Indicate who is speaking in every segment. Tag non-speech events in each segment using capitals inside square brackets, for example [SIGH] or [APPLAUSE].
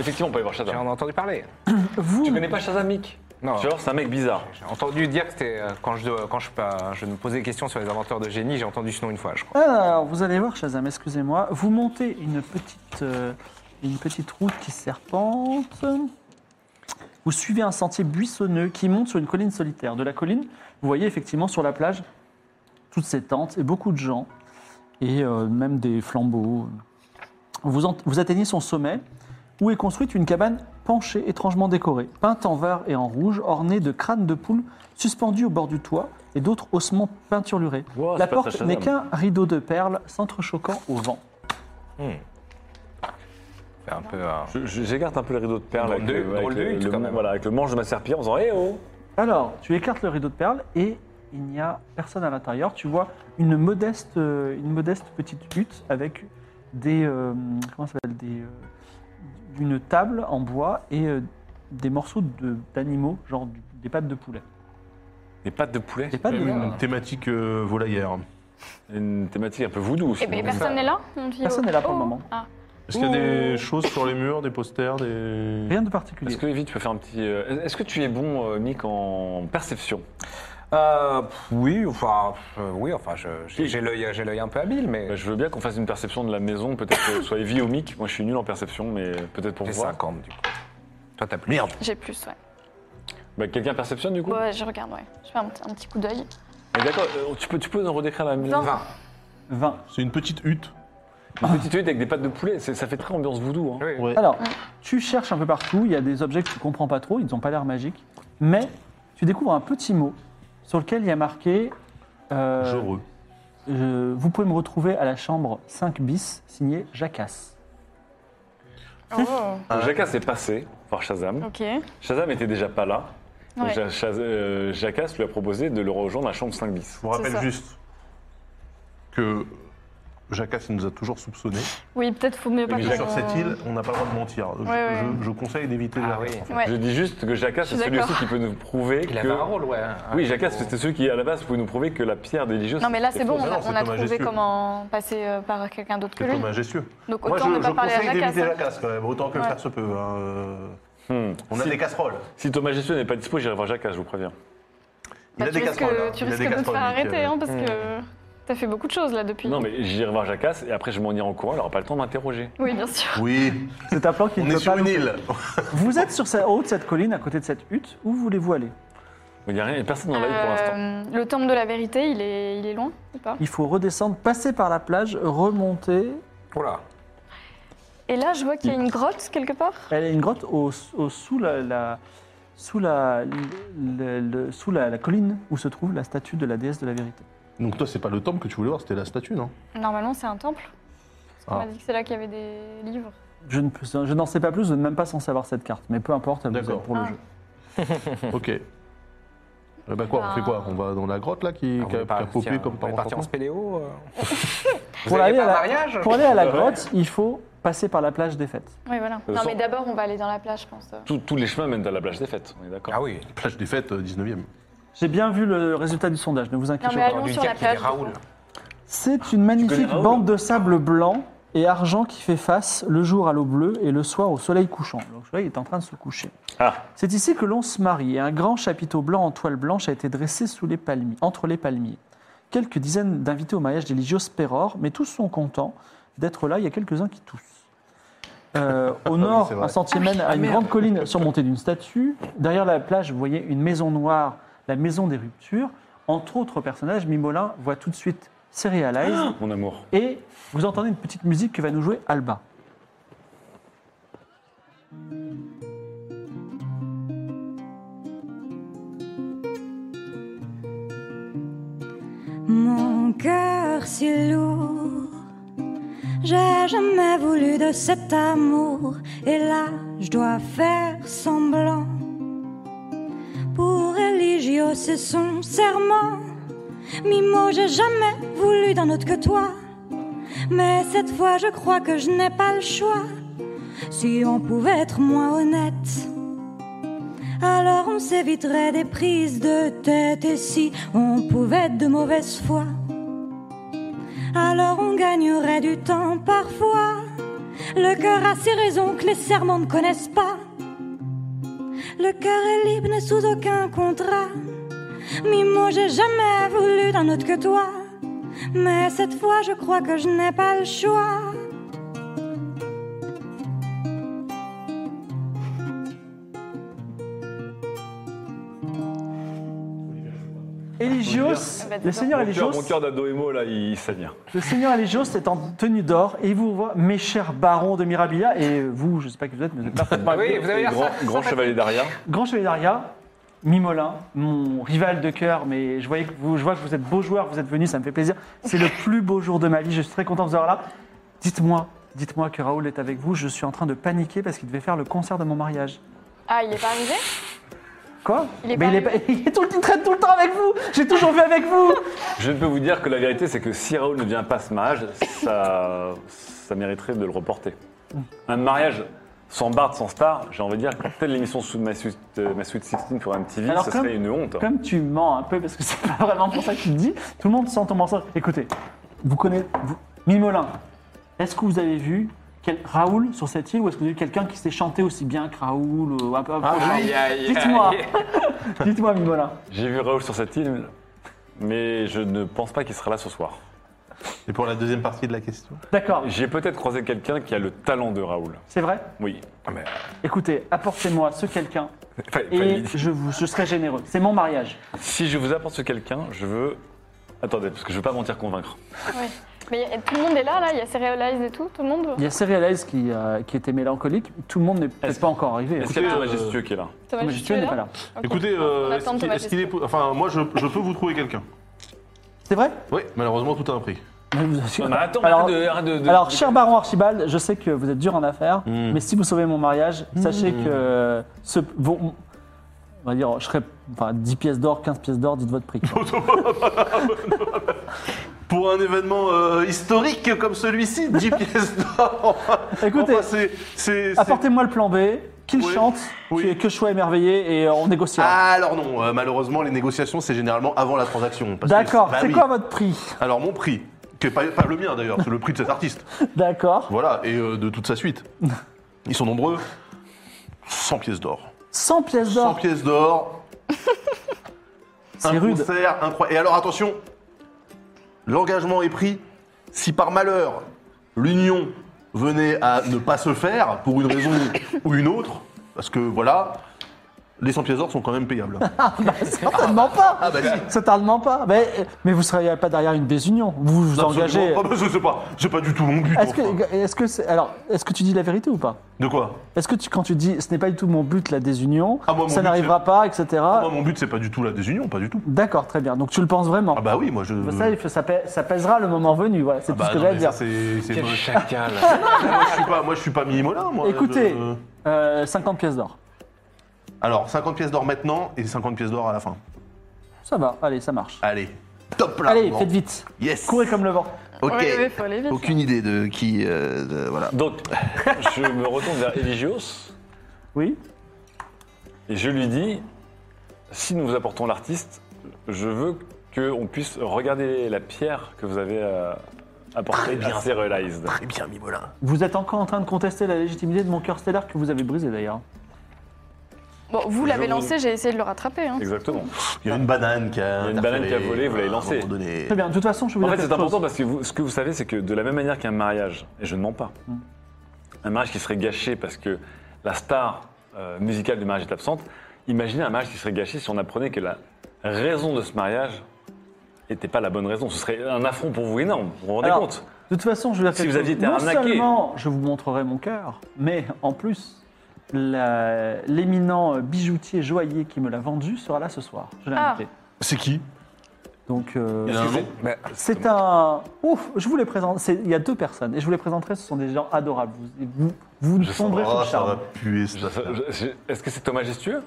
Speaker 1: Effectivement, on peut aller voir
Speaker 2: J'en
Speaker 1: Shazam.
Speaker 2: ai entendu parler.
Speaker 1: Tu connais pas Shazamik
Speaker 2: Non.
Speaker 1: Genre, c'est un mec bizarre.
Speaker 2: J'ai entendu dire que c'était. euh, Quand, je, quand je, euh, je me posais des questions sur les inventeurs de génie, j'ai entendu ce nom une fois, je crois.
Speaker 3: Alors, vous allez voir, Shazam, excusez-moi. Vous montez une petite, euh, une petite route qui serpente. Vous suivez un sentier buissonneux qui monte sur une colline solitaire. De la colline, vous voyez effectivement sur la plage toutes ces tentes et beaucoup de gens, et euh, même des flambeaux. Vous, en- vous atteignez son sommet, où est construite une cabane penchée, étrangement décorée, peinte en vert et en rouge, ornée de crânes de poules suspendus au bord du toit et d'autres ossements peinturlurés.
Speaker 1: Wow,
Speaker 3: la
Speaker 1: c'est pas très
Speaker 3: porte
Speaker 1: Shazam.
Speaker 3: n'est qu'un rideau de perles s'entrechoquant au vent.
Speaker 2: C'est un peu. euh,
Speaker 1: Je- je- J'écarte un peu le rideau de perles
Speaker 2: Drôle
Speaker 1: avec,
Speaker 2: de-
Speaker 1: le, avec
Speaker 2: drôle de
Speaker 1: le-
Speaker 2: lutte,
Speaker 1: le-
Speaker 2: quand même.
Speaker 1: voilà, avec le manche de ma serpillère en disant Eh oh
Speaker 3: Alors, tu écartes le rideau de perles et il n'y a personne à l'intérieur. Tu vois une modeste, euh, une modeste petite hutte avec des, euh, comment ça s'appelle, des, euh, une table en bois et euh, des morceaux de- d'animaux, genre du- des pattes de poulet.
Speaker 1: Des pattes de poulet
Speaker 3: Des pattes de poulet.
Speaker 4: Une thématique euh, volaillère.
Speaker 1: Une thématique un peu voodoo aussi.
Speaker 5: Eh bien,
Speaker 1: non
Speaker 5: personne n'est là on dit,
Speaker 3: Personne
Speaker 5: oh,
Speaker 3: n'est là pour le
Speaker 5: oh.
Speaker 3: moment.
Speaker 5: Ah,
Speaker 4: Est-ce qu'il y a
Speaker 5: Ouh.
Speaker 4: des choses sur les murs, des posters, des...
Speaker 3: Rien de particulier.
Speaker 1: Est-ce que Evie, tu peux faire un petit. euh, Est-ce que tu es bon, euh, Mick, en perception
Speaker 2: Euh, pff, oui, enfin, pff, euh, oui, enfin, je- j'ai j'ai l'œil, euh, j'ai l'œil un peu habile, mais
Speaker 1: Bah, Je veux bien qu'on fasse une perception de la maison, peut-être que ce soit Evie ou Mick. Moi, je suis nul en perception, mais peut-être pour
Speaker 2: j'ai
Speaker 1: voir.
Speaker 2: 50 du coup. Toi, t'as plus.
Speaker 4: Merde
Speaker 5: j'ai plus, ouais.
Speaker 1: Bah, Quelqu'un perceptionne du coup
Speaker 5: Ouais, je regarde, ouais. Je fais un, petit- un petit coup d'œil.
Speaker 1: Mais D'accord, euh, tu peux, tu peux nous redécrire la maison
Speaker 2: 20.
Speaker 3: 20.
Speaker 4: C'est une petite hutte.
Speaker 1: Une petite hutte avec des pattes de poulet, c'est- ça fait très ambiance voodoo. Hein.
Speaker 2: Oui.
Speaker 4: Ouais.
Speaker 3: Alors, tu cherches un peu partout, il y a des objets que tu comprends pas trop, ils n'ont pas l'air magiques, mais tu découvres un petit mot sur lequel il y a marqué euh,
Speaker 4: J'heureux.
Speaker 3: euh, Vous pouvez me retrouver à la chambre 5 bis, signé Jacasse.
Speaker 5: Oh,
Speaker 1: Donc, Jacques s'est passé voir Shazam.
Speaker 5: [LAUGHS] ok. Ouais.
Speaker 1: Shazam était déjà pas là. Donc, Ja- Shaz- euh, Jackass lui a proposé de le rejoindre à la chambre 5 bis.
Speaker 4: Je vous rappelle
Speaker 5: ça.
Speaker 4: juste que Jacasse nous a toujours soupçonnés.
Speaker 5: Oui, peut-être faut mieux euh, pas
Speaker 4: Et
Speaker 5: qu'on-
Speaker 4: que sur cette île, on n'a pas le droit de mentir. Je,
Speaker 5: ouais.
Speaker 4: je- je conseille d'éviter
Speaker 2: Ah
Speaker 4: la
Speaker 2: oui.
Speaker 4: reste, en fait.
Speaker 5: Ouais.
Speaker 1: Je dis juste que Jackass
Speaker 5: Je
Speaker 1: c'est
Speaker 5: suis
Speaker 1: celui aussi
Speaker 5: d'accord.
Speaker 1: qui peut nous prouver
Speaker 2: Il
Speaker 1: que. Ah,
Speaker 2: avait un rôle, ouais. hein.
Speaker 1: Oui,
Speaker 2: Ouais,
Speaker 1: Jackass,
Speaker 2: faut-
Speaker 1: c'était celui qui, à la base, pouvait nous prouver que la pierre des religieuses.
Speaker 5: Non, mais là, c'est
Speaker 1: c'était
Speaker 5: bon,
Speaker 1: fausse.
Speaker 5: on a,
Speaker 4: non, c'est
Speaker 5: on a
Speaker 4: pas
Speaker 5: trouvé
Speaker 4: majestueux.
Speaker 5: comment passer euh, par quelqu'un d'autre que
Speaker 4: C'est
Speaker 5: lui.
Speaker 4: pas majestueux.
Speaker 5: Donc,
Speaker 4: Moi,
Speaker 5: autant
Speaker 4: je,
Speaker 5: ne
Speaker 4: je
Speaker 5: pas parler à
Speaker 4: conseille d'éviter la
Speaker 5: Jacques.
Speaker 4: casse quand même, autant que
Speaker 5: Ouais.
Speaker 4: faire se peut. hein. Euh,
Speaker 1: Hmm.
Speaker 4: On a des casseroles.
Speaker 1: Si Thomas Gessieux n'est pas dispo, j'irai voir Jackass, je vous préviens.
Speaker 4: Il
Speaker 5: Bah,
Speaker 4: a
Speaker 5: tu
Speaker 4: des
Speaker 5: risques,
Speaker 4: casseroles. hein.
Speaker 5: tu
Speaker 4: Il a
Speaker 5: risques
Speaker 4: des
Speaker 5: de te
Speaker 4: casseroles,
Speaker 5: faire
Speaker 4: Mick,
Speaker 5: arrêter,
Speaker 4: euh.
Speaker 5: hein, parce que t'as fait beaucoup de choses, là, depuis.
Speaker 1: Non, mais j'irai voir Jackass et après, je m'en irai en courant, il n'aura pas le temps d'interroger.
Speaker 5: Oui, bien sûr.
Speaker 4: Oui,
Speaker 3: C'est un plan qui
Speaker 4: on
Speaker 3: ne
Speaker 4: est
Speaker 3: peut pas.
Speaker 4: sur une île.
Speaker 3: Vous êtes sur cette, en haut de cette colline, à côté de cette hutte, où voulez-vous aller
Speaker 1: Il n'y a rien, il y a personne dans la vie pour l'instant.
Speaker 5: Euh, le temple de la vérité, il est, il est loin ou pas
Speaker 3: Il faut redescendre, passer par la plage, remonter.
Speaker 2: Oula.
Speaker 5: Et là, je vois qu'il y a une grotte quelque part.
Speaker 3: Elle est une grotte au, au- sous la. la- sous, la, le- le- sous la- la colline où se trouve la statue de la déesse de la vérité.
Speaker 4: Donc toi, c'est pas le temple que tu voulais voir, c'était la statue, non
Speaker 5: Normalement, c'est un temple. Parce qu'on
Speaker 4: Ah.
Speaker 5: m'a dit que c'est là qu'il y avait des livres.
Speaker 3: Je, ne peux- je n'en sais pas plus, je n'ai même pas sans savoir cette carte, mais peu importe, vous êtes
Speaker 4: D'accord.
Speaker 3: pour le
Speaker 5: Ah.
Speaker 3: jeu.
Speaker 4: Ok. Eh ben quoi, on fait quoi On va dans la grotte là qui,
Speaker 2: Ah, vous
Speaker 4: qui a,
Speaker 2: voulez
Speaker 4: qui a
Speaker 2: partir-
Speaker 4: popé comme
Speaker 2: vous voulez
Speaker 4: par
Speaker 2: partir en
Speaker 4: enchantement
Speaker 2: spéléo [LAUGHS] euh
Speaker 3: Pour
Speaker 2: avez
Speaker 3: aller,
Speaker 2: pas
Speaker 3: à
Speaker 2: un
Speaker 3: la,
Speaker 2: mariage
Speaker 3: pour aller à la grotte, il faut passer par la plage des fêtes.
Speaker 5: Oui, voilà.
Speaker 1: Euh,
Speaker 5: Non,
Speaker 1: sans-
Speaker 5: mais d'abord, on va aller dans la plage, je pense.
Speaker 1: Tous- tous les chemins mènent à la plage des fêtes, on est d'accord.
Speaker 2: Ah oui.
Speaker 4: Plage des fêtes, euh, 19e.
Speaker 3: J'ai bien vu le résultat du sondage, ne vous inquiétez
Speaker 5: Non, mais
Speaker 3: pas.
Speaker 5: allons
Speaker 2: Entendu
Speaker 5: sur
Speaker 2: dire
Speaker 5: la
Speaker 2: qu'il est
Speaker 5: plage,
Speaker 2: Raoul.
Speaker 5: du coup.
Speaker 3: C'est une magnifique
Speaker 1: Raoul
Speaker 3: bande de sable blanc et argent qui fait face le jour à l'eau bleue et le soir au soleil couchant. Le soleil est en train de se coucher.
Speaker 1: Ah.
Speaker 3: C'est ici que l'on se marie et un grand chapiteau blanc en toile blanche a été dressé sous les palmiers, entre les palmiers. Quelques dizaines d'invités au mariage d'Eligio Speror, mais tous sont contents d'être là. Il y a quelques-uns qui toussent.
Speaker 1: [LAUGHS]
Speaker 3: Euh, au nord,
Speaker 4: c'est vrai.
Speaker 3: un sentier mène
Speaker 5: Ah
Speaker 3: à une grande colline surmontée d'une statue. Derrière la plage, vous voyez une maison noire, la maison des ruptures. Entre autres personnages, Mimolin voit tout de suite
Speaker 5: Ah
Speaker 3: Serialized,
Speaker 1: Mon amour.
Speaker 3: et vous entendez une petite musique que va nous jouer Alba.
Speaker 6: Mon cœur si lourd, j'ai jamais voulu de cet amour. Et là, je dois faire semblant. Pour Eligio, c'est son serment. Mimo, j'ai jamais voulu d'un autre que toi. Mais cette fois, je crois que je n'ai pas le choix. Si on pouvait être moins honnête. Alors on s'éviterait des prises de tête et si on pouvait être de mauvaise foi. Alors on gagnerait du temps parfois. Le cœur a ses raisons que les serments ne connaissent pas. Le cœur est libre, n'est sous aucun contrat. Mimo, j'ai jamais voulu d'un autre que toi. Mais cette fois, je crois que je n'ai pas le choix.
Speaker 3: Eligios,
Speaker 5: Ah bah,
Speaker 3: le
Speaker 5: dis donc.
Speaker 3: seigneur
Speaker 1: Mon cœur-
Speaker 3: Eligios,
Speaker 1: Mon cœur d'ado émo, là, il saigne.
Speaker 3: le seigneur Eligios est en tenue d'or et il vous voit, mes chers barons de Mirabilia, et vous, je ne sais pas qui vous êtes, mais vous êtes
Speaker 1: [LAUGHS]
Speaker 3: parfaitement
Speaker 2: Oui, vous avez
Speaker 1: Et
Speaker 2: l'air
Speaker 1: Grand,
Speaker 2: ça-
Speaker 1: grand chevalier d'Aria.
Speaker 3: Grand Chevalier d'Aria, Mimolin, mon rival de cœur, mais je, voyais que vous, je vois que vous êtes beau joueur, vous êtes venu, ça me fait plaisir. C'est le plus beau jour de ma vie, je suis très content de vous avoir là. Dites-moi, dites-moi que Raoul est avec vous, je suis en train de paniquer parce qu'il devait faire le concert de mon mariage.
Speaker 5: Ah, il est
Speaker 3: [LAUGHS]
Speaker 5: pas arrivé
Speaker 3: Quoi
Speaker 5: Il est
Speaker 3: Mais
Speaker 5: pas
Speaker 3: il, est pas- [LAUGHS] il est tout, le- il traîne tout le temps avec vous J'ai toujours vu avec vous
Speaker 1: Je ne peux vous dire que la vérité, c'est que si Raoul ne vient pas ce mariage, ça, ça mériterait de le reporter. Un mariage sans barde, sans star, j'ai envie de dire, quand telle l'émission sous ma suite, euh, ma suite 16 pour MTV,
Speaker 3: Alors,
Speaker 1: ce
Speaker 3: comme-
Speaker 1: serait une honte.
Speaker 3: Comme tu mens un peu, parce que c'est [LAUGHS] pas vraiment pour ça que tu le dis, tout le monde sent ton mensonge. Écoutez, vous connaissez. vous- Mimolin, est-ce que vous avez vu quel- Raoul sur cette île ou est-ce que vous avez vu quelqu'un qui sait chanter aussi bien que Raoul ou un peu
Speaker 2: Aïe, aïe, aïe.
Speaker 3: Dites-moi, [LAUGHS] dites-moi Mimolin.
Speaker 1: J'ai vu Raoul sur cette île, mais je ne pense pas qu'il sera là ce soir.
Speaker 4: Et pour la deuxième partie de la question
Speaker 3: D'accord,
Speaker 1: J'ai peut-être croisé quelqu'un qui a le talent de Raoul.
Speaker 3: c'est vrai
Speaker 1: Oui.
Speaker 3: Écoutez, apportez-moi ce quelqu'un
Speaker 1: Fallait- fallait
Speaker 3: et
Speaker 1: le dire.
Speaker 3: je, vous, je serai généreux. C'est mon mariage.
Speaker 1: Si je vous apporte ce quelqu'un, je veux... Attendez, parce que je veux pas mentir convaincre.
Speaker 5: Ouais. Mais y a- tout le monde est là, là, il y a Serialize et tout, tout le monde.
Speaker 3: Il y a Serialize qui, euh, qui était mélancolique, tout le monde n'est peut-être pas encore arrivé.
Speaker 1: Est-ce qu'il y a un majestueux qui est là
Speaker 5: Thomas
Speaker 3: Mais
Speaker 5: Justu est
Speaker 3: n'est pas là.
Speaker 5: Ok.
Speaker 4: Écoutez,
Speaker 5: On
Speaker 4: euh,
Speaker 5: attend
Speaker 4: est-ce qu'il-
Speaker 5: Thomas
Speaker 4: est-ce qu'il est, Enfin, moi, je, je peux vous trouver quelqu'un.
Speaker 3: C'est vrai
Speaker 4: Oui, malheureusement, tout a un prix.
Speaker 3: Mais vous-
Speaker 1: Non,
Speaker 4: Ah,
Speaker 1: mais attends,
Speaker 3: Alors-
Speaker 1: arrête de- arrête de- de-
Speaker 3: Alors, cher baron Archibald, je sais que vous êtes dur en affaires, mais si vous sauvez mon mariage, sachez que euh, ce, vos- on va dire, je serai enfin, 10 pièces d'or, 15 pièces d'or, dites votre
Speaker 4: [LAUGHS]
Speaker 3: prix. quoi.
Speaker 4: Pour un événement euh, historique comme celui-ci, [LAUGHS] 10 pièces d'or.
Speaker 3: Écoutez,
Speaker 4: Enfin, c'est- c'est- c'est-
Speaker 3: Apportez-moi le plan B, qu'il
Speaker 4: Oui.
Speaker 3: chante,
Speaker 4: Oui.
Speaker 3: que- que je sois émerveillé et euh, on négociera.
Speaker 4: Ah, alors non, euh, malheureusement, les négociations, c'est généralement avant la transaction. parce que-
Speaker 3: D'accord,
Speaker 4: bah
Speaker 3: c'est
Speaker 4: oui.
Speaker 3: quoi votre prix [LAUGHS]
Speaker 4: Alors, mon prix, qui n'est pas, pas le mien d'ailleurs, c'est le prix de cet artiste.
Speaker 3: D'accord.
Speaker 4: Voilà, et euh, de toute sa suite. Ils sont nombreux. 100 pièces d'or.
Speaker 3: 100 pièces
Speaker 4: 100
Speaker 3: d'or,
Speaker 4: pièces d'or,
Speaker 3: c'est
Speaker 4: un
Speaker 3: rude.
Speaker 4: concert incroyable. Et alors attention, l'engagement est pris. Si par malheur l'union venait à ne pas se faire pour une raison
Speaker 3: [LAUGHS]
Speaker 4: ou une autre, parce que voilà, les 100 pièces d'or sont quand même
Speaker 3: [LAUGHS]
Speaker 4: payables.
Speaker 3: Certainement pas
Speaker 4: Ah bah si.
Speaker 3: Certainement pas Mais, mais vous ne serez pas derrière une désunion, vous vous engagez.
Speaker 4: Absolument. Ah bah, je sais pas, c'est pas du tout mon but.
Speaker 3: Est-ce
Speaker 4: enfin.
Speaker 3: que, est-ce que, c'est- alors, est-ce que tu dis la vérité ou pas
Speaker 4: De quoi
Speaker 3: Est-ce que tu, quand tu dis ce n'est pas du tout mon but la désunion,
Speaker 4: Ah, moi, mon
Speaker 3: ça
Speaker 4: but, Ah,
Speaker 3: n'arrivera pas, etc.
Speaker 4: Moi, mon but c'est pas du tout la désunion, pas du tout.
Speaker 3: D'accord, très bien. Donc tu le penses vraiment.
Speaker 4: Ah bah oui, moi je.
Speaker 3: Ça, il faut- ça, pè- ça pèsera le moment venu. Voilà, c'est
Speaker 4: Ah bah,
Speaker 3: tout ce que
Speaker 4: non,
Speaker 3: j'ai à
Speaker 4: mais
Speaker 3: dire.
Speaker 4: ça, c'est- c'est
Speaker 2: Quel
Speaker 4: moche.
Speaker 2: chacal.
Speaker 4: moi, je suis pas, moi je suis pas Mimolin, moi.
Speaker 3: Écoutez,
Speaker 4: je-
Speaker 3: euh, 50 pièces d'or.
Speaker 4: Alors 50 pièces d'or maintenant et 50 pièces d'or à la fin.
Speaker 3: Ça va, allez, ça marche.
Speaker 4: Allez, top Ah, là.
Speaker 3: Allez,
Speaker 4: bon.
Speaker 3: faites vite.
Speaker 4: Yes.
Speaker 3: Courez comme le vent.
Speaker 4: Ok.
Speaker 5: Ouais, ouais, faut aller vite.
Speaker 4: Aucune idée de qui. euh, de- voilà.
Speaker 1: Donc, [LAUGHS] je me retourne vers Eligios
Speaker 3: Oui
Speaker 1: et je lui dis si nous apportons l'artiste, je veux qu'on puisse regarder la pierre que vous avez euh, apportée à Serialized.
Speaker 4: Eh bien, Mimolin.
Speaker 3: Vous êtes encore en train de contester la légitimité de mon cœur stellaire que vous avez brisé d'ailleurs.
Speaker 5: Bon, vous
Speaker 1: Je
Speaker 5: l'avez
Speaker 1: vous-
Speaker 5: lancé, j'ai essayé de le rattraper. Hein.
Speaker 1: Exactement.
Speaker 4: Il y a une banane qui a.
Speaker 1: Il y a une
Speaker 4: interféré,
Speaker 1: banane qui a volé, vous l'avez
Speaker 4: voilà, à un
Speaker 1: lancée.
Speaker 4: moment donné.
Speaker 3: Très bien, de toute façon, je vais vous
Speaker 1: En
Speaker 3: dire
Speaker 1: fait, c'est
Speaker 3: quelque
Speaker 1: important
Speaker 3: chose.
Speaker 1: parce que vous- ce que vous savez, c'est que de la même manière qu'un mariage, et je ne mens pas, un mariage qui serait gâché parce que la star euh, musicale du mariage est absente, imaginez un mariage qui serait gâché si on apprenait que la raison de ce mariage n'était pas la bonne raison. Ce serait un affront pour vous énorme. Vous vous rendez
Speaker 3: Alors,
Speaker 1: compte
Speaker 3: De toute façon, je vais faire
Speaker 1: Si
Speaker 3: quelque
Speaker 1: vous aviez
Speaker 3: chose.
Speaker 1: été
Speaker 3: Non
Speaker 1: arnaqué.
Speaker 3: seulement je vous montrerai mon cœur, mais en plus, la- l'éminent bijoutier joaillier qui me l'a vendu sera là ce soir. Je l'ai
Speaker 5: Ah.
Speaker 3: invité.
Speaker 4: C'est qui
Speaker 3: Donc, euh,
Speaker 4: Il y en a un nom
Speaker 2: Mais-
Speaker 3: c'est un. Ouf, je vous les présente. c'est- Il y a deux personnes et je vous les présenterai. Ce sont des gens adorables. Vous, vous, vous ne
Speaker 4: Je sens-
Speaker 3: tomberez sous
Speaker 4: Ah,
Speaker 3: le
Speaker 4: ça va
Speaker 3: charme.
Speaker 4: puer, ça.
Speaker 1: Je- je- je- Est-ce que c'est Thomas Gestueux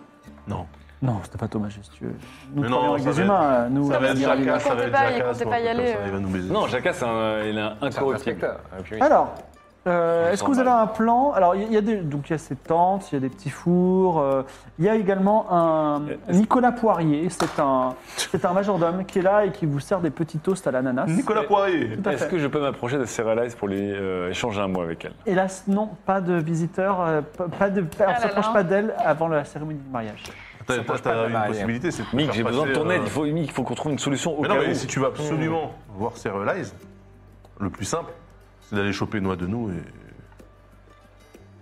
Speaker 4: Non.
Speaker 3: Non, c'était pas Thomas Majestueux. Nous
Speaker 4: Mais non,
Speaker 3: travaillons avec
Speaker 4: ça
Speaker 3: des
Speaker 4: va
Speaker 3: humains. euh, nous,
Speaker 4: Ça va être
Speaker 3: on ira
Speaker 4: Jacques,
Speaker 3: vivre.
Speaker 4: ça va
Speaker 5: Comptez
Speaker 4: être
Speaker 5: pas,
Speaker 4: Jacques, ou
Speaker 5: comptez
Speaker 4: un
Speaker 5: pas y
Speaker 4: truc comme
Speaker 5: aller,
Speaker 4: ça,
Speaker 5: euh.
Speaker 4: il va nous baiser.
Speaker 1: Non, Jacques, c'est un- il est un
Speaker 2: C'est un
Speaker 1: incorruptible.
Speaker 2: inspecteur. Et puis,
Speaker 3: Alors, euh,
Speaker 4: On
Speaker 3: est-ce
Speaker 4: s'en
Speaker 3: que vous avez
Speaker 4: va.
Speaker 3: un plan Alors, il y- il y, a des, donc il y a ces tentes, il y a des petits fours. euh, il y a également un
Speaker 2: Euh,
Speaker 3: Nicolas Poirier. C'est un, c'est un majordome qui est là et qui vous sert des petits toasts à l'ananas.
Speaker 4: Nicolas Poirier
Speaker 3: Tout à
Speaker 1: Est-ce
Speaker 3: fait.
Speaker 1: que je peux m'approcher de Serialize pour les, euh, échanger un mot avec elle
Speaker 3: Hélas, non, pas de visiteurs, euh, pas pas de, on
Speaker 5: Ah
Speaker 3: ne
Speaker 5: là
Speaker 3: s'approche
Speaker 5: là.
Speaker 3: pas d'elle avant la cérémonie du mariage.
Speaker 4: T'as
Speaker 2: s'approche
Speaker 4: t'as
Speaker 2: pas de la
Speaker 4: une
Speaker 2: mariée.
Speaker 4: possibilité, c'est de
Speaker 1: bah, Mick,
Speaker 4: faire
Speaker 1: j'ai besoin de
Speaker 4: passer,
Speaker 1: ton
Speaker 4: euh,
Speaker 1: aide. Il faut, Mick, il faut qu'on trouve une solution au
Speaker 4: Mais
Speaker 1: cas
Speaker 4: non, mais
Speaker 1: où.
Speaker 4: si tu veux absolument voir Serialize, le plus simple, c'est d'aller choper Noix de nous et.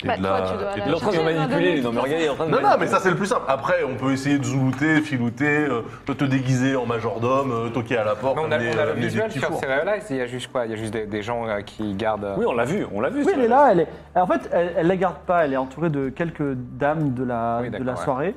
Speaker 4: et
Speaker 5: Bah,
Speaker 4: de
Speaker 5: toi,
Speaker 4: la-
Speaker 5: tu dois
Speaker 4: et de
Speaker 5: aller
Speaker 4: la-
Speaker 1: Il est en train de me manipuler. Non, mais regarde, il est en train de
Speaker 4: Non, non, mais
Speaker 1: manipuler.
Speaker 4: ça c'est le plus simple. Après, on peut essayer de zoulouter, filouter, euh, te- te déguiser en majordome, euh, toquer à la porte.
Speaker 2: Mais on a,
Speaker 4: amener,
Speaker 2: on a
Speaker 4: euh,
Speaker 2: le
Speaker 4: amener des
Speaker 2: visuel
Speaker 4: petits
Speaker 2: sur
Speaker 4: fours.
Speaker 2: Serialize, il y a juste quoi Il y a juste des, des gens euh, qui gardent... euh,
Speaker 1: Oui, on l'a vu, on l'a vu.
Speaker 3: Oui,
Speaker 1: ça.
Speaker 3: elle est là. Elle est... En fait, elle, elle la garde pas. Elle est entourée de quelques dames de la,
Speaker 2: Oui,
Speaker 3: de
Speaker 2: d'accord,
Speaker 3: la
Speaker 2: ouais.
Speaker 3: soirée,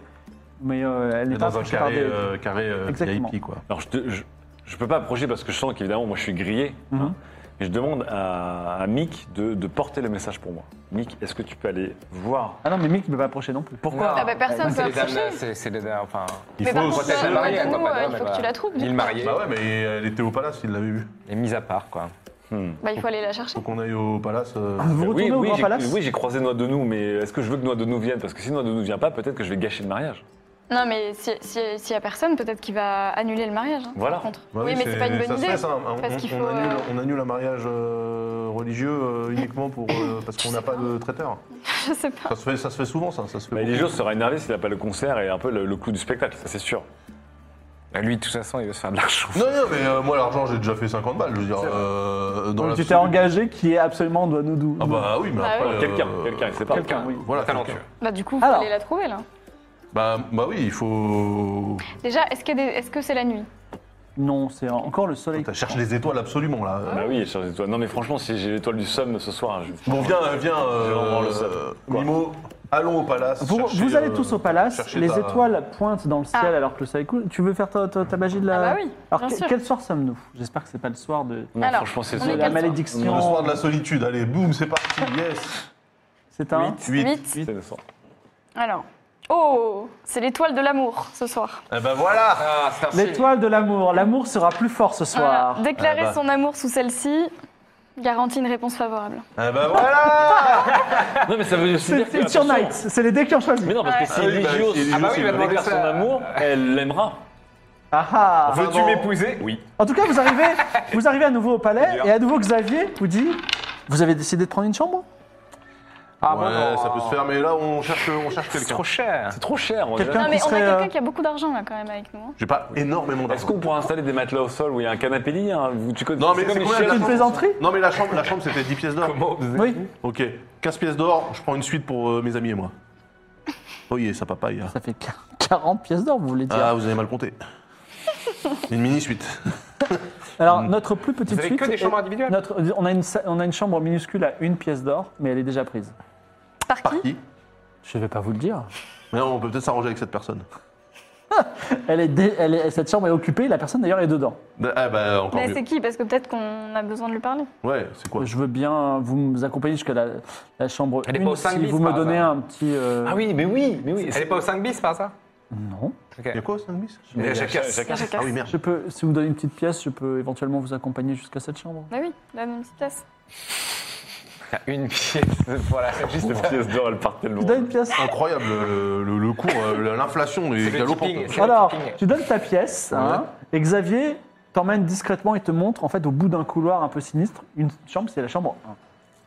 Speaker 3: mais euh, elle n'est
Speaker 4: Et
Speaker 3: pas
Speaker 4: Dans un
Speaker 3: approchée par
Speaker 4: carré,
Speaker 3: des-
Speaker 4: euh, carré euh,
Speaker 3: Exactement.
Speaker 4: VIP, quoi.
Speaker 1: Alors, je, te- je, je peux pas approcher parce que je sens qu'évidemment, moi, je suis grillé.
Speaker 3: Mhm.
Speaker 1: hein. et je demande à, à Mick de, de porter le message pour moi. Mick, est-ce que tu peux aller voir
Speaker 3: Ah non, mais Mick ne peut pas approcher non plus.
Speaker 1: Pourquoi
Speaker 5: Ah bah, personne
Speaker 2: C'est
Speaker 5: peut
Speaker 2: les dames,
Speaker 5: approcher.
Speaker 2: c'est- C'est les dames, enfin...
Speaker 4: Il
Speaker 5: Mais
Speaker 4: faut
Speaker 5: par contre,
Speaker 4: aussi-
Speaker 2: protéger la
Speaker 5: euh,
Speaker 2: mariée,
Speaker 5: Antonou,
Speaker 2: quoi, pas
Speaker 5: euh,
Speaker 2: d'homme,
Speaker 5: il faut
Speaker 2: bah,
Speaker 5: que tu la trouves. du
Speaker 2: Il
Speaker 5: coup.
Speaker 2: marié,
Speaker 4: Bah ouais, mais elle était au palace, il l'avait vu.
Speaker 2: est mise à part, quoi.
Speaker 5: Bah, il faut aller la chercher.
Speaker 4: Faut qu'on aille au palace. euh,
Speaker 3: Ah, Vous
Speaker 1: Euh,
Speaker 3: retournez au
Speaker 1: oui,
Speaker 3: Grand
Speaker 1: j'ai-
Speaker 3: Palace
Speaker 1: Oui, j'ai croisé Noix de Nous, mais est-ce que je veux que Noix de Nous vienne Parce que si Noix de Nous vient pas, peut-être que je vais gâcher le mariage.
Speaker 5: Non, mais si- si- s'il y a personne, peut-être qu'il va annuler le mariage. hein,
Speaker 1: Voilà.
Speaker 5: par contre.
Speaker 4: Bah
Speaker 5: oui, mais c'est pas une
Speaker 4: ça
Speaker 5: bonne
Speaker 4: se
Speaker 5: idée.
Speaker 4: fait, ça. On,
Speaker 5: parce
Speaker 4: on-
Speaker 5: qu'il
Speaker 4: on
Speaker 5: faut,
Speaker 4: annule,
Speaker 5: euh,
Speaker 4: on annule un mariage euh, religieux euh, uniquement pour, euh, parce qu'on n'a pas de traiteur.
Speaker 5: [LAUGHS] Je sais pas.
Speaker 4: Ça se fait, ça se fait souvent, ça. ça se fait
Speaker 1: Bah,
Speaker 4: beaucoup.
Speaker 1: Eligio sera énervé s'il n'a pas le concert et un peu le, le clou du spectacle, ça c'est sûr.
Speaker 2: Bah, Lui, de toute façon, il veut se faire de l'argent.
Speaker 4: Non, non, mais euh, moi, l'argent, j'ai déjà fait 50 balles. Je veux dire, euh, dans
Speaker 3: Donc tu
Speaker 4: l'absolu.
Speaker 3: t'es engagé qui est absolument doit nous
Speaker 4: Ah, bah oui, mais
Speaker 5: Bah
Speaker 4: après.
Speaker 5: oui.
Speaker 4: euh,
Speaker 1: Quelqu'un, quelqu'un, il sait pas.
Speaker 3: Quelqu'un, oui.
Speaker 4: Voilà,
Speaker 2: Talentueux.
Speaker 4: quelqu'un.
Speaker 5: Bah, du coup, il faut
Speaker 3: Alors.
Speaker 5: aller la trouver, là.
Speaker 4: Bah, bah oui, il faut.
Speaker 5: Déjà, est-ce qu'il y a des- est-ce que c'est la nuit
Speaker 3: Non, c'est encore le soleil.
Speaker 4: T'as cherché les étoiles absolument, là.
Speaker 5: Ah
Speaker 1: Bah oui, cherche l'étoile. Non mais franchement, si j'ai l'étoile du somme ce soir, je...
Speaker 4: Bon, viens, euh, viens.
Speaker 1: Je vais en voir le
Speaker 4: euh,
Speaker 1: sol.
Speaker 4: euh,
Speaker 1: Quoi
Speaker 4: Mimo, allons au palace.
Speaker 3: Vous,
Speaker 4: chercher,
Speaker 3: vous allez
Speaker 4: euh,
Speaker 3: tous au palace,
Speaker 4: chercher
Speaker 3: les
Speaker 4: ta-
Speaker 3: étoiles pointent dans le ciel
Speaker 5: Ah.
Speaker 3: alors que le soleil coule. Tu veux faire ta, ta- ta magie de la.
Speaker 5: Ah bah oui,
Speaker 3: Alors,
Speaker 5: bien
Speaker 3: que-
Speaker 5: sûr.
Speaker 3: quel soir sommes-nous J'espère que c'est pas le soir de,
Speaker 1: Non,
Speaker 5: Alors,
Speaker 1: franchement, c'est
Speaker 5: on
Speaker 3: de
Speaker 5: est
Speaker 3: la
Speaker 5: quel soir
Speaker 4: Le soir
Speaker 3: malédiction.
Speaker 4: de la solitude, allez, boum, c'est parti, yes.
Speaker 3: C'est un.
Speaker 4: Huit.
Speaker 5: Huit.
Speaker 1: C'est innocent.
Speaker 5: Alors. Oh C'est l'étoile de l'amour, ce soir.
Speaker 4: Eh ben voilà
Speaker 2: Ah, c'est un signe.
Speaker 3: L'étoile de l'amour. L'amour sera plus fort ce
Speaker 5: Voilà.
Speaker 3: soir.
Speaker 5: Déclarer
Speaker 4: Ah bah.
Speaker 5: son amour sous celle-ci garantit une réponse favorable.
Speaker 4: Eh ben voilà
Speaker 1: Non mais ça veut aussi
Speaker 3: C'est
Speaker 1: dire que...
Speaker 3: c'est sur
Speaker 1: attention.
Speaker 3: Night. C'est les dés qui ont choisi.
Speaker 1: Mais non, parce que
Speaker 5: Ouais.
Speaker 1: si
Speaker 4: Ah oui, bah,
Speaker 1: Eligio
Speaker 4: si Eligio,
Speaker 1: ah bah oui,
Speaker 4: c'est
Speaker 1: il va
Speaker 4: une
Speaker 1: demander
Speaker 2: vraie
Speaker 1: son
Speaker 2: ça.
Speaker 1: amour, elle l'aimera.
Speaker 3: Ah ah.
Speaker 2: Veux-tu m'épouser
Speaker 1: Oui.
Speaker 3: En tout cas, vous arrivez, vous arrivez à nouveau au palais
Speaker 2: Dur.
Speaker 3: et à nouveau Xavier vous dit Vous avez décidé de prendre une chambre
Speaker 2: Ah,
Speaker 4: Ouais,
Speaker 2: bon,
Speaker 4: ça peut se faire, mais là, on cherche, on cherche
Speaker 2: C'est
Speaker 4: quelqu'un.
Speaker 2: trop cher.
Speaker 1: C'est trop cher. on dirait.
Speaker 3: Quelqu'un
Speaker 5: Non, mais
Speaker 3: qui
Speaker 5: on a
Speaker 3: serait,
Speaker 5: quelqu'un
Speaker 3: euh,
Speaker 5: qui a beaucoup d'argent, là, quand même, avec nous. hein.
Speaker 4: J'ai pas énormément
Speaker 1: Est-ce
Speaker 4: d'argent.
Speaker 1: qu'on pourrait installer des matelas au sol où il y a un canapé lit hein Vous- tu connais-
Speaker 4: Non, mais c'est
Speaker 1: les
Speaker 4: combien
Speaker 1: chiottes.
Speaker 4: la
Speaker 3: une
Speaker 4: chambre
Speaker 3: plaisanterie
Speaker 4: Non, mais la chambre, la chambre c'était 10 pièces d'or.
Speaker 3: Oui.
Speaker 4: Ok, 15 pièces d'or, je prends une suite pour euh, mes amis et moi. Oh yeah, ça papa, hier.
Speaker 3: Ça fait [LAUGHS] 40 pièces d'or, vous voulez dire
Speaker 4: Ah, vous avez mal compté. Une mini-suite.
Speaker 3: Alors, notre plus petite
Speaker 2: Vous avez
Speaker 3: suite.
Speaker 2: que des
Speaker 3: est-
Speaker 2: chambres individuelles
Speaker 3: notre- on, a une, sa- on a une chambre minuscule à une pièce d'or, mais elle est déjà prise.
Speaker 5: Par qui
Speaker 4: Par qui
Speaker 3: Je vais pas vous le dire.
Speaker 4: Mais non, on peut peut-être s'arranger avec cette personne.
Speaker 3: Elle est dé- elle est- cette chambre est occupée, la personne d'ailleurs est dedans.
Speaker 4: Bah, Ah bah, encore
Speaker 5: Mais
Speaker 4: mieux.
Speaker 5: c'est qui Parce que peut-être qu'on a besoin de lui parler.
Speaker 4: Ouais, c'est quoi
Speaker 3: Je veux bien vous me accompagner jusqu'à la, la chambre
Speaker 2: Elle est pas
Speaker 3: une,
Speaker 2: au cinq
Speaker 3: si
Speaker 2: bis,
Speaker 3: vous me
Speaker 2: par
Speaker 3: donnez
Speaker 2: hasard
Speaker 3: un petit... euh,
Speaker 1: Ah oui, mais oui, mais oui. [LAUGHS]
Speaker 2: Elle est pas au 5 bis par ça
Speaker 3: Non.
Speaker 2: Ok.
Speaker 4: Y'a quoi, 5 bis
Speaker 2: Mais chacun-
Speaker 5: Bien, je casse.
Speaker 4: Ah oui, merde.
Speaker 3: Je peux, si vous donnez une petite pièce, je peux éventuellement vous accompagner jusqu'à cette chambre.
Speaker 5: Bah oui, donne une petite tasse.
Speaker 2: [LAUGHS] Une pièce. [LAUGHS] Voilà, juste
Speaker 1: Cette pièce d'or, elle partait loin.
Speaker 3: Tu donnes une pièce
Speaker 2: Ah,
Speaker 4: Incroyable, le, le- le cours, euh, l'inflation est
Speaker 2: C'est le
Speaker 4: galopante.
Speaker 2: tipping. C'est
Speaker 3: Alors,
Speaker 2: le tipping.
Speaker 3: tu donnes ta pièce, hein, et Xavier t'emmène discrètement et te montre, en fait, au bout d'un couloir un peu sinistre, une chambre, c'est la chambre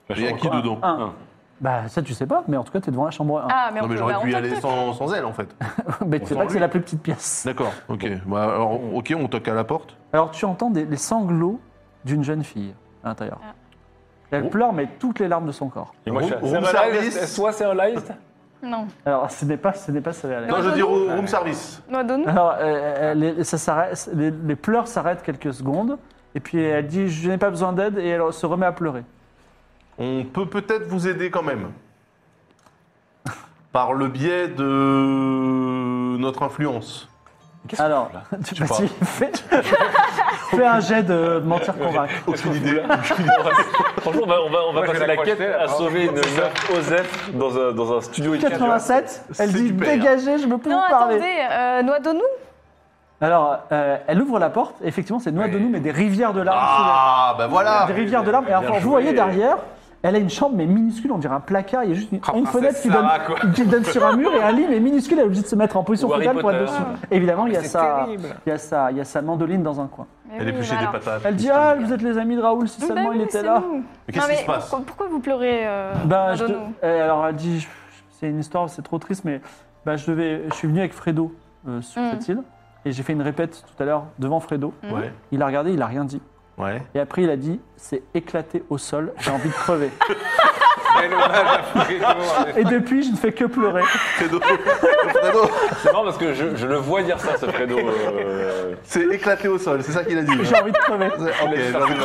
Speaker 1: La
Speaker 4: Et y a
Speaker 1: chambre
Speaker 4: qui
Speaker 1: quoi
Speaker 4: dedans
Speaker 3: 1. Bah, ça, tu sais pas, mais en tout cas, t'es devant la chambre 1.
Speaker 5: Ah, mais on
Speaker 4: Non, mais
Speaker 5: peut-
Speaker 4: j'aurais
Speaker 5: bah, on
Speaker 4: pu y
Speaker 5: peut-
Speaker 4: aller sans, sans elle, en fait.
Speaker 3: [LAUGHS] mais tu sais
Speaker 4: on
Speaker 3: pas
Speaker 4: s'en
Speaker 3: que c'est
Speaker 4: lui.
Speaker 3: la plus petite pièce.
Speaker 4: [LAUGHS] D'accord, ok. Bah, alors, ok, on toque à la porte.
Speaker 3: Alors, tu entends des- les sanglots d'une jeune fille à l'intérieur.
Speaker 5: Ah.
Speaker 4: Oh.
Speaker 3: Elle pleure, mais toutes les larmes de son corps.
Speaker 1: Et moi, je
Speaker 4: Room- room
Speaker 1: suis à-
Speaker 4: service.
Speaker 1: Soit c'est un live,
Speaker 5: Non.
Speaker 3: Alors, ce n'est pas, ce n'est pas Saléa.
Speaker 4: Non, je dis room room service.
Speaker 5: Noix de nous
Speaker 3: Alors, euh, les, ça s'arrête- les- les pleurs s'arrêtent quelques secondes, et puis elle dit Je n'ai pas besoin d'aide, et elle se remet à pleurer.
Speaker 4: On peut peut-être vous aider quand même. Par le biais de notre influence.
Speaker 3: Alors, [LAUGHS] tu vas fais, fais un jet de mentir convaincre.
Speaker 4: Aucune idée.
Speaker 1: Franchement, on va, on va, on va
Speaker 2: Moi, je
Speaker 1: passer
Speaker 2: vais
Speaker 1: la
Speaker 2: l'accrocher,
Speaker 1: quête
Speaker 4: hein.
Speaker 1: à
Speaker 2: alors.
Speaker 1: sauver une meuf Osef dans un, dans un studio ikea.
Speaker 3: 87, elle dit
Speaker 4: super.
Speaker 3: Dégagez, je ne veux plus
Speaker 5: Non,
Speaker 3: vous parler.
Speaker 5: attendez, euh, noix de nous
Speaker 3: Alors, euh, elle ouvre la porte, et effectivement, c'est noix de
Speaker 2: Oui.
Speaker 3: nous, mais des rivières de larmes.
Speaker 4: Ah, ben voilà.
Speaker 3: des rivières de larmes. Et enfin, vous voyez derrière, elle a une chambre, mais minuscule, on dirait un placard. Il y a juste une,
Speaker 2: Ah,
Speaker 3: une
Speaker 2: princesse
Speaker 3: fenêtre qui donne,
Speaker 2: Sarah, quoi. [LAUGHS]
Speaker 3: qui donne sur un mur et un lit, mais minuscule, elle est obligée de se mettre en position
Speaker 1: Ou Harry
Speaker 3: frontale pour être
Speaker 1: Potter.
Speaker 3: dessus. Évidemment, il y, a
Speaker 2: Ah. c'est
Speaker 3: sa,
Speaker 2: terrible.
Speaker 3: il, y a sa, il y a sa mandoline dans un coin.
Speaker 5: Mais
Speaker 4: Elle
Speaker 5: oui,
Speaker 4: épluchait
Speaker 5: voilà.
Speaker 4: des patates.
Speaker 3: Elle dit Ah, vous êtes les amis de Raoul, si
Speaker 5: Bah
Speaker 3: seulement
Speaker 5: oui,
Speaker 3: il était
Speaker 5: c'est
Speaker 3: là.
Speaker 5: nous.
Speaker 4: Mais
Speaker 5: Non,
Speaker 4: qu'est-ce qui
Speaker 5: mais
Speaker 4: se passe
Speaker 5: pourquoi- Pourquoi vous pleurez euh,
Speaker 3: Bah,
Speaker 5: noix
Speaker 3: je
Speaker 5: de
Speaker 3: de-
Speaker 5: nous
Speaker 3: euh, Alors, elle dit je- C'est une histoire, c'est trop triste, mais bah, je, devais, je suis venu avec Fredo euh, sur
Speaker 5: Mm.
Speaker 3: cette île. Et j'ai fait une répète tout à l'heure devant Fredo.
Speaker 4: Ouais,
Speaker 3: Il a regardé, il a rien dit.
Speaker 4: ouais.
Speaker 3: Et après, il a dit C'est éclaté au sol, j'ai envie de crever.
Speaker 2: Bel hommage à hein. Fredo.
Speaker 3: Et depuis, je ne fais que pleurer.
Speaker 4: Fredo. Fredo,
Speaker 1: C'est marrant parce que je, je le vois dire ça, ce Fredo. euh,
Speaker 4: C'est éclaté au sol, c'est ça qu'il a [LAUGHS] dit.
Speaker 3: J'ai envie de crever.
Speaker 4: Ok, j'en ai-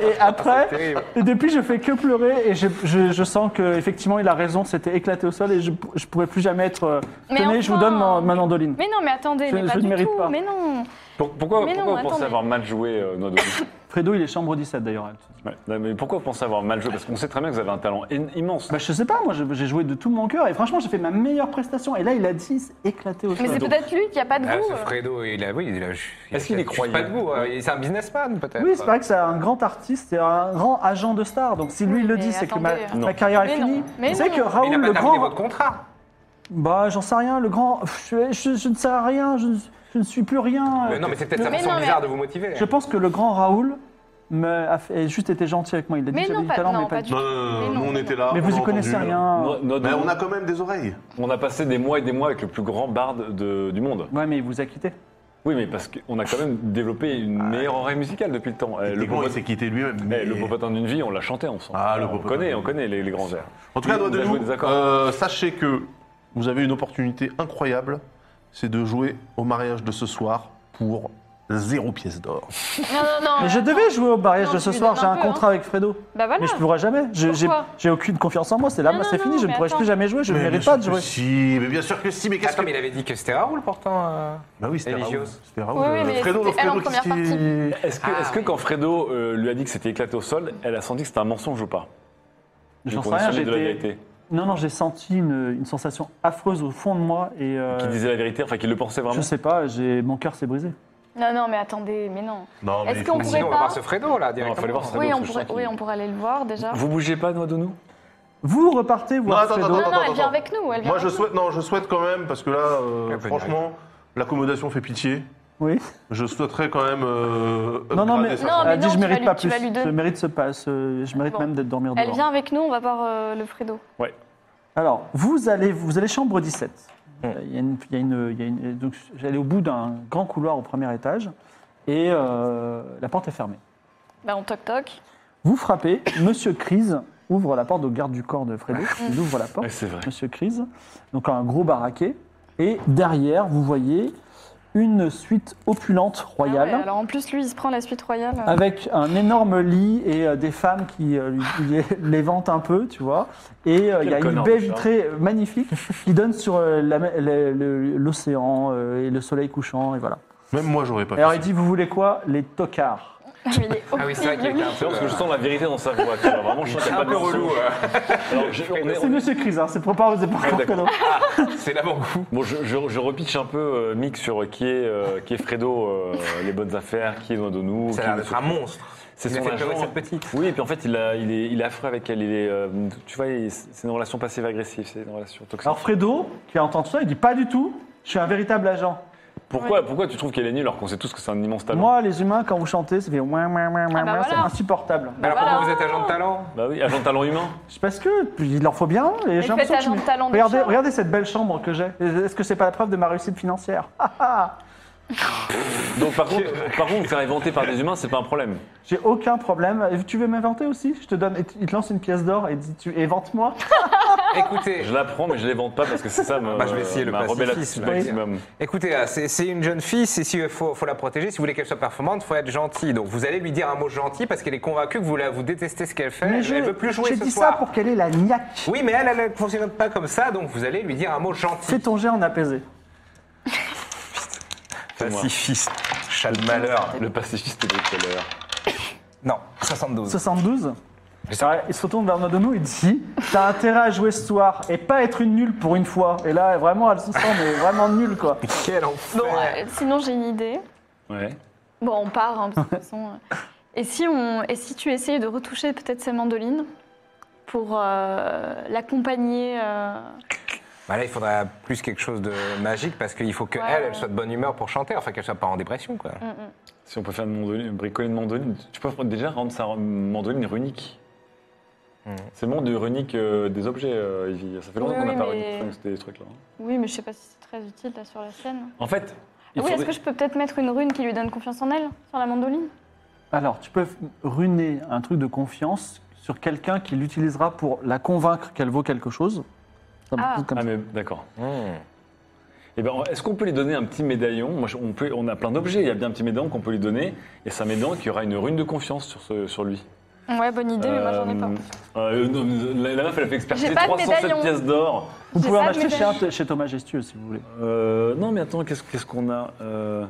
Speaker 3: Et après,
Speaker 2: Terrible.
Speaker 3: et depuis, je fais que pleurer et je, je- je sens que effectivement, il a raison, c'était éclaté au sol et je ne pourrais plus jamais être. euh,
Speaker 5: Mais
Speaker 3: Tenez, je vous
Speaker 5: enfin.
Speaker 3: donne mon- ma mandoline.
Speaker 5: Mais non, mais attendez,
Speaker 3: Je-
Speaker 5: mais
Speaker 3: je
Speaker 5: pas
Speaker 3: ne
Speaker 5: du
Speaker 3: mérite
Speaker 5: tout.
Speaker 3: pas.
Speaker 5: Mais non.
Speaker 1: Pourquoi,
Speaker 5: Mais
Speaker 1: pourquoi vous
Speaker 5: non,
Speaker 1: pensez
Speaker 5: attendez.
Speaker 1: avoir mal joué, euh, Noix de Loup
Speaker 3: Fredo, il est chambre 17 d'ailleurs.
Speaker 1: Ouais. Non, mais pourquoi vous pensez avoir mal joué Parce qu'on sait très bien que vous avez un talent in- immense.
Speaker 3: Bah, je sais pas, moi je- j'ai joué de tout mon cœur et franchement, j'ai fait ma meilleure prestation. Et là, il a dit c'est éclaté au
Speaker 5: Mais c'est
Speaker 3: sol.
Speaker 5: peut-être lui qui a pas de
Speaker 2: Ah,
Speaker 5: goût.
Speaker 2: ce
Speaker 5: euh.
Speaker 2: Fredo, il a, oui, il a.
Speaker 1: Est-ce qu'il
Speaker 2: il a
Speaker 1: est croyant
Speaker 2: Pas de goût. hein. Il- C'est un businessman peut-être.
Speaker 3: Oui, c'est vrai que c'est un grand artiste et un grand agent de star. Donc si lui
Speaker 5: Oui,
Speaker 3: le
Speaker 5: mais
Speaker 3: dit, c'est que ma,
Speaker 5: attendez. hein.
Speaker 3: ma
Speaker 1: Non.
Speaker 3: carrière est
Speaker 5: Mais non.
Speaker 3: finie.
Speaker 5: Mais
Speaker 3: Vous savez
Speaker 5: non.
Speaker 3: que
Speaker 2: Mais il n'a pas
Speaker 3: Raoul, le
Speaker 2: terminé
Speaker 3: grand.
Speaker 2: votre contrat.
Speaker 3: Bah, j'en sais rien, le grand. Je, je- je ne sais rien, je, ne- je ne suis plus rien.
Speaker 2: Mais Euh, non, mais c'est peut-être sa
Speaker 5: Mais
Speaker 2: façon
Speaker 5: non, mais-
Speaker 2: bizarre de vous motiver. Ah,
Speaker 3: Je pense que le grand Raoul me a, fait- a juste été gentil avec moi. Il a dit
Speaker 5: Mais
Speaker 3: que j'avais
Speaker 5: non,
Speaker 3: du
Speaker 5: pas,
Speaker 3: talent,
Speaker 5: non,
Speaker 3: mais pas du
Speaker 5: tout.
Speaker 4: Non, non, non, non,
Speaker 5: Mais
Speaker 4: nous
Speaker 5: non.
Speaker 4: on était là.
Speaker 3: Mais
Speaker 4: on
Speaker 3: vous
Speaker 4: a
Speaker 3: y connaissez
Speaker 4: entendu. euh,
Speaker 5: Ah.
Speaker 4: hein.
Speaker 3: rien.
Speaker 1: Noix- Noix de
Speaker 4: Mais
Speaker 1: Loup,
Speaker 4: on a quand même des oreilles.
Speaker 1: on a passé des mois et des mois avec le plus grand barde de- du monde.
Speaker 3: Ouais, mais il vous a quitté.
Speaker 1: Oui, mais parce qu'on a quand même développé une meilleure oreille musicale depuis le temps. Eh,
Speaker 4: Le
Speaker 1: le
Speaker 4: bon,
Speaker 1: Bobo-
Speaker 4: Ah. il s'est quitté lui-même.
Speaker 1: eh,
Speaker 4: mais-
Speaker 1: le Popotin d'une vie, on l'a chanté ensemble.
Speaker 4: Ah, le
Speaker 1: on
Speaker 4: Popotin
Speaker 1: connaît,
Speaker 4: d'une
Speaker 1: on
Speaker 4: vie.
Speaker 1: connaît les, les grands airs.
Speaker 4: En tout cas,
Speaker 1: Oui,
Speaker 4: doigt
Speaker 1: on
Speaker 4: de
Speaker 1: a joué
Speaker 4: loup,
Speaker 1: des accords.
Speaker 4: euh, sachez que vous avez une opportunité incroyable, c'est de jouer au mariage de ce soir pour zéro pièce d'or.
Speaker 5: Non, non, non.
Speaker 3: Mais je
Speaker 5: attends.
Speaker 3: devais jouer au mariage
Speaker 5: Non,
Speaker 3: de
Speaker 5: tu
Speaker 3: ce
Speaker 5: lui
Speaker 3: soir,
Speaker 5: donnes
Speaker 3: j'ai
Speaker 5: un
Speaker 3: un
Speaker 5: peu,
Speaker 3: contrat avec Fredo.
Speaker 5: Bah voilà.
Speaker 3: Mais je pourrai jamais. Je- J'ai
Speaker 5: Pourquoi
Speaker 3: j'ai aucune confiance en moi, c'est là,
Speaker 5: Non, non,
Speaker 3: c'est fini,
Speaker 5: non,
Speaker 3: je ne
Speaker 5: mais
Speaker 3: pourrai
Speaker 5: attends.
Speaker 3: plus jamais jouer, je ne
Speaker 4: Mais bien
Speaker 3: mérite
Speaker 4: sûr
Speaker 3: pas de
Speaker 4: que
Speaker 3: jouer.
Speaker 4: Si, mais bien sûr que si, mais qu'est-ce
Speaker 2: Attends,
Speaker 4: que...
Speaker 2: mais il avait dit que c'était Raoul pourtant. euh.
Speaker 4: Bah oui, c'était
Speaker 2: Religios.
Speaker 4: Raoul. C'était Raoul.
Speaker 5: Oui, oui, mais
Speaker 4: Fredo,
Speaker 5: c'était elle en
Speaker 4: Fredo,
Speaker 5: première
Speaker 4: qu'est-ce qui-
Speaker 1: Est-ce que,
Speaker 2: Ah,
Speaker 1: est-ce que
Speaker 2: oui.
Speaker 1: quand Fredo euh, lui a dit que c'était éclaté au sol, elle a senti que c'était un mensonge ou pas
Speaker 3: J'en
Speaker 1: Donc,
Speaker 3: sais
Speaker 1: on est
Speaker 3: rien,
Speaker 1: sur les deux
Speaker 3: j'étais-
Speaker 1: vérités.
Speaker 3: Non, non, j'ai senti une, une sensation affreuse au fond de moi et euh,
Speaker 1: Qui disait la vérité, enfin qui le pensait
Speaker 3: je
Speaker 1: vraiment.
Speaker 3: sais pas, j'ai mon cœur s'est brisé.
Speaker 5: Non, non, mais attendez, mais non.
Speaker 4: Non, mais
Speaker 5: Est-ce
Speaker 4: il
Speaker 5: qu'on
Speaker 4: faut-
Speaker 5: pourrait
Speaker 2: Sinon, on va
Speaker 5: pas
Speaker 2: voir ce Fredo là
Speaker 1: Non, fallait
Speaker 2: directement.
Speaker 1: voir ce
Speaker 5: Oui,
Speaker 1: Fredo,
Speaker 5: on
Speaker 1: parce que
Speaker 5: pourrait,
Speaker 1: je sens
Speaker 5: oui,
Speaker 1: qu'il-
Speaker 5: on pourrait aller le voir déjà.
Speaker 1: Vous bougez pas, Noix de nous
Speaker 3: Vous repartez
Speaker 4: Non,
Speaker 3: voir
Speaker 4: attends, attends,
Speaker 3: Fredo.
Speaker 4: attends,
Speaker 5: Ah non, elle
Speaker 4: attends,
Speaker 5: vient
Speaker 4: attends.
Speaker 5: avec nous, elle vient
Speaker 4: Moi, je
Speaker 5: avec
Speaker 4: souhaite, non, je souhaite quand même, parce que là, euh,
Speaker 2: Elle peut y
Speaker 4: franchement, l'accommodation fait pitié.
Speaker 3: Oui.
Speaker 4: Je souhaiterais quand même... euh,
Speaker 3: Non, non,
Speaker 4: upgrader
Speaker 3: mais,
Speaker 4: ça.
Speaker 5: Non, mais
Speaker 3: elle dit je
Speaker 5: tu vas
Speaker 3: mérite
Speaker 5: lui-
Speaker 3: pas
Speaker 5: tu
Speaker 3: plus.
Speaker 5: vas lui donner.
Speaker 3: Je mérite ce pas, ce- je mérite
Speaker 5: Bon.
Speaker 3: même d'être dormir
Speaker 5: Elle
Speaker 3: dehors.
Speaker 5: vient avec nous, on va voir euh, le Fredo.
Speaker 3: Alors, vous allez, vous allez chambre 17.
Speaker 2: Hmm.
Speaker 3: Euh, Il y a une, il y a une- il y a une- donc, j'allais au bout d'un grand couloir au premier étage et euh, la porte est fermée.
Speaker 5: Bah, on toc toc.
Speaker 3: Vous frappez, Monsieur Crise ouvre la porte au garde du corps de Fredo. Il ouvre la porte,
Speaker 1: C'est vrai.
Speaker 3: Monsieur Crise, donc un gros baraquet. Et derrière, vous voyez une suite opulente
Speaker 5: Ah ouais,
Speaker 3: royale.
Speaker 5: alors en plus, lui, il se prend la suite royale.
Speaker 3: Avec un énorme lit et euh, des femmes qui euh, lui- [LAUGHS] lui- les vantent un peu, tu vois. Et euh, il y a
Speaker 1: Quel
Speaker 3: une
Speaker 1: connard,
Speaker 3: baie
Speaker 1: Richard.
Speaker 3: vitrée
Speaker 1: [LAUGHS]
Speaker 3: magnifique qui donne sur euh, la ma- le- le- l'océan euh, et le soleil couchant, et voilà.
Speaker 4: Même moi, j'aurais pas
Speaker 3: Alors
Speaker 4: fait
Speaker 3: il dit, vous voulez quoi Les tocards.
Speaker 5: Ah, [LAUGHS] mais il est
Speaker 2: Ah oui, c'est vrai qu'il était
Speaker 5: horrible.
Speaker 2: un
Speaker 1: C'est
Speaker 2: peu.
Speaker 1: parce que
Speaker 2: euh,
Speaker 1: je sens la vérité dans sa voix. Tu vois, vraiment, je sens qu'il
Speaker 2: C'est
Speaker 1: n'y a
Speaker 2: un
Speaker 1: pas de
Speaker 2: peu relou.
Speaker 1: mensonge. [LAUGHS]
Speaker 2: euh.
Speaker 1: Alors, je- on est-
Speaker 3: C'est Monsieur Crise, hein, c'est proposé pour
Speaker 1: Ah, d'accord.
Speaker 2: C'est l'avant-goût.
Speaker 1: Bon, je, je, je repitche un peu euh, Mick sur euh, qui est, euh, qui est Fredo, euh, les bonnes affaires, qui est Nodonou.
Speaker 2: Ça a l'air d'être un monstre.
Speaker 1: C'est
Speaker 2: Il a
Speaker 1: son
Speaker 2: fait pleurer
Speaker 1: agent.
Speaker 2: cette petite.
Speaker 1: Oui, et puis en fait, il, a, il, est, il est affreux avec elle. Il est, euh, tu vois, il- c'est une relation passive-agressive, c'est une relation toxique.
Speaker 3: Alors Fredo, qui entend tout ça, il dit, pas du tout, je suis un véritable agent.
Speaker 1: pourquoi, pourquoi tu trouves qu'elle est nulle alors qu'on sait tous que c'est un immense talent
Speaker 3: Moi, les humains, quand vous chantez, ça fait ouin, ouin, ouin, ouin,
Speaker 5: bah
Speaker 3: ouin, c'est
Speaker 5: voilà.
Speaker 3: insupportable.
Speaker 2: Mais alors
Speaker 5: Voilà.
Speaker 2: pourquoi vous êtes agent de talent
Speaker 1: Bah oui, agent de talent humain.
Speaker 3: C'est parce que puis, il en faut bien. Et j'ai
Speaker 5: faites
Speaker 3: l'impression que je
Speaker 5: agent
Speaker 3: suis-
Speaker 5: de talent de
Speaker 3: regardez,
Speaker 5: chambre.
Speaker 3: regardez cette belle chambre que j'ai. Est-ce que c'est pas la preuve de ma réussite financière [LAUGHS] Ah, ah.
Speaker 1: Donc par contre, par contre, vous faire inventer par des humains, c'est pas un problème.
Speaker 3: J'ai
Speaker 2: [LAUGHS]
Speaker 3: aucun problème. Tu veux m'inventer aussi Je te donne. et tu- Il te lance une pièce d'or et dit tu évente moi.
Speaker 2: Écoutez,
Speaker 1: Je la prends, mais je les vends pas parce que c'est ça ma,
Speaker 2: Bah, je vais essayer le
Speaker 1: ma
Speaker 2: pacifisme.
Speaker 1: rebelle attitude maximum.
Speaker 2: Écoutez, euh, c'est c'est une jeune fille, c'est si euh, faut, faut la protéger. Si vous voulez qu'elle soit performante, faut être gentil. Donc vous allez lui dire un mot gentil parce qu'elle est convaincue que vous la, vous détestez ce qu'elle fait.
Speaker 7: Mais
Speaker 2: elle,
Speaker 7: je-
Speaker 2: elle veut plus jouer
Speaker 7: J'ai
Speaker 2: ce
Speaker 7: dit
Speaker 2: soir.
Speaker 7: ça pour qu'elle ait la niaque.
Speaker 2: Oui, mais elle, elle ne fonctionne pas comme ça, donc vous allez lui dire un mot gentil.
Speaker 3: Fais ton jet en apaisé.
Speaker 2: Pacifiste, chat de malheur.
Speaker 1: [LAUGHS] Le pacifiste de tout à l'heure.
Speaker 2: Non, 72.
Speaker 3: 72 Ouais, il se retourne vers Nodono et dit T'as intérêt à jouer ce soir et pas être une nulle pour une fois. Et là, vraiment, elle se sent mais vraiment nulle quoi.
Speaker 2: Quel enfer.
Speaker 5: Bon, euh, sinon j'ai une idée.
Speaker 1: Ouais.
Speaker 5: Bon, on part, hein, parce que de toute façon. euh. Et si, on... Et si tu essayes de retoucher peut-être ses mandolines pour euh, l'accompagner euh,
Speaker 2: Bah là, il faudrait plus quelque chose de magique parce qu'il faut qu'elle,
Speaker 5: Ouais.
Speaker 2: elle soit de bonne humeur pour chanter, enfin qu'elle soit pas en dépression, quoi.
Speaker 1: Si on peut faire une mandoline, bricoler une mandoline, tu peux déjà rendre sa mandoline runique. C'est bon de runique euh, des objets, euh, Ivy. Ça fait longtemps
Speaker 5: Oui,
Speaker 1: qu'on n'a
Speaker 5: oui,
Speaker 1: pas
Speaker 5: mais-
Speaker 1: runique ces trucs-là.
Speaker 5: Oui, mais je sais pas si c'est très utile là sur la scène.
Speaker 1: En fait,
Speaker 5: Ah
Speaker 1: il
Speaker 5: oui, est-ce
Speaker 1: faudrait-
Speaker 5: que je peux peut-être mettre une rune qui lui donne confiance en elle sur la mandoline
Speaker 3: Alors, tu peux runer un truc de confiance sur quelqu'un qui l'utilisera pour la convaincre qu'elle vaut quelque chose. Ça me
Speaker 5: Ah.
Speaker 3: pose comme
Speaker 1: Ah,
Speaker 3: ça.
Speaker 1: mais d'accord. Eh ben, est-ce qu'on peut lui donner un petit médaillon Moi, je- on, peut, on a plein d'objets. Il y a bien un petit médaillon qu'on peut lui donner. Et c'est un médaillon qui aura une rune de confiance sur, ce- sur lui.
Speaker 5: Ouais, bonne idée, mais moi j'en ai pas.
Speaker 1: Euh, euh, non, la, la meuf, elle a fait expertiser
Speaker 5: J'ai pas de
Speaker 1: 307
Speaker 5: médaillon.
Speaker 1: pièces d'or.
Speaker 3: Vous
Speaker 5: J'ai
Speaker 3: pouvez en
Speaker 5: pas de
Speaker 3: acheter chez,
Speaker 5: médaille.
Speaker 3: un- chez Thomas Gestueux si vous voulez.
Speaker 1: Euh, non, mais attends, qu'est-ce qu'est-ce qu'on a Euh,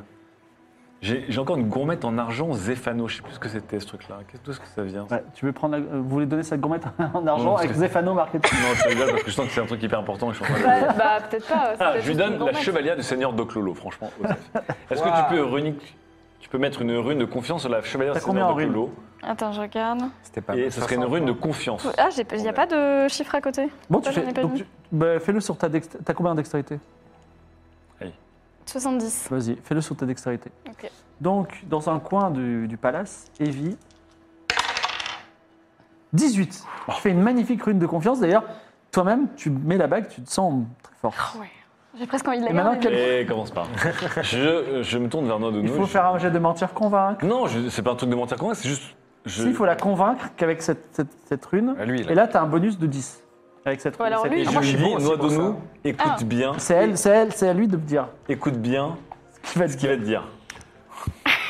Speaker 1: J'ai j'ai encore une gourmette en argent, Zéphano. Je sais plus ce que c'était ce truc-là. Qu'est-ce d'où est-ce que ça vient ça
Speaker 3: Ouais, tu veux prendre la- euh, vous voulez donner cette gourmette [LAUGHS] en
Speaker 1: Non,
Speaker 3: argent
Speaker 1: parce
Speaker 3: avec
Speaker 1: que-
Speaker 3: Zéphano Marketing
Speaker 1: Non, je rigole parce que je sens que c'est un truc hyper important. et je suis en train de-
Speaker 5: Bah, bah, peut-être pas. c'est
Speaker 1: Ah,
Speaker 5: peut-être
Speaker 1: je lui
Speaker 5: juste une
Speaker 1: donne la
Speaker 5: gourmette.
Speaker 1: chevalière du seigneur Doclolo, franchement. Osef.
Speaker 3: [LAUGHS]
Speaker 1: Est-ce que
Speaker 2: Waouh.
Speaker 1: tu peux runique- tu peux mettre une rune de confiance sur la chevalière
Speaker 3: T'as
Speaker 1: du
Speaker 3: combien
Speaker 1: seigneur
Speaker 3: en rune Bah,
Speaker 1: Doclolo
Speaker 5: Attends, je regarde.
Speaker 2: C'était pas
Speaker 1: Et
Speaker 2: mal.
Speaker 1: ce serait une
Speaker 2: 60,
Speaker 1: rune de
Speaker 2: non
Speaker 1: confiance.
Speaker 5: Ah, j'ai pas- y a pas de chiffre à côté.
Speaker 3: Bon, tu
Speaker 5: Ouais, j'en
Speaker 3: fais.
Speaker 5: ai pas
Speaker 3: donc
Speaker 5: mis.
Speaker 3: tu- bah, fais-le sur ta dextérité. T'as combien en dextérité
Speaker 5: 70.
Speaker 3: Vas-y, fais-le sur ta dextérité.
Speaker 5: Ok.
Speaker 3: Donc, dans un coin du, du palace, Evie. 18. Tu fais une magnifique rune de confiance. D'ailleurs, toi-même, tu mets la bague, tu te sens très fort.
Speaker 5: Ouais. J'ai presque envie de la
Speaker 3: Et maintenant,
Speaker 5: garder.
Speaker 3: quel-
Speaker 1: Et commence
Speaker 3: [LAUGHS]
Speaker 1: pas. je, je me tourne vers Nodono.
Speaker 3: Il faut
Speaker 1: je-
Speaker 3: faire un jet de mentir convaincre.
Speaker 1: Non, je- c'est pas un truc de mentir convaincre, c'est juste. Je...
Speaker 3: Si, il faut la convaincre qu'avec cette, cette, cette rune.
Speaker 2: Ah, lui, là.
Speaker 3: Et là, tu as un bonus de 10. Avec cette
Speaker 5: Ouais, alors
Speaker 3: cette
Speaker 5: lui,
Speaker 1: Et
Speaker 3: rune.
Speaker 5: Ah,
Speaker 1: je lui
Speaker 2: je suis
Speaker 5: moi,
Speaker 1: dis,
Speaker 2: bon aussi pour
Speaker 1: Nodono, écoute
Speaker 5: Ah.
Speaker 1: bien,
Speaker 3: C'est elle, c'est elle, c'est à lui de me dire
Speaker 1: écoute bien
Speaker 3: ce qu'il va
Speaker 1: ce
Speaker 3: te
Speaker 1: qu'il
Speaker 3: dire.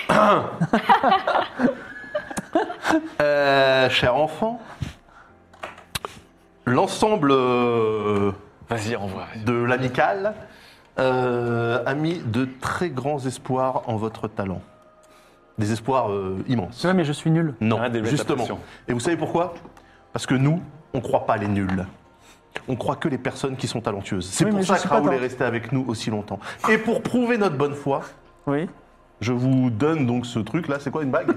Speaker 1: va te dire.
Speaker 4: Euh, cher enfant, l'ensemble euh,
Speaker 1: Vas-y, renvoie. vas-y.
Speaker 4: de l'amicale euh, a mis de très grands espoirs en votre talent. Des espoirs euh, immenses.
Speaker 3: Ouais, mais je suis nul.
Speaker 4: Non,
Speaker 1: Arrête de lui mettre la
Speaker 4: justement.
Speaker 1: pression.
Speaker 4: Et vous savez pourquoi Parce que nous, on ne croit pas les nuls. On croit que les personnes qui sont talentueuses. C'est
Speaker 3: Oui,
Speaker 4: pour
Speaker 3: mais
Speaker 4: ça
Speaker 3: je
Speaker 4: que
Speaker 3: suis pas
Speaker 4: Raoul est
Speaker 3: talent-
Speaker 4: resté avec nous aussi longtemps. Et pour prouver notre bonne foi,
Speaker 3: Oui.
Speaker 4: je vous donne donc ce truc là. C'est quoi
Speaker 3: [LAUGHS]
Speaker 4: une bague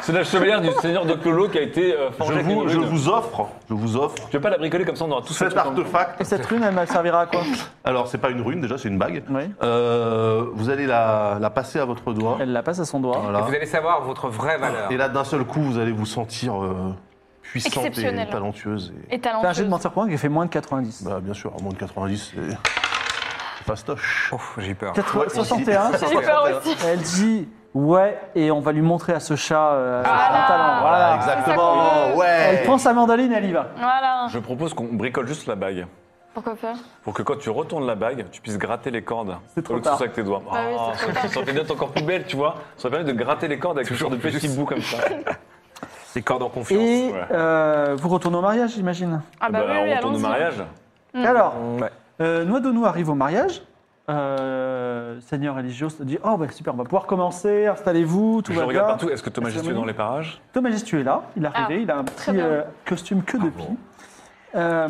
Speaker 1: C'est la chevalière du seigneur Doclolo qui a été euh,
Speaker 4: je
Speaker 1: forgée avec
Speaker 4: vous,
Speaker 1: une
Speaker 4: je
Speaker 1: rune.
Speaker 4: vous offre, je vous offre
Speaker 1: Tu veux pas la bricoler comme ça, on aura tout ça.
Speaker 4: cet artefact.
Speaker 3: Et cette rune, elle me servira
Speaker 4: [LAUGHS]
Speaker 3: à quoi
Speaker 4: Alors c'est pas une rune déjà, c'est une bague.
Speaker 3: Oui.
Speaker 4: Euh, vous allez la, la passer à votre doigt.
Speaker 3: Elle la passe à son doigt.
Speaker 4: Voilà.
Speaker 2: Vous allez savoir votre
Speaker 1: Ah.
Speaker 2: vraie valeur.
Speaker 4: Et là, d'un seul coup, vous allez vous sentir euh, puissante et
Speaker 5: Exceptionnelle.
Speaker 4: talentueuse. Et...
Speaker 5: Et
Speaker 3: Fais un jet de
Speaker 5: talentueuse.
Speaker 3: mentir convaincre qui fait moins de 90.
Speaker 4: Bah, bien sûr, en moins de 90, c'est c'est fastoche.
Speaker 2: Ouf, j'ai peur.
Speaker 3: 80
Speaker 4: Ouais,
Speaker 3: 61.
Speaker 4: aussi.
Speaker 5: J'ai peur aussi.
Speaker 3: Elle dit ouais et on va lui montrer à ce chat euh,
Speaker 5: Voilà.
Speaker 3: son talent.
Speaker 4: Voilà,
Speaker 3: Voilà.
Speaker 5: ça
Speaker 4: exactement.
Speaker 5: qu'on veut.
Speaker 4: Ouais.
Speaker 3: Elle prend sa mandoline, elle y va.
Speaker 5: Voilà.
Speaker 1: Je propose qu'on bricole juste la bague.
Speaker 5: Pourquoi faire
Speaker 1: Pour que quand tu retournes la bague, tu puisses gratter les cordes.
Speaker 3: C'est trop
Speaker 1: Au lieu que ce
Speaker 3: tard.
Speaker 1: soit avec tes doigts. Oh,
Speaker 5: Ah oui, c'est trop tard.
Speaker 1: ça aurait pu être encore plus belle, tu vois. Ça aurait permis de gratter les cordes avec toujours de petits bouts comme ça.
Speaker 2: C'est cordes en confiance.
Speaker 3: Et
Speaker 1: ouais.
Speaker 3: euh, vous retournez au mariage, j'imagine.
Speaker 5: Ah bah, oui, oui,
Speaker 1: on retourne au
Speaker 5: allons-y.
Speaker 1: mariage.
Speaker 5: Mm.
Speaker 3: Et Alors,
Speaker 2: Ouais.
Speaker 3: euh, Noix de nous arrive au mariage. Euh, Seigneur religieux se dit oh bah super, on va pouvoir commencer. Installez-vous, tout
Speaker 1: je
Speaker 3: va
Speaker 1: regarde
Speaker 3: bien.
Speaker 1: partout. Est-ce que Thomas
Speaker 3: Est-ce
Speaker 1: Gestu est
Speaker 3: que-
Speaker 1: dans les parages
Speaker 3: Tom Majestueux est là, il est arrivé, il a un petit
Speaker 5: bien.
Speaker 3: euh, costume que
Speaker 1: Ah,
Speaker 3: de pie. Euh,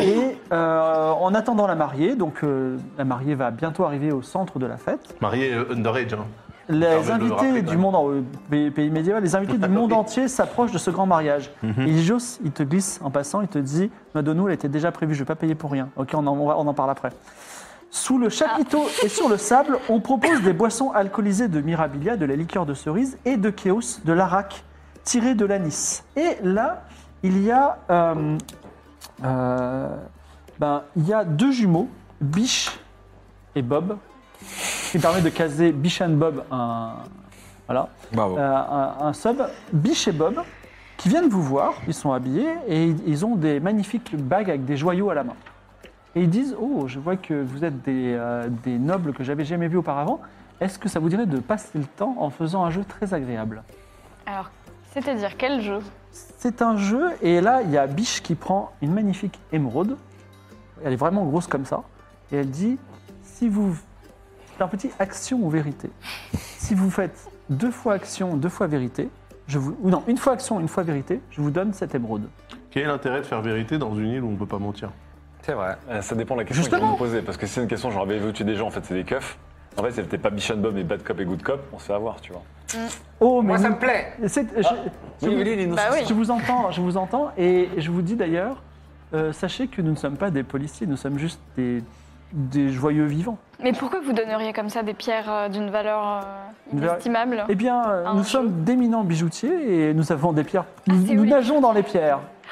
Speaker 3: et euh, en attendant la mariée, donc euh, la mariée va bientôt arriver au centre de la fête.
Speaker 4: Marié euh, underage. hein.
Speaker 3: Les
Speaker 4: permet de le rappeler,
Speaker 3: invités
Speaker 4: quand
Speaker 3: du
Speaker 4: même.
Speaker 3: monde, en- euh, pays, pays médiéval, les
Speaker 4: [LAUGHS]
Speaker 3: invités du monde
Speaker 4: Oui.
Speaker 3: entier s'approchent de ce grand mariage.
Speaker 4: Mhm.
Speaker 3: Et Jos, il te glisse en passant, il te dit Madonou, elle était déjà prévue, je vais pas payer pour rien. Ok, on en, on va- on en parle après. Sous le chapiteau et sur le sable, on propose des boissons alcoolisées de mirabilia, de la liqueur de cerise et de kéos, de l'arak, tiré de l'anis. Et là, il y a, euh, euh, ben, il y a deux jumeaux, Biche et Bob, qui permet de caser Biche and Bob, un, voilà,
Speaker 2: Bravo.
Speaker 3: euh, un, un sub, Biche et Bob, qui viennent vous voir, ils sont habillés et ils- ils ont des magnifiques bagues avec des joyaux à la main. Et ils disent Oh, je vois que vous êtes des, euh, des nobles que j'avais jamais vus auparavant. Est-ce que ça vous dirait de passer le temps en faisant un jeu très agréable
Speaker 5: Alors, c'est-à-dire quel jeu
Speaker 3: C'est un jeu, et là, il y a Biche qui prend une magnifique émeraude. Elle est vraiment grosse comme ça. Et elle dit Si vous. C'est un petit action ou vérité. Si vous faites deux fois action, deux fois vérité, je vous. Ou non, une fois action, une fois vérité, je vous donne cette émeraude.
Speaker 4: Quel est l'intérêt de faire vérité dans une île où on peut pas mentir
Speaker 2: C'est vrai.
Speaker 1: Euh, Ça dépend de la question
Speaker 3: Justement.
Speaker 1: qu'on me poser. Parce que si c'est une question genre, avez-vous tué des gens En fait, c'est des keufs. En fait, c'était pas Bichon Bob et Bad Cop et Good Cop. On se fait avoir, tu vois.
Speaker 3: Oh, mais.
Speaker 2: Moi, ça
Speaker 3: vous-
Speaker 2: me Ah, plaît.
Speaker 3: c'est- je- je vous-
Speaker 5: Bah oui.
Speaker 3: Je vous entends, je vous entends, et je vous dis d'ailleurs, euh, sachez que nous ne sommes pas des policiers, nous sommes juste des, des joyeux vivants.
Speaker 5: Mais pourquoi vous donneriez comme ça des pierres euh, d'une valeur euh,
Speaker 3: Une valeur-
Speaker 5: inestimable
Speaker 3: Eh bien, euh,
Speaker 5: Un
Speaker 3: nous
Speaker 5: jeu.
Speaker 3: sommes d'éminents bijoutiers et nous avons des pierres. Nous,
Speaker 5: c'est
Speaker 3: nous
Speaker 5: oui.
Speaker 3: nageons dans les pierres. Ah,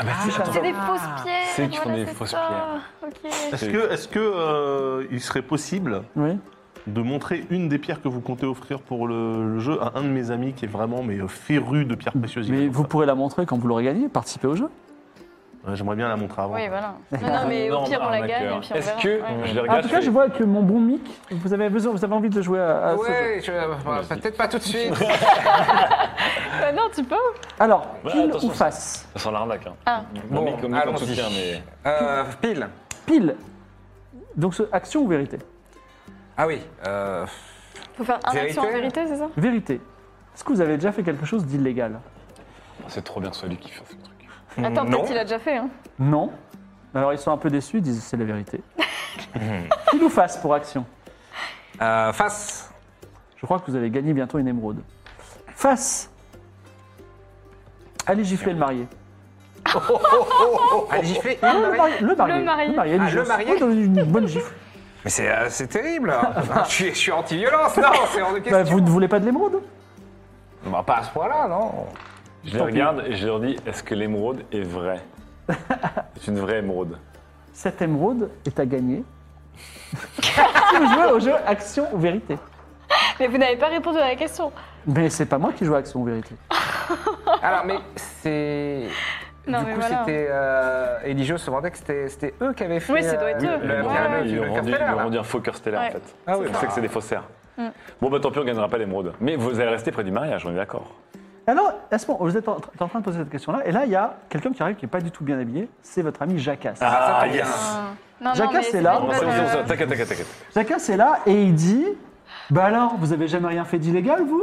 Speaker 5: C'est des fausses pierres
Speaker 1: C'est qu'ils font
Speaker 5: voilà,
Speaker 1: des
Speaker 5: c'est
Speaker 1: fausses
Speaker 5: ça.
Speaker 1: pierres.
Speaker 5: Ok.
Speaker 4: Est-ce que, est-ce que euh, il serait possible
Speaker 3: Oui.
Speaker 4: de montrer une des pierres que vous comptez offrir pour le, le jeu à un de mes amis qui est vraiment mais euh, féru de pierres précieuses
Speaker 3: Mais vous pourrez la montrer quand vous l'aurez gagnée, participer au jeu.
Speaker 4: Ouais, J'aimerais bien la montrer avant.
Speaker 5: Oui, voilà. Non, non, mais au
Speaker 1: Énorme
Speaker 5: pire, on la gagne.
Speaker 1: arnaqueur.
Speaker 5: et puis on
Speaker 1: Est-ce
Speaker 5: verra.
Speaker 1: que.
Speaker 5: Ouais.
Speaker 1: Je les
Speaker 3: Ah, en
Speaker 1: regarde.
Speaker 3: tout
Speaker 1: je
Speaker 3: cas,
Speaker 1: fais-
Speaker 3: je vois que mon bon Mick, vous avez besoin, vous avez envie de jouer
Speaker 1: Ah,
Speaker 3: à, à ce jeu.
Speaker 2: Ouais, je- bah, peut-être pas tout de suite.
Speaker 5: Bah non, tu peux.
Speaker 3: Alors,
Speaker 1: Bah,
Speaker 3: pile
Speaker 1: attention,
Speaker 3: ou
Speaker 1: ça-
Speaker 3: face
Speaker 1: Ça sent l'arnaque. Hein.
Speaker 5: Ah.
Speaker 1: Bon,
Speaker 2: Bon,
Speaker 1: mais comme nous, comme
Speaker 2: allons-y.
Speaker 1: soutien, mais.
Speaker 2: Euh, pile.
Speaker 3: Pile. Donc, ce- action ou vérité
Speaker 2: Ah oui. euh,
Speaker 5: Faut faire un action en
Speaker 2: Vérité
Speaker 5: vérité, c'est ça
Speaker 3: Vérité. Est-ce que vous avez déjà fait quelque chose d'illégal
Speaker 1: C'est trop bien que ce soit lui qui fait ce truc.
Speaker 5: Attends,
Speaker 2: non.
Speaker 5: peut-être qu'il a déjà fait. hein.
Speaker 3: Non. Alors, ils sont un peu déçus, ils disent c'est la vérité. pile ou face pour action
Speaker 2: euh, face.
Speaker 3: Je crois que vous allez gagner bientôt une émeraude. Face Allez gifler le marié.
Speaker 2: Allez, j'y fais.
Speaker 1: Ah, bah,
Speaker 3: Le marié. Le marié.
Speaker 5: Le marié.
Speaker 3: lui
Speaker 2: Ah, le
Speaker 3: lance-
Speaker 2: marié.
Speaker 3: Oui, donne une bonne gifle.
Speaker 2: Mais c'est euh, c'est terrible.
Speaker 3: [LAUGHS]
Speaker 2: Enfin, je suis, je suis anti-violence. Non, c'est hors de question.
Speaker 3: Bah, vous ne voulez pas de l'émeraude
Speaker 2: Bah, pas à ce point-là, non.
Speaker 1: Je les
Speaker 3: Tant
Speaker 1: regarde et je leur dis est-ce que l'émeraude est vraie C'est une vraie émeraude.
Speaker 3: Cette émeraude est à gagner. [LAUGHS] si vous jouez au jeu action ou vérité.
Speaker 5: Mais vous n'avez pas répondu à la question.
Speaker 3: Mais c'est pas moi qui joue à action ou vérité.
Speaker 2: Alors, mais c'est.
Speaker 5: Non,
Speaker 2: du
Speaker 5: mais
Speaker 2: coup,
Speaker 5: voilà.
Speaker 2: c'était. Euh, Eligio se vendait que c'était c'était eux qui avaient fait.
Speaker 5: Oui, ça doit être
Speaker 2: euh,
Speaker 5: eux.
Speaker 2: le-
Speaker 5: Ouais.
Speaker 2: le-
Speaker 5: ouais.
Speaker 1: Ils lui
Speaker 2: le-
Speaker 1: ont
Speaker 2: le-
Speaker 1: rendu,
Speaker 2: le-
Speaker 1: ils lui ont
Speaker 2: là.
Speaker 1: rendu un faux cœur stellaire en
Speaker 5: Ouais. Mm.
Speaker 1: fait.
Speaker 2: Ah oui,
Speaker 1: on sait que c'est des faussaires. Bon, bah tant pis, on gagnera pas l'émeraude. Mais vous allez rester près du mariage, on est d'accord.
Speaker 3: Alors, à ce moment, vous êtes en, t'es en train de poser cette question-là, et là, il y a quelqu'un qui arrive qui n'est pas du tout bien habillé, c'est votre ami Jacasse.
Speaker 2: Ah,
Speaker 5: Non,
Speaker 3: Jacques,
Speaker 5: mais
Speaker 3: c'est
Speaker 5: pas
Speaker 3: là.
Speaker 5: une
Speaker 1: On
Speaker 3: Ouais,
Speaker 1: va-
Speaker 5: bonne,
Speaker 1: on va- on va-
Speaker 5: euh,
Speaker 1: T'inquiète, t'inquiète, t'inquiète.
Speaker 3: Jacasse est là et il dit Bah alors, vous avez jamais rien fait d'illégal, vous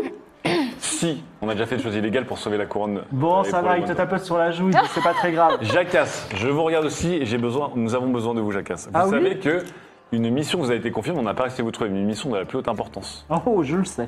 Speaker 1: Si, on a déjà fait des choses illégales pour sauver la couronne.
Speaker 3: Bon,
Speaker 1: euh, et
Speaker 3: ça
Speaker 1: pour
Speaker 3: va,
Speaker 1: les
Speaker 3: il te
Speaker 1: moines.
Speaker 3: tape sur la joue, il dit, c'est pas très grave.
Speaker 1: Jacasse, je vous regarde aussi et j'ai besoin, nous avons besoin de vous, Jacasse. Vous
Speaker 3: Ah oui
Speaker 1: savez que une mission vous a été confiée, mais on n'a pas réussi à vous trouver, mais une mission de la plus haute importance
Speaker 3: Oh, je le sais.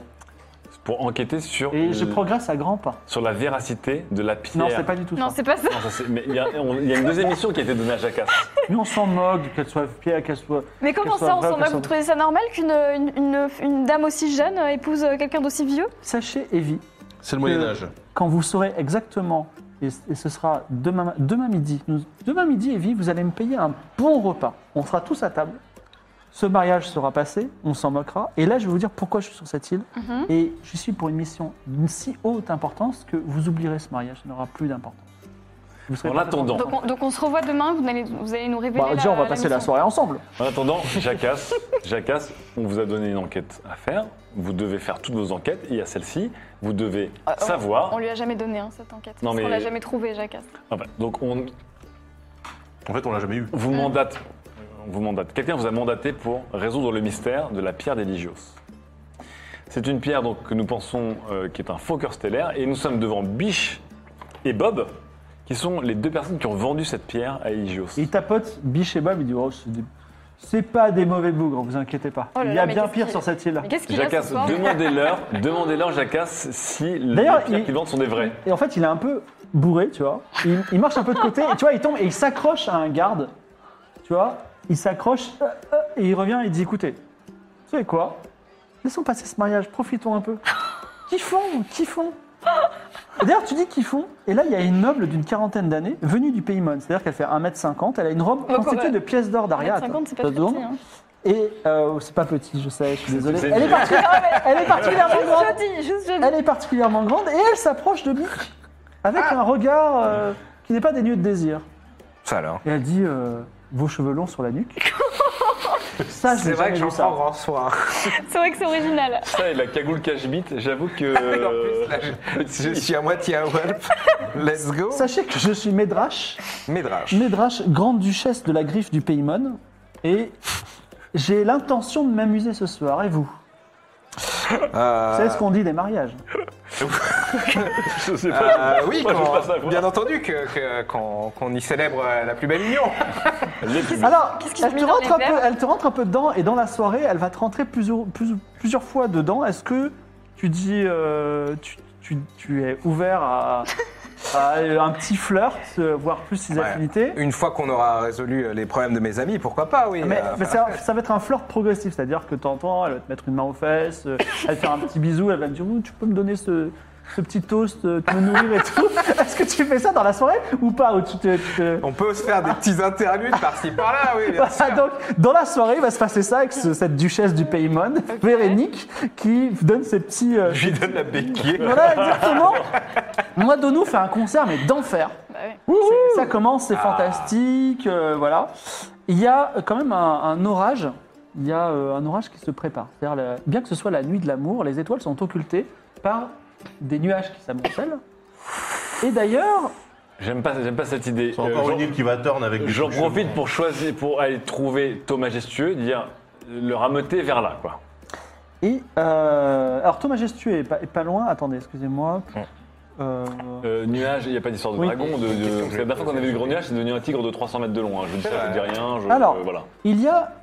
Speaker 1: C'est pour enquêter sur,
Speaker 3: Et je
Speaker 1: le-
Speaker 3: progresse à grands pas.
Speaker 1: sur la véracité de la Euh, pierre.
Speaker 3: Non, c'est pas du tout
Speaker 5: Non,
Speaker 3: ça.
Speaker 5: c'est pas ça.
Speaker 1: Non, ça, c'est- mais il y, a on- il y a une deuxième mission qui a été donnée à Jacasse.
Speaker 3: Mais on s'en moque, qu'elle soit pierre, qu'elle soit.
Speaker 5: Mais comment
Speaker 3: Qu'elle soit
Speaker 5: ça, on
Speaker 3: vraie,
Speaker 5: s'en
Speaker 3: qu'elle
Speaker 5: moque
Speaker 3: soit-
Speaker 5: Vous trouvez ça normal qu'une une, une- une dame aussi jeune euh, épouse quelqu'un d'aussi vieux
Speaker 3: Sachez, Evie,
Speaker 4: C'est le
Speaker 3: que
Speaker 4: Moyen Âge.
Speaker 3: quand vous saurez exactement, et, et ce sera demain, demain midi, nous- demain midi, Evie, vous allez me payer un bon repas. On sera tous à table. Ce mariage sera passé, on s'en moquera. Et là, je vais vous dire pourquoi je suis sur cette île.
Speaker 5: Mhm.
Speaker 3: Et je suis pour une mission d'une si haute importance que vous oublierez ce mariage. Ça n'aura plus d'importance. Vous serez
Speaker 1: En
Speaker 3: parfaitement
Speaker 1: attendant.
Speaker 3: content.
Speaker 5: donc on, donc on se revoit demain, vous allez, vous allez nous révéler.
Speaker 3: Bah, déjà, on va
Speaker 5: la
Speaker 3: passer la
Speaker 5: mission.
Speaker 3: soirée ensemble.
Speaker 1: En attendant, Jacasse, Jacasse, on vous a donné une enquête à faire. Vous devez faire toutes vos enquêtes. et à celle-ci. Vous devez
Speaker 5: Euh, on-
Speaker 1: savoir.
Speaker 5: On lui a jamais donné hein, cette enquête.
Speaker 1: Non,
Speaker 5: parce qu'on
Speaker 1: mais-
Speaker 5: l'a jamais trouvée, Jacques.
Speaker 1: Ah bah, donc on
Speaker 4: En fait, on l'a jamais eu.
Speaker 1: vous mandate. on vous mandate. Quelqu'un vous a mandaté pour résoudre le mystère de la pierre d'Eligios. C'est une pierre donc, que nous pensons euh, qui est un faux cœur stellaire. Et nous sommes devant Biche et Bob, qui sont les deux personnes qui ont vendu cette pierre à Eligios.
Speaker 3: Et il tapote Biche et Bob, il dit Oh, c'est des- c'est pas des mauvais bougres, vous inquiétez pas.
Speaker 5: Oh là
Speaker 3: il y
Speaker 5: là,
Speaker 3: a
Speaker 5: mais
Speaker 3: bien
Speaker 5: qu'est-ce
Speaker 3: pire
Speaker 5: qu'il-
Speaker 3: sur cette île.
Speaker 5: Mais qu'est-ce qu'il a ce
Speaker 1: Jacasse,
Speaker 5: soir
Speaker 1: demandez-leur, demandez-leur, Jacasse, si les
Speaker 3: D'ailleurs,
Speaker 1: pierres
Speaker 3: il-
Speaker 1: qu'ils vendent sont des vraies.
Speaker 3: Et en fait, il est un peu bourré, tu vois. Il, il marche un peu de côté, et tu vois, il tombe et il s'accroche à un garde. Tu vois, il s'accroche euh, euh, et il revient et il dit Écoutez, vous savez quoi Laissons passer ce mariage, profitons
Speaker 5: [LAUGHS]
Speaker 3: un peu. Kiffons, kiffons. Et D'ailleurs, tu dis kiffons, et là, il y a une noble d'une quarantaine d'années venue du Paymon. C'est-à-dire qu'elle fait 1m50, elle a une robe
Speaker 5: Donc,
Speaker 3: constituée
Speaker 5: ouais.
Speaker 3: de pièces d'or d'Aria.
Speaker 5: 50, c'est pas
Speaker 3: T'as
Speaker 5: très
Speaker 3: deux secondes
Speaker 5: petit, hein.
Speaker 3: Et euh, c'est pas petit, je sais, je suis désolé.
Speaker 1: c'est
Speaker 3: Elle est,
Speaker 1: vieux.
Speaker 3: particulièrement- elle est particulièrement grande.
Speaker 5: Juste jeudi, juste jeudi.
Speaker 3: Elle est particulièrement grande et elle s'approche de Mick. avec un regard euh, qui n'est pas dénué de désir.
Speaker 2: Ça alors.
Speaker 3: Et elle dit euh, Vos cheveux longs sur la nuque. ça, je
Speaker 2: C'est
Speaker 3: n'ai
Speaker 2: vrai
Speaker 3: jamais
Speaker 2: que j'en
Speaker 3: vu ça.
Speaker 2: prends grand
Speaker 3: [LAUGHS]
Speaker 2: soin.
Speaker 5: C'est vrai que c'est
Speaker 3: Ah,
Speaker 5: original.
Speaker 1: Ça et la cagoule cache-bite, j'avoue que.
Speaker 2: Et Ah, en plus, là,
Speaker 1: [LAUGHS]
Speaker 2: je, je suis à moitié à
Speaker 3: [LAUGHS]
Speaker 2: Welp. Let's go.
Speaker 3: Sachez que je suis Médrache,
Speaker 2: Médrache.
Speaker 3: Médrache, grande duchesse de la griffe du Paymon, et j'ai l'intention de m'amuser ce soir. Et vous Vous
Speaker 2: Euh, Ah.
Speaker 3: savez ce qu'on dit des mariages
Speaker 1: je sais pas.
Speaker 2: Euh, oui,
Speaker 1: Moi, je veux
Speaker 2: qu'on-
Speaker 1: pas savoir.
Speaker 2: bien entendu que- que- qu'on qu'on y célèbre euh, la plus belle union.
Speaker 1: Les plus-
Speaker 2: Ah.
Speaker 3: Alors,
Speaker 5: Qu'est-ce qu'ils ont
Speaker 3: elle
Speaker 5: mis
Speaker 3: te,
Speaker 5: dans
Speaker 3: rentre un
Speaker 5: les
Speaker 3: peu,
Speaker 5: verres
Speaker 3: elle te rentre un peu dedans et dans la soirée, elle va te rentrer plusieurs, plus- plusieurs fois dedans. Est-ce que tu dis, euh, tu, tu- tu es ouvert à, à un petit flirt, euh, voire plus ses
Speaker 2: Ouais.
Speaker 3: affinités
Speaker 2: Une fois qu'on aura résolu euh, les problèmes de mes amis, pourquoi pas, oui.
Speaker 3: Ah, mais,
Speaker 2: euh,
Speaker 3: mais ça, ça va être un flirt progressif, c'est-à-dire que t'entends, elle va te mettre une main aux fesses, euh, elle va te faire un petit bisou, elle va te dire Ouh, tu peux me donner ce, ce petit toast, euh, te nourrir et tout. [LAUGHS] Est-ce que tu fais ça dans la soirée ou pas ou tu te- tu te-
Speaker 2: on peut se faire des petits interludes par-ci par-là, oui. bien sûr.
Speaker 3: Voilà, donc, dans la soirée, il va se passer ça avec ce- cette duchesse du Paymon, Véronique, qui donne ses petits. euh,
Speaker 2: Je lui donne la béquille.
Speaker 3: Voilà, exactement. Moi, Donou fait un concert, mais d'enfer.
Speaker 5: Bah oui.
Speaker 3: C'est- Ça commence,
Speaker 2: Ah.
Speaker 3: c'est fantastique, euh, voilà. Il y a euh, quand même un, un orage. Il y a euh, un orage qui se prépare. C'est-à-dire, la- bien que ce soit la nuit de l'amour, les étoiles sont occultées par des nuages qui s'amoncellent. Et d'ailleurs,
Speaker 1: J'aime pas, j'aime pas cette idée.
Speaker 4: C'est
Speaker 1: Euh,
Speaker 4: encore
Speaker 1: j'en-
Speaker 4: une île qui va turn avec des
Speaker 1: J'en
Speaker 4: trucs
Speaker 1: profite
Speaker 4: chelous.
Speaker 1: pour choisir, pour aller trouver Thomas Majestueux, dire euh, le rameuter vers là, quoi.
Speaker 3: et euh, alors Thomas Gestueux est pas, est pas loin. Attendez, excusez-moi. Euh,
Speaker 1: Euh, nuage, il n'y a pas d'histoire de
Speaker 3: Oui.
Speaker 1: dragon. De, de-
Speaker 2: Question que
Speaker 1: parce que la dernière
Speaker 2: j'ai
Speaker 1: fois qu'on avait vu le
Speaker 2: posée.
Speaker 1: grand nuage, c'est devenu un tigre de 300 mètres de long. hein. Je dis ça, je dis rien. Je,
Speaker 3: Alors.
Speaker 1: euh, voilà.
Speaker 3: Il y a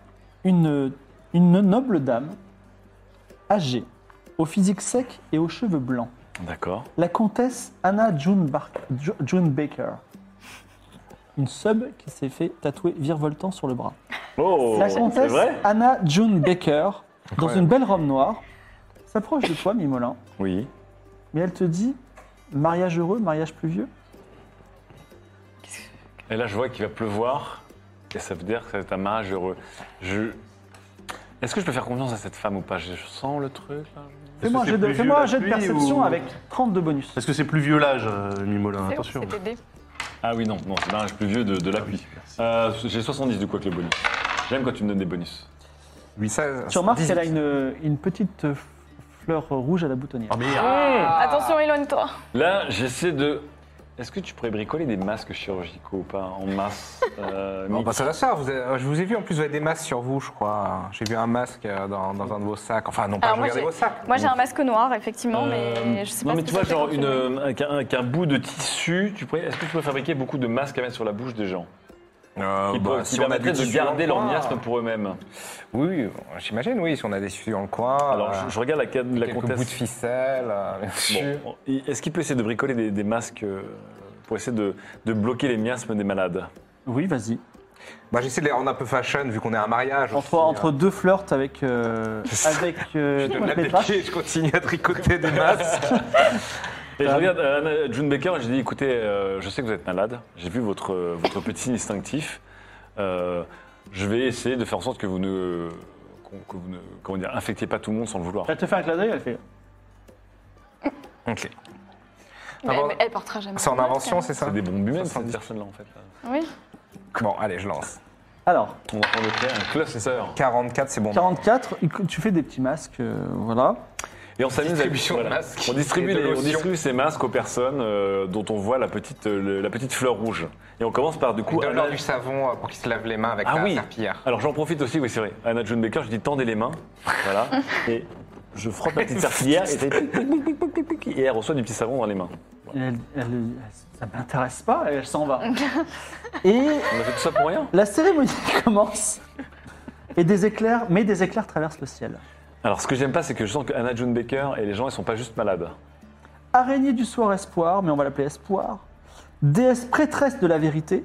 Speaker 3: une, une noble dame, âgée, au physique sec et aux cheveux blancs,
Speaker 1: D'accord.
Speaker 3: la comtesse Anna June, Bar- Ju- June Baker. Une sub qui s'est fait tatouer virevoltant sur le bras.
Speaker 1: Oh,
Speaker 3: la
Speaker 1: c'est
Speaker 3: comtesse
Speaker 1: vrai
Speaker 3: Anna June Baker, dans
Speaker 2: Incroyable.
Speaker 3: une belle robe noire, s'approche de toi, Mimolin,
Speaker 1: Oui.
Speaker 3: mais elle te dit mariage heureux, mariage pluvieux.
Speaker 1: Et là, je vois qu'il va pleuvoir. Et ça veut dire que ça va être un mariage heureux. Je... Est-ce que je peux faire confiance à cette femme ou pas Je sens le truc. là, je-
Speaker 3: Fais-moi un
Speaker 4: c'est
Speaker 3: jet de,
Speaker 4: pluvieux
Speaker 3: fais-moi un
Speaker 4: la
Speaker 3: jet de
Speaker 4: pluie
Speaker 3: perception
Speaker 4: ou-
Speaker 3: avec 32 bonus.
Speaker 4: Est-ce que c'est plus vieux l'âge, euh, Mimolin
Speaker 5: C'est-
Speaker 4: Attention.
Speaker 5: C'était des-
Speaker 1: Ah oui, non, non c'est un mariage plus vieux de, de la pluie. Euh, J'ai 70 du coup avec le bonus. J'aime quand tu me donnes des bonus.
Speaker 2: Oui, ça,
Speaker 3: Tu remarques qu'elle a une, une petite euh, fleur rouge à la boutonnière.
Speaker 4: Ah merde
Speaker 5: Attention, éloigne-toi.
Speaker 1: Là, j'essaie de. Est-ce que tu pourrais bricoler des masques chirurgicaux ou pas en masse
Speaker 2: [LAUGHS]
Speaker 1: euh,
Speaker 2: Bon,
Speaker 1: Mick
Speaker 2: bah, ça va se faire. Vous avez- je vous ai vu en plus, vous avez des masques sur vous, je crois. J'ai vu un masque euh, dans, dans un de vos sacs. Enfin, non, pas Ah,
Speaker 5: Alors,
Speaker 2: je
Speaker 5: moi,
Speaker 2: regardais
Speaker 5: j'ai-
Speaker 2: vos sacs.
Speaker 5: Moi, j'ai un masque noir, effectivement,
Speaker 1: Euh,
Speaker 5: mais je sais pas.
Speaker 1: Non, mais
Speaker 5: ce
Speaker 1: tu
Speaker 5: que
Speaker 1: vois,
Speaker 5: ça fait
Speaker 1: genre
Speaker 5: quand
Speaker 1: une,
Speaker 5: tu le mets.
Speaker 1: euh, avec un, avec un bout de tissu, tu pourrais, est-ce que tu peux fabriquer beaucoup de masques à mettre sur la bouche des gens
Speaker 2: Euh,
Speaker 1: Qui,
Speaker 2: bah,
Speaker 1: peuvent- qui
Speaker 2: si on a
Speaker 1: permettraient
Speaker 2: des
Speaker 1: de
Speaker 2: tissus
Speaker 1: garder hein.
Speaker 2: dans
Speaker 1: leur
Speaker 2: le coin,
Speaker 1: miasme pour eux-mêmes
Speaker 2: Oui, oui, j'imagine, oui, si on a des sujets dans le coin.
Speaker 1: Alors,
Speaker 2: euh,
Speaker 1: je, je regarde la, ca- la
Speaker 2: quelques bouts de
Speaker 1: comtesse.
Speaker 2: ficelle. euh, bien sûr.
Speaker 1: Bon, est-ce qu'il peut essayer de bricoler des, des masques euh, pour essayer de, de bloquer les miasmes des malades
Speaker 3: Oui, vas-y.
Speaker 2: Bah, J'essaie de les rendre un peu fashion vu qu'on est à un mariage.
Speaker 3: Entre,
Speaker 2: aussi,
Speaker 3: entre
Speaker 2: hein.
Speaker 3: deux flirts avec, euh, avec euh,
Speaker 2: Je donne la
Speaker 3: Petra.
Speaker 2: béquille et je continue à tricoter des masques.
Speaker 1: Et je regarde euh, Anna- June Baker et je dis écoutez, euh, je sais que vous êtes malade, j'ai vu votre, euh, votre petit instinctif. Euh, je vais essayer de faire en sorte que vous ne. qu'on- que vous ne comment dire, infectiez pas tout le monde sans le vouloir.
Speaker 3: Elle te fait un clin d'œil, elle fait.
Speaker 2: ok.
Speaker 5: Mais
Speaker 2: avant-
Speaker 5: elle- Elle portera jamais.
Speaker 2: C'est en
Speaker 5: de masque,
Speaker 2: invention,
Speaker 5: hein.
Speaker 2: c'est ça
Speaker 1: C'est des bombes humaines, cette
Speaker 2: 70.
Speaker 1: personne-là, en fait.
Speaker 5: Oui.
Speaker 2: Bon, allez, je lance.
Speaker 3: Alors,
Speaker 1: On va prendre le clair, un cluster.
Speaker 2: 44, c'est bon.
Speaker 3: 44, tu fais des petits masques, euh, voilà.
Speaker 1: Et on s'amuse à
Speaker 2: Distribution de masques
Speaker 1: On distribue,
Speaker 2: et de
Speaker 1: les- on
Speaker 2: lotions.
Speaker 1: distribue ces masques aux personnes euh, dont on voit la petite, euh, le- la petite fleur rouge. Et on commence par du
Speaker 2: On
Speaker 1: coup.
Speaker 2: donne
Speaker 1: Anna-
Speaker 2: leur du savon euh, pour qu'ils se lavent les mains avec
Speaker 1: Ah
Speaker 2: la
Speaker 1: oui.
Speaker 2: serpillière. [LAUGHS]
Speaker 1: Alors j'en profite aussi, oui c'est vrai. Anna June Baker, je dis tendez les mains. Voilà. et je frotte ma petite serpillière et, ça fait pic, pic, pic, pic, pic, pic, et elle reçoit du petit savon dans les mains.
Speaker 3: Et elle- elle- elle- ça ne m'intéresse pas, elle s'en va. Et
Speaker 1: On a fait tout ça pour rien
Speaker 3: la cérémonie [LAUGHS] commence. Et des éclairs, mais des éclairs traversent le ciel.
Speaker 1: Alors ce que j'aime pas, c'est que je sens que Anna June Baker et les gens, ils sont pas juste malades.
Speaker 3: araignée du soir espoir, mais on va l'appeler espoir, déesse prêtresse de la vérité,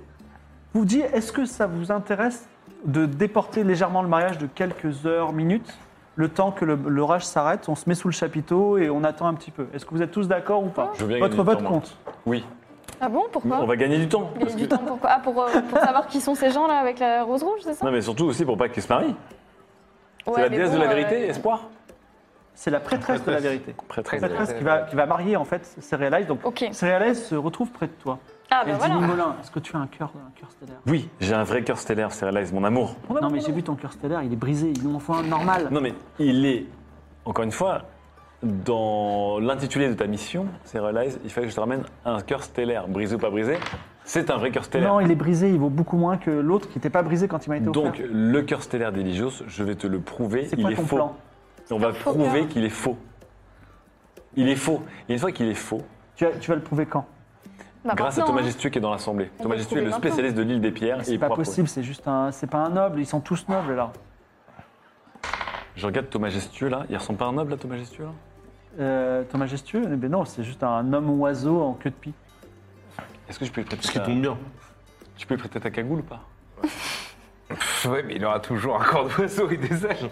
Speaker 3: vous dit est-ce que ça vous intéresse de déporter légèrement le mariage de quelques heures, minutes le temps que le- l'orage s'arrête, on se met sous le chapiteau et on attend un petit peu. Est-ce que vous êtes tous d'accord ou pas
Speaker 1: Je veux bien
Speaker 3: Votre
Speaker 1: gagner du
Speaker 3: vote
Speaker 1: temps, moi.
Speaker 3: compte.
Speaker 1: Oui.
Speaker 5: Ah bon, pourquoi
Speaker 1: on va gagner du temps.
Speaker 5: Gagner
Speaker 1: parce
Speaker 5: du
Speaker 1: que-
Speaker 5: temps, pourquoi Ah, pour, euh,
Speaker 1: [LAUGHS]
Speaker 5: pour savoir qui sont ces gens-là avec la rose rouge, c'est ça
Speaker 1: Non mais surtout aussi pour pas qu'ils se marient.
Speaker 5: Ouais,
Speaker 1: c'est la
Speaker 5: mais
Speaker 1: déesse
Speaker 5: bon,
Speaker 1: de la
Speaker 5: euh,
Speaker 1: vérité, espoir
Speaker 3: C'est la prêtresse de la vérité.
Speaker 1: Prêtresse
Speaker 2: Très
Speaker 1: de la
Speaker 3: Prêtresse qui va, qui va marier en fait Céréalise. Donc
Speaker 5: Ok.
Speaker 3: Céréalise se retrouve près de toi.
Speaker 5: Ah,
Speaker 3: Elle
Speaker 5: bah
Speaker 3: dit
Speaker 5: voilà.
Speaker 3: Limolin, est-ce que tu as un cœur, un cœur stellaire
Speaker 1: Oui, j'ai un vrai cœur stellaire, Céréalise, mon amour.
Speaker 3: Non mais j'ai vu ton cœur stellaire, il est brisé, il nous en faut un normal.
Speaker 1: Non, mais il est, encore une fois, dans l'intitulé de ta mission, Céréalise, il fallait que je te ramène un cœur stellaire. Brisé ou pas brisé, c'est un vrai cœur stellaire.
Speaker 3: Non, il est brisé, il vaut beaucoup moins que l'autre qui n'était pas brisé quand il m'a été offert.
Speaker 1: Donc, le cœur stellaire d'Eligios, je vais te le prouver,
Speaker 3: c'est
Speaker 1: il
Speaker 3: quoi
Speaker 1: est
Speaker 3: ton
Speaker 1: faux.
Speaker 3: plan
Speaker 1: On va
Speaker 5: Faux
Speaker 1: prouver
Speaker 5: cœur.
Speaker 1: qu'il est faux. Il est faux. Et une fois qu'il est faux,
Speaker 3: tu, vas- tu vas le prouver quand
Speaker 5: Bah,
Speaker 1: grâce à
Speaker 5: maintenant,
Speaker 1: Thomas
Speaker 5: hein.
Speaker 1: Gestu qui est dans l'assemblée.
Speaker 5: On
Speaker 1: Thomas
Speaker 5: peut
Speaker 1: Gestu est
Speaker 5: prouver
Speaker 1: le
Speaker 5: maintenant.
Speaker 1: spécialiste de l'île des pierres. et
Speaker 3: C'est
Speaker 1: il
Speaker 3: pas
Speaker 1: pourra
Speaker 3: possible, c'est juste un, c'est pas un noble, ils sont tous nobles là.
Speaker 1: prouver. Je regarde Thomas Gestu là, il ressemble pas à un noble là, Thomas Gestu là
Speaker 3: Euh, ton majestueux, eh ben non, c'est juste un homme oiseau en queue de pie.
Speaker 1: Est-ce que je peux lui prêter
Speaker 4: Ce qui
Speaker 1: ta-
Speaker 4: tombe bien.
Speaker 1: Tu peux lui prêter ta cagoule ou pas
Speaker 2: Oui, mais il aura toujours un corps d'oiseau et des ailes.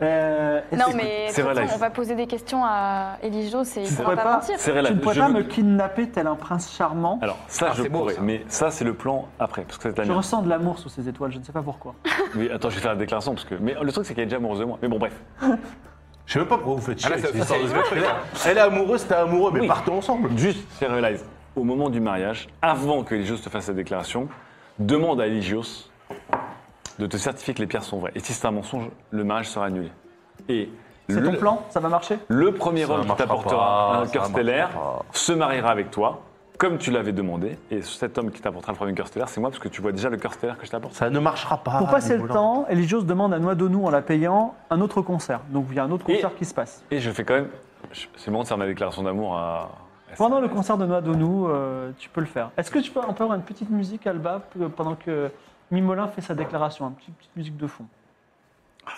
Speaker 3: Euh, est-ce
Speaker 5: Non,
Speaker 3: que
Speaker 5: mais
Speaker 1: [LAUGHS] c'est
Speaker 5: de toute
Speaker 1: vrai,
Speaker 5: façon,
Speaker 1: là,
Speaker 5: on va poser des questions à Elijo, c'est il
Speaker 3: tu ne
Speaker 5: pourra
Speaker 3: pourrais
Speaker 5: pas,
Speaker 3: pas,
Speaker 5: mentir.
Speaker 1: Céréales,
Speaker 3: tu ne pourrais
Speaker 1: je-
Speaker 3: pas me kidnapper tel un prince charmant
Speaker 1: Alors, ça,
Speaker 2: Ah,
Speaker 1: je
Speaker 2: c'est beau,
Speaker 1: pourrais,
Speaker 2: ça.
Speaker 1: mais ça, c'est le plan après, parce que c'est la
Speaker 3: Je
Speaker 1: mienne.
Speaker 3: ressens de l'amour sous ces étoiles, je ne sais pas pourquoi.
Speaker 5: Ah.
Speaker 1: Oui, attends, je vais faire la déclaration, parce que. Mais le truc, c'est qu'elle est déjà amoureuse de moi. Mais bon, bref.
Speaker 4: Je sais même pas pourquoi vous faites
Speaker 2: Ah
Speaker 4: chier.
Speaker 2: là,
Speaker 4: avec
Speaker 2: c'est
Speaker 4: cette histoire de-
Speaker 2: officiel.
Speaker 4: Elle est amoureuse, t'es amoureux, mais
Speaker 1: Oui.
Speaker 4: partez ensemble.
Speaker 1: Juste, Céréalise, au moment du mariage, avant que Eligios te fasse la déclaration, demande à Eligios de te certifier que les pierres sont vraies. Et si c'est un mensonge, le mariage sera annulé. Et
Speaker 3: C'est
Speaker 1: le-
Speaker 3: ton plan Ça va marcher
Speaker 1: Le premier
Speaker 4: Ça
Speaker 1: homme qui
Speaker 4: marchera
Speaker 1: t'apportera
Speaker 4: pas,
Speaker 1: un
Speaker 4: ça
Speaker 1: cœur
Speaker 4: marchera
Speaker 1: stellaire
Speaker 4: pas.
Speaker 1: se mariera avec toi, comme tu l'avais demandé. Et cet homme qui t'apportera le premier cœur stellaire, c'est moi, parce que tu vois déjà le cœur stellaire que je t'apporte.
Speaker 4: Ça ne marchera pas.
Speaker 3: Pour passer le
Speaker 4: Nicolas.
Speaker 3: temps, Eligios demande à Noix de Nous, en la payant, un autre concert. Donc il y a un autre
Speaker 1: Et-
Speaker 3: concert qui se passe.
Speaker 1: Et je fais quand même. je- C'est le moment de faire ma déclaration d'amour à. à
Speaker 3: Pendant le
Speaker 1: Sarah.
Speaker 3: concert de Noix de Nous, euh, tu peux le faire. Est-ce que tu peux, on peut avoir une petite musique, Alba, p- pendant que Mimolin fait sa déclaration Une petite, petite musique de fond.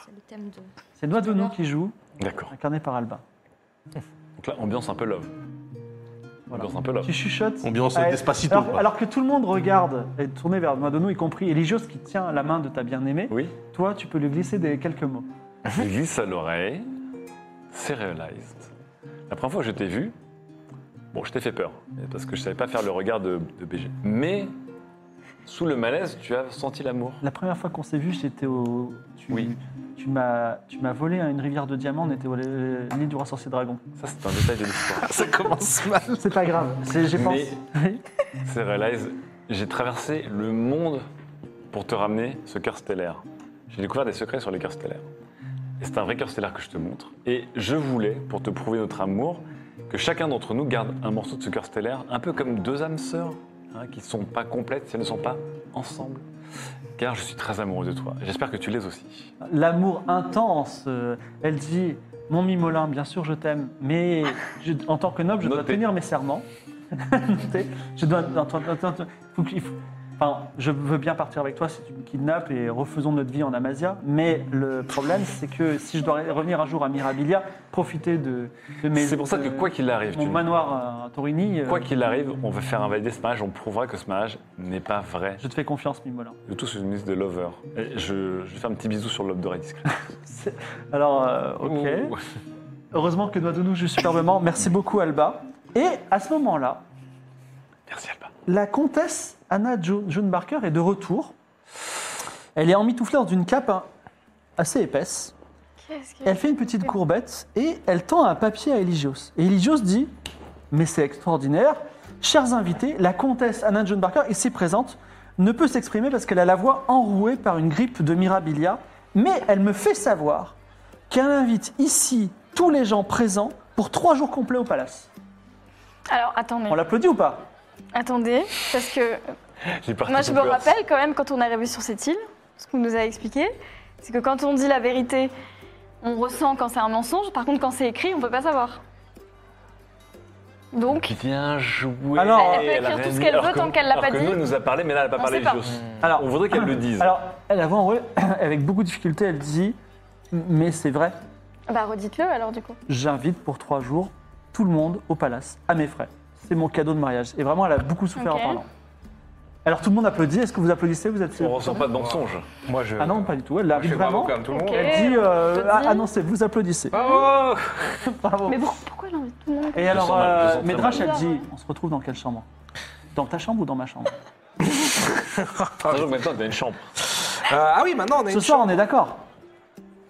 Speaker 6: C'est le thème de.
Speaker 3: C'est Noix de Nous qui joue,
Speaker 1: D'accord.
Speaker 3: incarnée par Alba.
Speaker 1: Donc là, ambiance un peu love.
Speaker 3: Voilà.
Speaker 1: Ambiance un peu love.
Speaker 3: Tu chuchotes.
Speaker 4: Euh, Ambiance
Speaker 3: Ouais.
Speaker 4: Despacito.
Speaker 3: Alors,
Speaker 4: quoi.
Speaker 3: alors que tout le monde regarde, et tourné vers Noix de Nous, y compris Eligios qui tient la main de ta bien-aimée,
Speaker 1: Oui.
Speaker 3: toi, tu peux lui glisser des, quelques mots.
Speaker 1: Je glisse à l'oreille. C'est realized. La première fois que je t'ai vu, bon, je t'ai fait peur, mais parce que je savais pas faire le regard de, de BG. Mais sous le malaise, tu as senti l'amour.
Speaker 3: La première fois qu'on s'est vu, j'étais au. Tu,
Speaker 1: Oui.
Speaker 3: Tu m'as, tu m'as volé à une rivière de diamants, on était au euh, l'île du roi sorcier dragon.
Speaker 1: Ça, c'est un détail de l'histoire.
Speaker 3: [LAUGHS]
Speaker 2: Ça commence mal.
Speaker 3: C'est pas grave, c'est, j'ai pensé. Oui.
Speaker 1: [LAUGHS] C'est Realize, j'ai traversé le monde pour te ramener ce cœur stellaire. J'ai découvert des secrets sur les cœurs stellaires. Et c'est un vrai cœur stellaire que je te montre. Et je voulais, pour te prouver notre amour, que chacun d'entre nous garde un morceau de ce cœur stellaire, un peu comme deux âmes sœurs, hein, qui ne sont pas complètes si elles ne sont pas ensemble. Car je suis très amoureux de toi. J'espère que tu l'es aussi.
Speaker 3: L'amour intense. euh, elle dit Mon Mimolin, bien sûr, je t'aime, mais je- en tant que noble, je dois
Speaker 1: Notez.
Speaker 3: tenir mes serments. [LAUGHS] Notez. je dois. attends, attends, attends, faut qu'il faut- Enfin, je veux bien partir avec toi si tu me kidnappes et refaisons notre vie en Amazia. Mais le problème, c'est que si je dois revenir un jour à Mirabilia, profiter de, de mes.
Speaker 1: C'est pour ça que
Speaker 3: de-
Speaker 1: quoi qu'il arrive,
Speaker 3: Mon
Speaker 1: tu-
Speaker 3: manoir à Torini, euh,
Speaker 1: quoi qu'il arrive, on va faire invalider ce mariage, on prouvera que ce mariage n'est pas vrai.
Speaker 3: je te fais confiance, Mimolin.
Speaker 1: Le tout sous une liste de lover. Et je, je vais faire un petit bisou sur l'aube dorée discret.
Speaker 3: C'est- Alors, euh, ok.
Speaker 1: Ouh.
Speaker 3: Heureusement que Noix de nous joue superbement. Merci beaucoup, Alba. Et à ce moment-là,
Speaker 1: [LAUGHS] Merci Alba.
Speaker 3: la comtesse Anna Jo- Joan Barker est de retour. Elle est emmitouflée dans une cape hein, assez épaisse.
Speaker 5: Qu'est-ce que-
Speaker 3: Elle fait une petite courbette et elle tend un papier à Eligios. Et Eligios dit Mais c'est extraordinaire. Chers invités, la comtesse Anna John Barker, ici présente, ne peut s'exprimer parce qu'elle a la voix enrouée par une grippe de Mirabilia, mais elle me fait savoir qu'elle invite ici tous les gens présents pour trois jours complets au palace.
Speaker 5: Alors, attendez.
Speaker 3: On l'applaudit ou pas
Speaker 5: Attendez, parce que
Speaker 1: J'ai pas
Speaker 5: moi, je me rappelle quand même quand on est arrivé sur cette île, ce qu'on nous a expliqué, c'est que quand on dit la vérité, on ressent quand c'est un mensonge. Par contre, quand c'est écrit, on peut pas savoir. Donc,
Speaker 1: Bien joué.
Speaker 3: Alors, Elle
Speaker 5: peut écrire tout ce qu'elle veut tant qu'elle l'a
Speaker 1: alors
Speaker 5: pas
Speaker 1: que
Speaker 5: dit.
Speaker 1: Nous, elle nous a parlé, mais là, elle n'a pas
Speaker 5: On
Speaker 1: parlé
Speaker 5: sait
Speaker 1: des
Speaker 5: pas.
Speaker 1: choses.
Speaker 3: Alors,
Speaker 1: On voudrait qu'elle le dise.
Speaker 3: alors elle a voix enrouée, [COUGHS] avec beaucoup de difficulté, elle dit Mais c'est vrai,
Speaker 5: bah redites-le alors du coup.
Speaker 3: j'invite pour trois jours tout le monde au palace, à mes frais. C'est mon cadeau de mariage. Et vraiment, elle a beaucoup souffert
Speaker 5: Ok.
Speaker 3: en parlant. Alors tout le monde applaudit. Est-ce que vous applaudissez Vous êtes
Speaker 1: on ressent pas de mensonge.
Speaker 2: Oh, Moi, je.
Speaker 3: Ah non, pas du tout. Elle
Speaker 2: Je
Speaker 3: arrive
Speaker 2: fais bravo
Speaker 3: vraiment.
Speaker 2: comme tout le
Speaker 5: Ok.
Speaker 2: monde.
Speaker 3: Elle dit
Speaker 5: Eh, Je
Speaker 3: euh,
Speaker 5: dis-
Speaker 3: ah, annoncez, vous applaudissez.
Speaker 2: Oh
Speaker 3: Bravo.
Speaker 5: Mais pour- pourquoi j'ai envie de tout le monde
Speaker 3: Et alors,
Speaker 1: sens mal, je
Speaker 3: euh,
Speaker 1: sens très
Speaker 3: Médrache, elle
Speaker 5: mal.
Speaker 3: dit on se retrouve dans quelle chambre Dans ta chambre ou dans ma chambre
Speaker 1: Sachant que maintenant, tu as une chambre.
Speaker 2: Euh, ah oui, maintenant on est.
Speaker 3: Ce soir, on est d'accord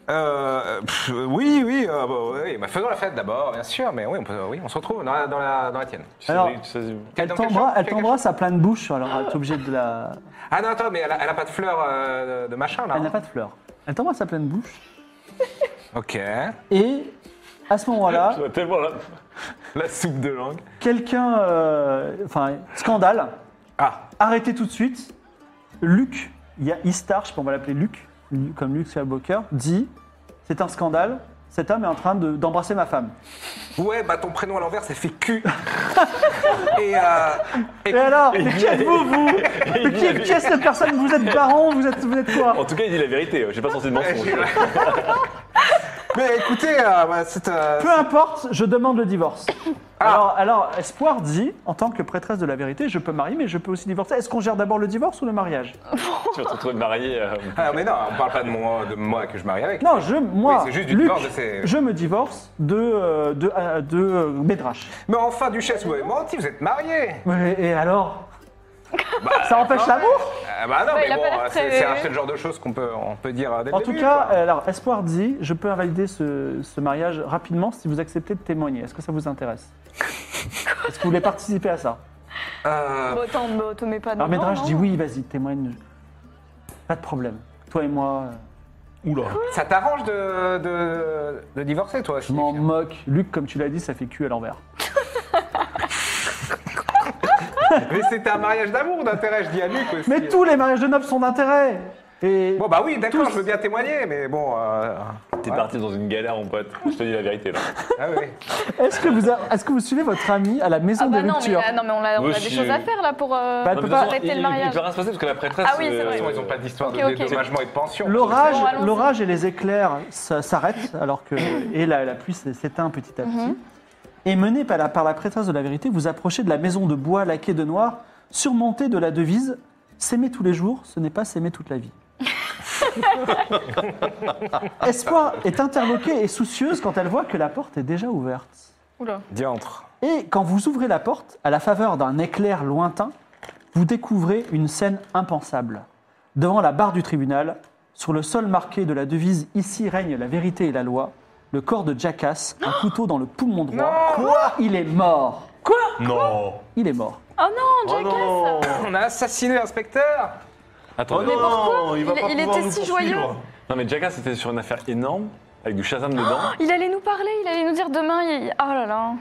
Speaker 2: Euh, pff, oui, oui, euh, bah, oui, bah, faisons la fête d'abord, bien sûr, mais oui, on, peut- oui, on se retrouve dans la, dans la- dans la tienne.
Speaker 1: Tu sais-
Speaker 3: Alors-
Speaker 1: tu sais-
Speaker 3: Elle
Speaker 2: Dans quelle
Speaker 3: t'embrasse,
Speaker 2: chambre
Speaker 3: elle
Speaker 2: Tu as
Speaker 3: t'embrasse à pleine bouche, alors elle est obligée de la.
Speaker 2: quelque- Ah non, attends, mais elle a, elle a pas de fleurs euh, de- de machin, là.
Speaker 3: Elle n'a
Speaker 2: hein
Speaker 3: pas de fleurs. Elle t'embrasse à pleine bouche.
Speaker 2: Ok.
Speaker 3: Et à ce moment-là,
Speaker 1: tu vois tellement la-
Speaker 2: La soupe de langue.
Speaker 3: quelqu'un. euh, Enfin, scandale.
Speaker 2: Ah,
Speaker 3: Arrêtez tout de suite. Luc, il y a Istar, je pense qu'on va l'appeler Luc, Lu- comme Luc Skywalker, dit C'est un scandale, cet homme est en train de- d'embrasser ma femme.
Speaker 2: ouais, bah ton prénom à l'envers, ça fait cul. [LAUGHS] et, euh, et-
Speaker 3: Et alors Mais qui êtes-vous, vous Mais qui, qui est cette personne Vous êtes baron Vous êtes, vous êtes quoi
Speaker 1: En tout cas, il dit la vérité. J'ai pas senti de mensonge.
Speaker 2: Mais écoutez, euh, bah, c'est... euh,
Speaker 3: Peu importe, je demande le divorce.
Speaker 2: Ah.
Speaker 3: Alors, alors, Espoir dit En tant que prêtresse de la vérité, je peux marier, mais je peux aussi divorcer. Est-ce qu'on gère d'abord le divorce ou le mariage
Speaker 1: tu vas te retrouver marié. euh,
Speaker 2: Ah, mais non, on parle pas de moi, de moi que je marie avec.
Speaker 3: Non, je, moi,
Speaker 2: Oui, c'est juste du
Speaker 3: Luc,
Speaker 2: divorce de ces-
Speaker 3: je me divorce de, euh, de, euh, de, euh, Bédrache.
Speaker 2: Mais enfin, Duchesse, vous avez menti, vous êtes mariés.
Speaker 3: Ouais, Et alors Ça empêche l'amour
Speaker 2: Ah bah non,
Speaker 5: Ouais, il
Speaker 2: mais
Speaker 5: a
Speaker 2: bon,
Speaker 5: pas l'air
Speaker 2: c'est
Speaker 5: très-
Speaker 2: c'est un- c'est le genre de choses qu'on peut, on peut dire euh, dès le
Speaker 3: En tout
Speaker 2: début,
Speaker 3: cas,
Speaker 2: quoi.
Speaker 3: alors, Espoir dit je peux invalider ce, ce mariage rapidement si vous acceptez de témoigner. Est-ce que ça vous intéresse Est-ce que vous voulez participer à ça
Speaker 1: Ah.
Speaker 2: Euh,
Speaker 5: Bon, attends, bah, te mets pas
Speaker 3: Alors,
Speaker 5: dedans,
Speaker 3: Médrache
Speaker 5: non
Speaker 3: dit oui, vas-y, témoigne. Pas de problème. Toi et moi, euh,
Speaker 4: Oula.
Speaker 2: ça t'arrange de, de, de divorcer, toi aussi
Speaker 3: je m'en moque. Luc, comme tu l'as dit, ça fait cul à l'envers.
Speaker 2: Mais c'était un mariage d'amour ou d'intérêt, je dis à Luc aussi.
Speaker 3: Mais tous les mariages de nobles sont d'intérêt Et
Speaker 2: Bon bah oui, d'accord,
Speaker 3: Tous.
Speaker 2: je veux bien témoigner, mais bon... euh,
Speaker 1: T'es parti dans une galère, mon pote. Je te dis la vérité là.
Speaker 2: Ah
Speaker 5: [LAUGHS]
Speaker 2: oui.
Speaker 3: est-ce que, vous a- est-ce que vous suivez votre ami à la maison
Speaker 5: Ah bah
Speaker 3: de
Speaker 5: non, mais,
Speaker 3: lecture
Speaker 5: là, non, mais on a, on a
Speaker 1: Moi,
Speaker 5: des
Speaker 1: je-
Speaker 5: choses à faire là pour euh,
Speaker 3: Bah,
Speaker 1: Non, mais
Speaker 3: elle peut pas
Speaker 1: de toute façon,
Speaker 5: arrêter
Speaker 1: il-
Speaker 5: le
Speaker 1: Il
Speaker 5: mariage.
Speaker 1: peut rien se passer parce que la prêtresse.
Speaker 5: Ah oui, c'est vrai.
Speaker 1: euh,
Speaker 2: Ils ont pas d'histoire de,
Speaker 5: Ok, ok.
Speaker 2: de dédommagement et de pension.
Speaker 3: L'orage,
Speaker 5: Bon, allons-y.
Speaker 3: l'orage et les éclairs s- s'arrêtent alors que [COUGHS] et la, la pluie s'é- s'éteint petit à
Speaker 5: Mhm.
Speaker 3: petit. Et mené par la, par la prêtresse de la vérité, vous approchez de la maison de bois laquée de noir, surmontée de la devise s'aimer tous les jours, ce n'est pas s'aimer toute
Speaker 5: [LAUGHS]
Speaker 3: la vie. Espoir est interloquée et soucieuse quand elle voit que la porte est déjà ouverte.
Speaker 5: Oula.
Speaker 2: Diantre.
Speaker 3: Et quand vous ouvrez la porte, à la faveur d'un éclair lointain, vous découvrez une scène impensable. Devant la barre du tribunal, sur le sol marqué de la devise Ici règne la vérité et la loi, le corps de Jackass, un couteau dans le poumon droit. Quoi Il est mort.
Speaker 4: Non.
Speaker 3: Il est mort.
Speaker 5: Oh non,
Speaker 4: Oh
Speaker 5: Jackass
Speaker 4: non.
Speaker 2: On a assassiné l'inspecteur
Speaker 4: Oh
Speaker 1: Attends, mais-
Speaker 4: non, il va
Speaker 5: Il-
Speaker 4: pas
Speaker 5: il
Speaker 4: pouvoir
Speaker 5: était
Speaker 4: nous
Speaker 5: si joyeux.
Speaker 4: poursuivre.
Speaker 1: non, mais Jackass c'était sur une affaire énorme avec du Shazam dedans.
Speaker 5: Il allait nous parler, il allait nous dire demain. il- Oh là là.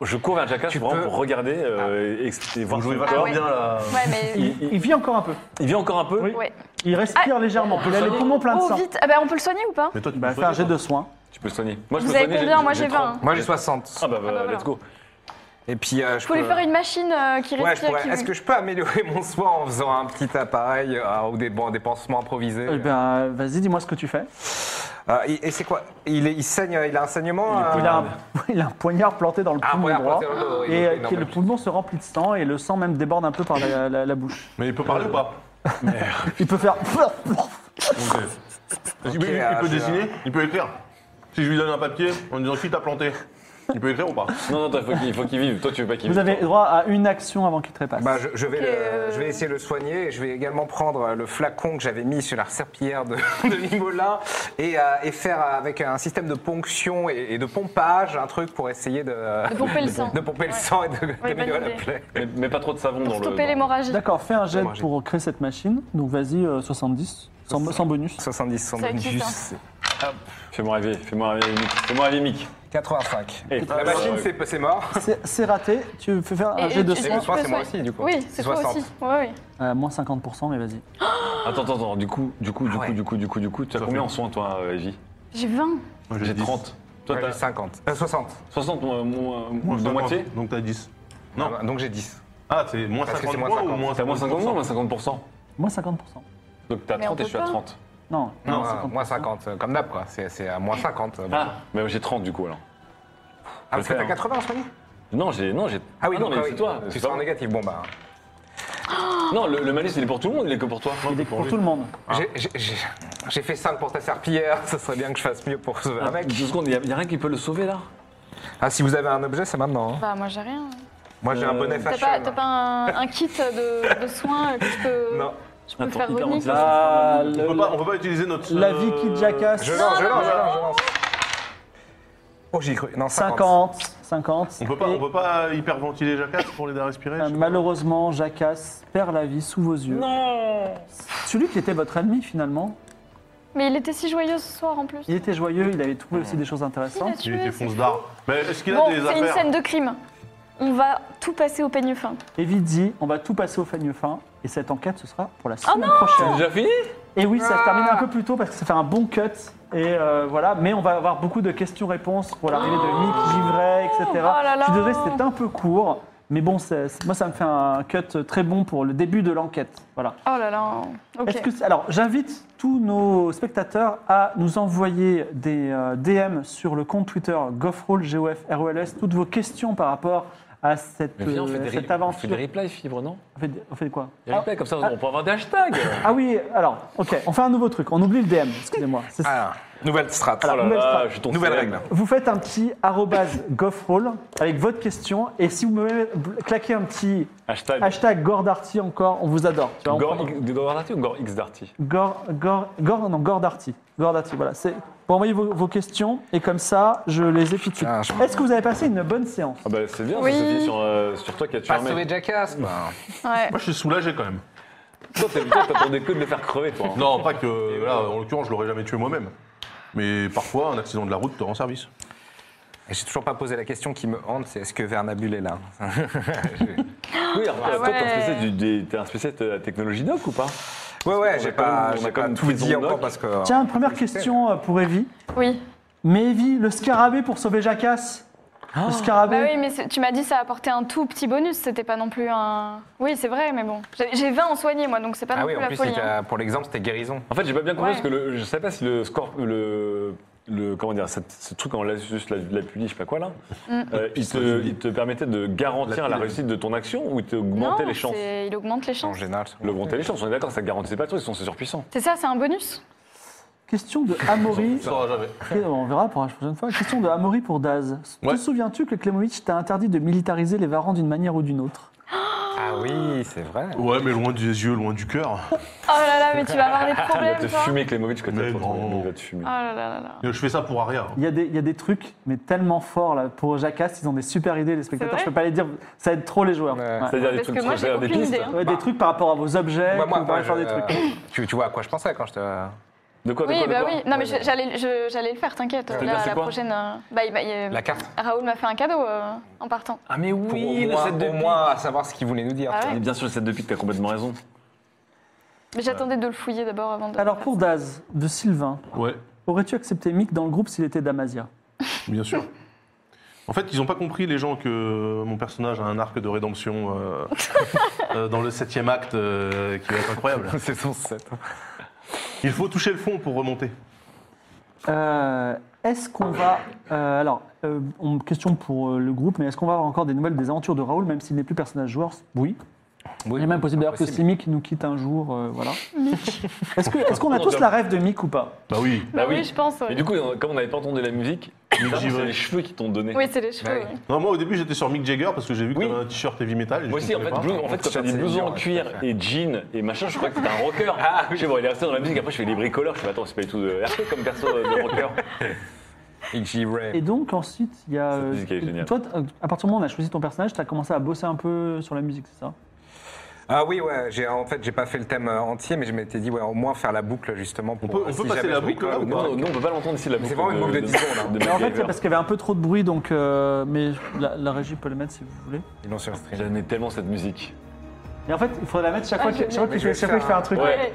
Speaker 1: Je cours vers Jackass vraiment
Speaker 2: peux- Ah
Speaker 1: pour regarder euh, et expliquer, voir
Speaker 4: Vous jouez
Speaker 1: son
Speaker 4: vachement
Speaker 1: corps.
Speaker 4: bien là.
Speaker 5: Ah Ouais, mais.
Speaker 3: Il vit encore un peu.
Speaker 1: Il vit encore un peu.
Speaker 5: [LAUGHS] Ouais.
Speaker 3: Il respire légèrement. Il a les poumons pleins de
Speaker 5: Oh
Speaker 3: sang.
Speaker 5: vite Ah bah on peut le soigner ou pas
Speaker 4: Mais toi, tu
Speaker 3: Il va
Speaker 4: peux
Speaker 3: faire un jet
Speaker 4: soigner,
Speaker 3: de soins.
Speaker 1: Tu peux le soigner. Moi je
Speaker 5: Vous
Speaker 1: peux
Speaker 5: avez
Speaker 1: soigner,
Speaker 5: combien Moi, j'ai
Speaker 1: 30.
Speaker 5: 20.
Speaker 2: Moi j'ai 60.
Speaker 1: Ah bah, bah,
Speaker 5: voilà.
Speaker 1: let's go.
Speaker 2: Et puis euh, je
Speaker 5: Faut lui
Speaker 2: peux-
Speaker 5: faire une machine euh, qui
Speaker 2: Ouais, je
Speaker 5: respire.
Speaker 2: pourrais-
Speaker 5: qui-
Speaker 2: Est-ce que je peux améliorer mon soin en faisant un petit appareil euh, ou des, bon, des pansements improvisés
Speaker 3: Eh ben, vas-y, dis-moi ce que tu fais.
Speaker 2: Euh, et et c'est quoi il, est- il saigne, il a un saignement euh,
Speaker 3: Il a un, [LAUGHS] il a un poignard planté dans le
Speaker 2: Ah, un
Speaker 3: poumon
Speaker 2: poignard
Speaker 3: droit.
Speaker 2: planté dans le dos, oui, donc,
Speaker 3: Et euh, qui-
Speaker 2: énorme.
Speaker 3: le poumon se remplit de sang et le sang même déborde un peu par la- la- la bouche.
Speaker 4: Mais il peut
Speaker 3: Euh,
Speaker 4: parler ou pas
Speaker 3: Il peut faire. [LAUGHS]
Speaker 4: Il peut- il
Speaker 3: euh,
Speaker 2: ah,
Speaker 4: peut
Speaker 2: c'est
Speaker 4: dessiner, il peut écrire. Si je lui donne un papier en disant qui t'a planté, il peut écrire ou pas
Speaker 1: Non, non, toi, faut qu'il- faut qu'il vive. Toi, tu veux pas qu'il
Speaker 3: Vous
Speaker 1: vive.
Speaker 3: avez
Speaker 1: toi.
Speaker 3: droit à une action avant qu'il trépasse.
Speaker 2: Bah, je, je vais
Speaker 5: Ok,
Speaker 2: le-
Speaker 5: euh,
Speaker 2: je vais essayer de le soigner et je vais également prendre euh, le flacon que j'avais mis sur la serpillière de, [LAUGHS] de Limolin et, euh, et faire avec un système de ponction et, et de pompage un truc pour essayer [LAUGHS] de,
Speaker 5: De pomper le sang.
Speaker 2: de pomper le
Speaker 5: Ouais.
Speaker 2: sang et de, de
Speaker 5: bonne
Speaker 2: m'aider à la
Speaker 5: idée.
Speaker 2: plaie.
Speaker 1: Mais, mais pas trop de savon dans le.
Speaker 5: Stopper
Speaker 1: dans-
Speaker 5: l'hémorragie.
Speaker 3: D'accord, fais un jet
Speaker 2: Moi, j'ai-
Speaker 3: pour créer cette machine. Donc vas-y, euh, 70, sans,
Speaker 2: [LAUGHS]
Speaker 3: sans bonus.
Speaker 2: 70
Speaker 5: Ça quitte,
Speaker 2: centimes.
Speaker 1: Fais-moi rêver, fais-moi rêver, Mick. Fais-moi rêver, Mick.
Speaker 2: 85.
Speaker 1: Eh,
Speaker 2: La machine, c'est c'est mort.
Speaker 3: C'est- C'est raté, tu fais faire un
Speaker 5: Et-
Speaker 3: jet de
Speaker 5: et-
Speaker 3: soins.
Speaker 5: et-
Speaker 2: Enfin, c'est moi
Speaker 5: soigner.
Speaker 2: aussi, du coup.
Speaker 5: Oui, c'est toi
Speaker 2: 60.
Speaker 5: aussi. Ouais, ouais.
Speaker 3: Euh, moins 50%, mais vas-y.
Speaker 1: Attends, attends, attends. Du coup, du coup, du
Speaker 2: Ah ouais.
Speaker 1: coup, du coup, du coup, du coup, tu as
Speaker 4: Ça
Speaker 1: combien
Speaker 4: fait-
Speaker 1: en soins, toi, euh, Evie
Speaker 5: J'ai 20.
Speaker 4: Moi,
Speaker 1: J'ai
Speaker 4: 10.
Speaker 1: 30. Toi,
Speaker 2: Ouais, j'ai
Speaker 1: t'as
Speaker 2: 50. Euh, 60.
Speaker 1: 60, moins, euh, moins,
Speaker 4: Moins
Speaker 1: de
Speaker 4: 50,
Speaker 1: moitié
Speaker 4: Donc t'as 10.
Speaker 2: Non.
Speaker 4: Non.
Speaker 2: donc j'ai 10.
Speaker 4: Ah, c'est moins
Speaker 2: Parce que
Speaker 4: 50
Speaker 2: c'est moins
Speaker 4: points ou
Speaker 2: 50.
Speaker 4: moins
Speaker 1: T'as moins 50
Speaker 4: 50%?
Speaker 1: moins 50%
Speaker 3: Moins 50%.
Speaker 1: Donc t'as
Speaker 5: Mais on
Speaker 1: 30 et
Speaker 5: peut
Speaker 1: je suis à
Speaker 5: pas.
Speaker 1: 30.
Speaker 3: Non,
Speaker 2: Non,
Speaker 3: moins 50%.
Speaker 2: moins 50, euh, comme d'hab, quoi. C'est c'est à moins 50. euh, bon.
Speaker 1: Ah, mais j'ai 30 du coup alors.
Speaker 2: Ah, parce que
Speaker 1: faire,
Speaker 2: t'as
Speaker 1: hein.
Speaker 2: 80 en soigné
Speaker 1: Non, j'ai. Non, j'ai.
Speaker 2: Ah oui,
Speaker 1: non,
Speaker 2: donc
Speaker 1: mais
Speaker 2: ah
Speaker 1: c'est
Speaker 2: oui.
Speaker 1: toi.
Speaker 2: Tu
Speaker 1: c'est
Speaker 2: seras
Speaker 1: pas-
Speaker 2: en négatif. Bon, bah.
Speaker 1: Non, le, le malus, il est pour tout le monde, il est que pour toi.
Speaker 3: Il est pour tout le monde.
Speaker 1: Ah.
Speaker 2: j'ai- j'ai- J'ai j'ai fait 5 pour ta [LAUGHS] serpillière, ça serait bien que je fasse mieux pour sauver un mec.
Speaker 1: Ah, Deux secondes, il y a rien qui peut le sauver là
Speaker 2: Ah, si vous avez un objet, c'est maintenant. hein.
Speaker 5: Bah, moi, j'ai rien.
Speaker 2: Moi, j'ai un
Speaker 1: Euh,
Speaker 2: bonnet
Speaker 5: T'as
Speaker 2: fashion.
Speaker 5: pas, t'as pas un, un kit de, de soins que tu peux.
Speaker 2: Non.
Speaker 5: Je peux
Speaker 1: Attends,
Speaker 5: faire
Speaker 1: hyper
Speaker 5: Ronnie
Speaker 1: motivation.
Speaker 3: Ah,
Speaker 4: On
Speaker 3: le-
Speaker 4: peut, pas, on peut pas utiliser notre.
Speaker 3: la
Speaker 4: euh,
Speaker 3: vie qui jacasse.
Speaker 2: Je lance, je lance, je lance, je lance. Oh, j'y ai cru. Non, 50.
Speaker 3: 50, 50.
Speaker 4: On peut pas,
Speaker 3: Et,
Speaker 4: on peut pas hyperventiler Jacques pour l'aider à respirer.
Speaker 3: euh, malheureusement, Jacasse perd la vie sous vos yeux. Non Celui qui était votre ennemi, finalement.
Speaker 5: Mais il était si joyeux ce soir en plus.
Speaker 3: Il était joyeux, il avait trouvé aussi des choses intéressantes.
Speaker 4: Il était fonce d'art. Mais est-ce qu'il a
Speaker 5: Bon,
Speaker 4: des
Speaker 5: c'est une
Speaker 4: affaires
Speaker 5: scène de crime. On va tout passer au peigne fin.
Speaker 3: Et vite dit, on va tout passer au fagne fin. Et cette enquête, ce sera pour la
Speaker 5: Oh
Speaker 3: semaine prochaine.
Speaker 7: Déjà fini
Speaker 3: Et oui, ça se termine
Speaker 5: Ah.
Speaker 3: un peu plus tôt parce que ça fait un bon cut. Et euh, voilà, mais on va avoir beaucoup de questions-réponses pour l'arrivée de Mick, Givray, etc.
Speaker 5: Ah. Oh là là.
Speaker 3: Je suis désolé, c'était un peu court. Mais bon, c'est- c'est- moi, ça me fait un cut très bon pour le début de l'enquête. Voilà.
Speaker 5: Oh là là. Ok.
Speaker 3: Est-ce que c'est- alors, j'invite tous nos spectateurs à nous envoyer des euh, DM sur le compte Twitter GoffRoll, g toutes vos questions par rapport à cette,
Speaker 7: Mais viens, on fait
Speaker 3: euh,
Speaker 7: des,
Speaker 3: cette
Speaker 7: re- on fait
Speaker 3: aventure.
Speaker 7: des replays, fibre, non
Speaker 3: On fait, on fait quoi
Speaker 7: Des replays, comme ça, on peut avoir des hashtags.
Speaker 3: Ah oui, alors, ok, on fait un nouveau truc. On oublie le DM, excusez-moi. C'est ça.
Speaker 2: Ah, nouvelle strat.
Speaker 3: Alors, nouvelle strat.
Speaker 1: Oh je suis ton
Speaker 2: Nouvelle
Speaker 1: célèbre.
Speaker 2: règle.
Speaker 3: Vous faites un petit arrobase [LAUGHS] goffroll avec votre question et si vous me claquez un petit
Speaker 1: Hashtag.
Speaker 3: hashtag Gordarty encore, on vous adore. Tu vois, on
Speaker 1: Gore
Speaker 3: prend-
Speaker 1: X- de Gore Darty ou Gore X Darty
Speaker 3: Gore, Gore, Gore, non, Gore Darty. Gore Darty, voilà. C'est pour envoyer vos, vos questions et comme ça, je les ai tout de suite.
Speaker 2: Ah, je-
Speaker 3: Est-ce que vous avez passé une bonne séance
Speaker 1: Ah bah c'est bien,
Speaker 5: Oui.
Speaker 1: ça se dit sur, euh, sur toi qui as tué
Speaker 2: Pas
Speaker 1: un mec.
Speaker 2: sauvé Jackass. bah.
Speaker 5: Ouais.
Speaker 4: Moi, je suis soulagé quand même.
Speaker 1: Toi, t'es- toi, t'attendais que de le faire crever, toi. hein.
Speaker 4: Non, pas que. Là, en l'occurrence, je l'aurais jamais tué moi-même. Mais parfois, un accident de la route te rend service.
Speaker 2: Et J'ai toujours pas posé la question qui me hante, c'est est-ce que Vernabule est là
Speaker 1: Oui, alors,
Speaker 2: Ah
Speaker 1: toi,
Speaker 5: ouais.
Speaker 1: t'es un spécialiste du- des- t'es un spécialiste de la technologie doc ou pas
Speaker 2: Ouais, ouais,
Speaker 1: qu'on a
Speaker 2: j'ai
Speaker 1: quand
Speaker 2: pas,
Speaker 1: même- on a
Speaker 2: j'ai
Speaker 1: quand
Speaker 2: pas
Speaker 1: même
Speaker 2: tout
Speaker 1: fait
Speaker 2: dit
Speaker 1: son
Speaker 2: encore
Speaker 1: doc.
Speaker 2: parce que.
Speaker 3: Tiens, première question euh, pour Evie.
Speaker 5: Oui.
Speaker 3: Mais Evie, le scarabée pour sauver Jacasse
Speaker 2: Ah.
Speaker 3: Le
Speaker 5: Bah
Speaker 3: scarabée
Speaker 5: oui, mais c'est- tu m'as dit ça apportait un tout petit bonus. C'était pas non plus un. Oui, c'est vrai, mais bon. J'ai- J'ai 20 en soigné, moi, donc c'est pas
Speaker 2: Ah
Speaker 5: non
Speaker 2: oui,
Speaker 5: plus
Speaker 2: en
Speaker 5: la
Speaker 2: plus,
Speaker 5: folie.
Speaker 2: c'était,
Speaker 5: hein.
Speaker 2: euh, pour l'exemple, c'était guérison.
Speaker 1: En fait, j'ai pas bien compris
Speaker 5: Ouais.
Speaker 1: parce que le- je savais pas si le score. Le, le- comment dire, cette- ce truc en Lasus, la, la pulie, je sais pas quoi là,
Speaker 5: Mm.
Speaker 1: euh, il, te, il te permettait de garantir la, réussite de ton action ou il te augmentait
Speaker 5: Non,
Speaker 1: les chances
Speaker 5: c'est- Il augmente les
Speaker 2: En
Speaker 5: chances.
Speaker 2: général. c'est
Speaker 1: Il augmentait les chances, on est d'accord, ça garantissait pas tout, ils sont surpuissants.
Speaker 5: C'est ça, c'est un bonus
Speaker 3: Question de Amaury.
Speaker 4: Ça saura jamais.
Speaker 3: Ok, on verra pour la prochaine fois. Question de Amaury pour Daz.
Speaker 4: Ouais.
Speaker 3: Te souviens-tu que Klemovic t'a interdit de militariser les varans d'une manière ou d'une autre
Speaker 2: Ah oui, c'est vrai.
Speaker 4: Ouais, mais loin des yeux, loin du cœur.
Speaker 5: Oh là là, mais tu vas avoir des
Speaker 1: Il va te
Speaker 5: problèmes, toi.
Speaker 1: fumer avec les mauvais côté
Speaker 4: Mais
Speaker 1: de toi,
Speaker 4: non.
Speaker 1: il va te fumer.
Speaker 5: Oh là là là là.
Speaker 4: Je fais ça pour Aria.
Speaker 3: il y, a des, il y a des trucs, mais tellement forts là. Pour Jacasse, ils ont des super idées, les spectateurs.
Speaker 5: vrai
Speaker 3: Je peux pas les dire, ça aide trop les joueurs.
Speaker 2: Ouais.
Speaker 3: Ouais.
Speaker 1: C'est-à-dire des
Speaker 5: Parce
Speaker 1: trucs
Speaker 5: que moi, j'ai
Speaker 1: sur des
Speaker 5: aucune
Speaker 1: pistes.
Speaker 5: idée. hein.
Speaker 3: Ouais, Des trucs par rapport à vos objets,
Speaker 2: Bah,
Speaker 3: que vous pourrez
Speaker 2: je-
Speaker 3: faire des trucs.
Speaker 2: [COUGHS] Tu, tu vois à quoi je pensais quand je te.
Speaker 1: De quoi, de
Speaker 5: Oui,
Speaker 1: quoi, de
Speaker 5: bah
Speaker 1: quoi
Speaker 5: oui. Non, mais
Speaker 1: Ouais,
Speaker 5: je- j'allais je- j'allais le faire, t'inquiète.
Speaker 1: T'as
Speaker 5: La,
Speaker 1: placé
Speaker 5: la
Speaker 1: quoi
Speaker 5: prochaine. euh, Bah, il- bah, il-
Speaker 2: La carte.
Speaker 5: Raoul m'a fait un cadeau euh, en partant.
Speaker 7: Ah, mais
Speaker 2: Pour
Speaker 7: oui,
Speaker 2: au
Speaker 7: le
Speaker 2: moins,
Speaker 7: set de
Speaker 2: au moins à savoir ce qu'il voulait nous dire.
Speaker 5: Ah
Speaker 2: tu
Speaker 5: ouais.
Speaker 1: Mais Bien sûr, le set de pique, t'as complètement raison.
Speaker 5: Mais j'attendais de le fouiller d'abord avant de.
Speaker 3: Alors pour Daz, de Sylvain,
Speaker 4: Ouais,
Speaker 3: aurais-tu accepté Mick dans le groupe s'il était Damasia
Speaker 4: bien sûr. En fait, ils n'ont pas compris, les gens, que mon personnage a un arc de rédemption
Speaker 5: [LAUGHS]
Speaker 4: euh, euh, dans le septième acte euh, qui va être incroyable.
Speaker 2: vois. [LAUGHS] C'est son set. hein.
Speaker 4: Il faut toucher le fond pour remonter.
Speaker 3: Euh, Est-ce qu'on va... euh, alors, euh, on- question pour euh, le groupe, mais est-ce qu'on va avoir encore des nouvelles des aventures de Raoul, même s'il n'est plus personnage joueur Oui. Il est même possible d'ailleurs que si Mick nous quitte un jour, euh, [LAUGHS] voilà. Est-ce que- est-ce qu'on a tous la rêve de Mick ou pas
Speaker 4: Bah oui.
Speaker 5: Bah oui, je pense. ouais.
Speaker 1: Et du coup, comme on n'avait pas entendu la musique, c'est les cheveux qui t'ont donné.
Speaker 5: Oui, c'est les cheveux.
Speaker 2: Bah oui.
Speaker 5: ouais.
Speaker 4: Non, moi, au début, j'étais sur Mick Jagger parce que j'ai vu que
Speaker 1: Oui.
Speaker 4: t'avais un t-shirt heavy metal. et
Speaker 1: Moi
Speaker 4: je
Speaker 1: aussi, en fait,
Speaker 4: comprenais
Speaker 1: blouson-
Speaker 4: pas.
Speaker 1: Hein en fait, quand t'as
Speaker 2: T-shirt,
Speaker 1: des
Speaker 2: c'est
Speaker 1: blousons
Speaker 2: dur,
Speaker 1: en
Speaker 2: ouais,
Speaker 1: cuir
Speaker 2: tout à fait.
Speaker 1: et jeans et machin, je crois que t'es un rocker. Je sais, bon, il est resté dans la musique, après je fais les bricoleurs, je fais attends, c'est pas du tout de RP comme perso euh, de rocker.
Speaker 2: Iggy
Speaker 3: Et
Speaker 2: Ray.
Speaker 3: donc ensuite, il y a...
Speaker 1: Cette
Speaker 3: euh,
Speaker 1: musique, elle est géniale.
Speaker 3: toi, t- euh, à partir du moment où on a choisi ton personnage, tu as commencé à bosser un peu sur la musique, c'est ça
Speaker 2: Ah oui, ouais, j'ai, en fait, j'ai pas fait le thème euh, entier, mais je m'étais dit, ouais, au moins faire la boucle justement pour. euh,
Speaker 4: On peut- on
Speaker 2: si
Speaker 4: peut passer
Speaker 2: jamais
Speaker 4: la
Speaker 2: je
Speaker 4: boucle,
Speaker 2: bricole
Speaker 4: là, ou
Speaker 2: Ah, ou
Speaker 4: pas
Speaker 2: non.
Speaker 1: Non, non, on peut pas l'entendre ici la
Speaker 2: c'est vraiment une boucle de 10 secondes, hein.
Speaker 3: Mais En fait, c'est parce qu'il y avait un peu trop de bruit, donc... euh, mais la, la régie peut le mettre si vous voulez.
Speaker 2: Ils l'ont sur stream.
Speaker 1: J'aimais tellement cette musique.
Speaker 3: Et en fait, il faudrait la mettre chaque fois que chaque fois que
Speaker 2: Mais
Speaker 3: Ah, je
Speaker 2: je vais
Speaker 3: chaque fois que je fais un
Speaker 2: faire
Speaker 3: truc.
Speaker 1: un- Ouais.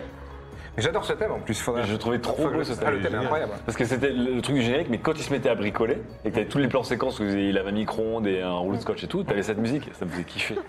Speaker 2: Mais j'adore ce thème en plus. Faudrait...
Speaker 1: Je le trouvais trop
Speaker 2: Faut que-
Speaker 1: beau ce
Speaker 2: Ah, le thème est
Speaker 1: génial.
Speaker 2: incroyable.
Speaker 1: Parce que c'était le le truc du générique, mais quand il se mettait à bricoler, et que t'avais tous les plans séquences où il avait un micro-ondes et un rouleau de scotch et tout, t'avais cette musique, ça me faisait
Speaker 3: [LAUGHS]
Speaker 1: kiffer.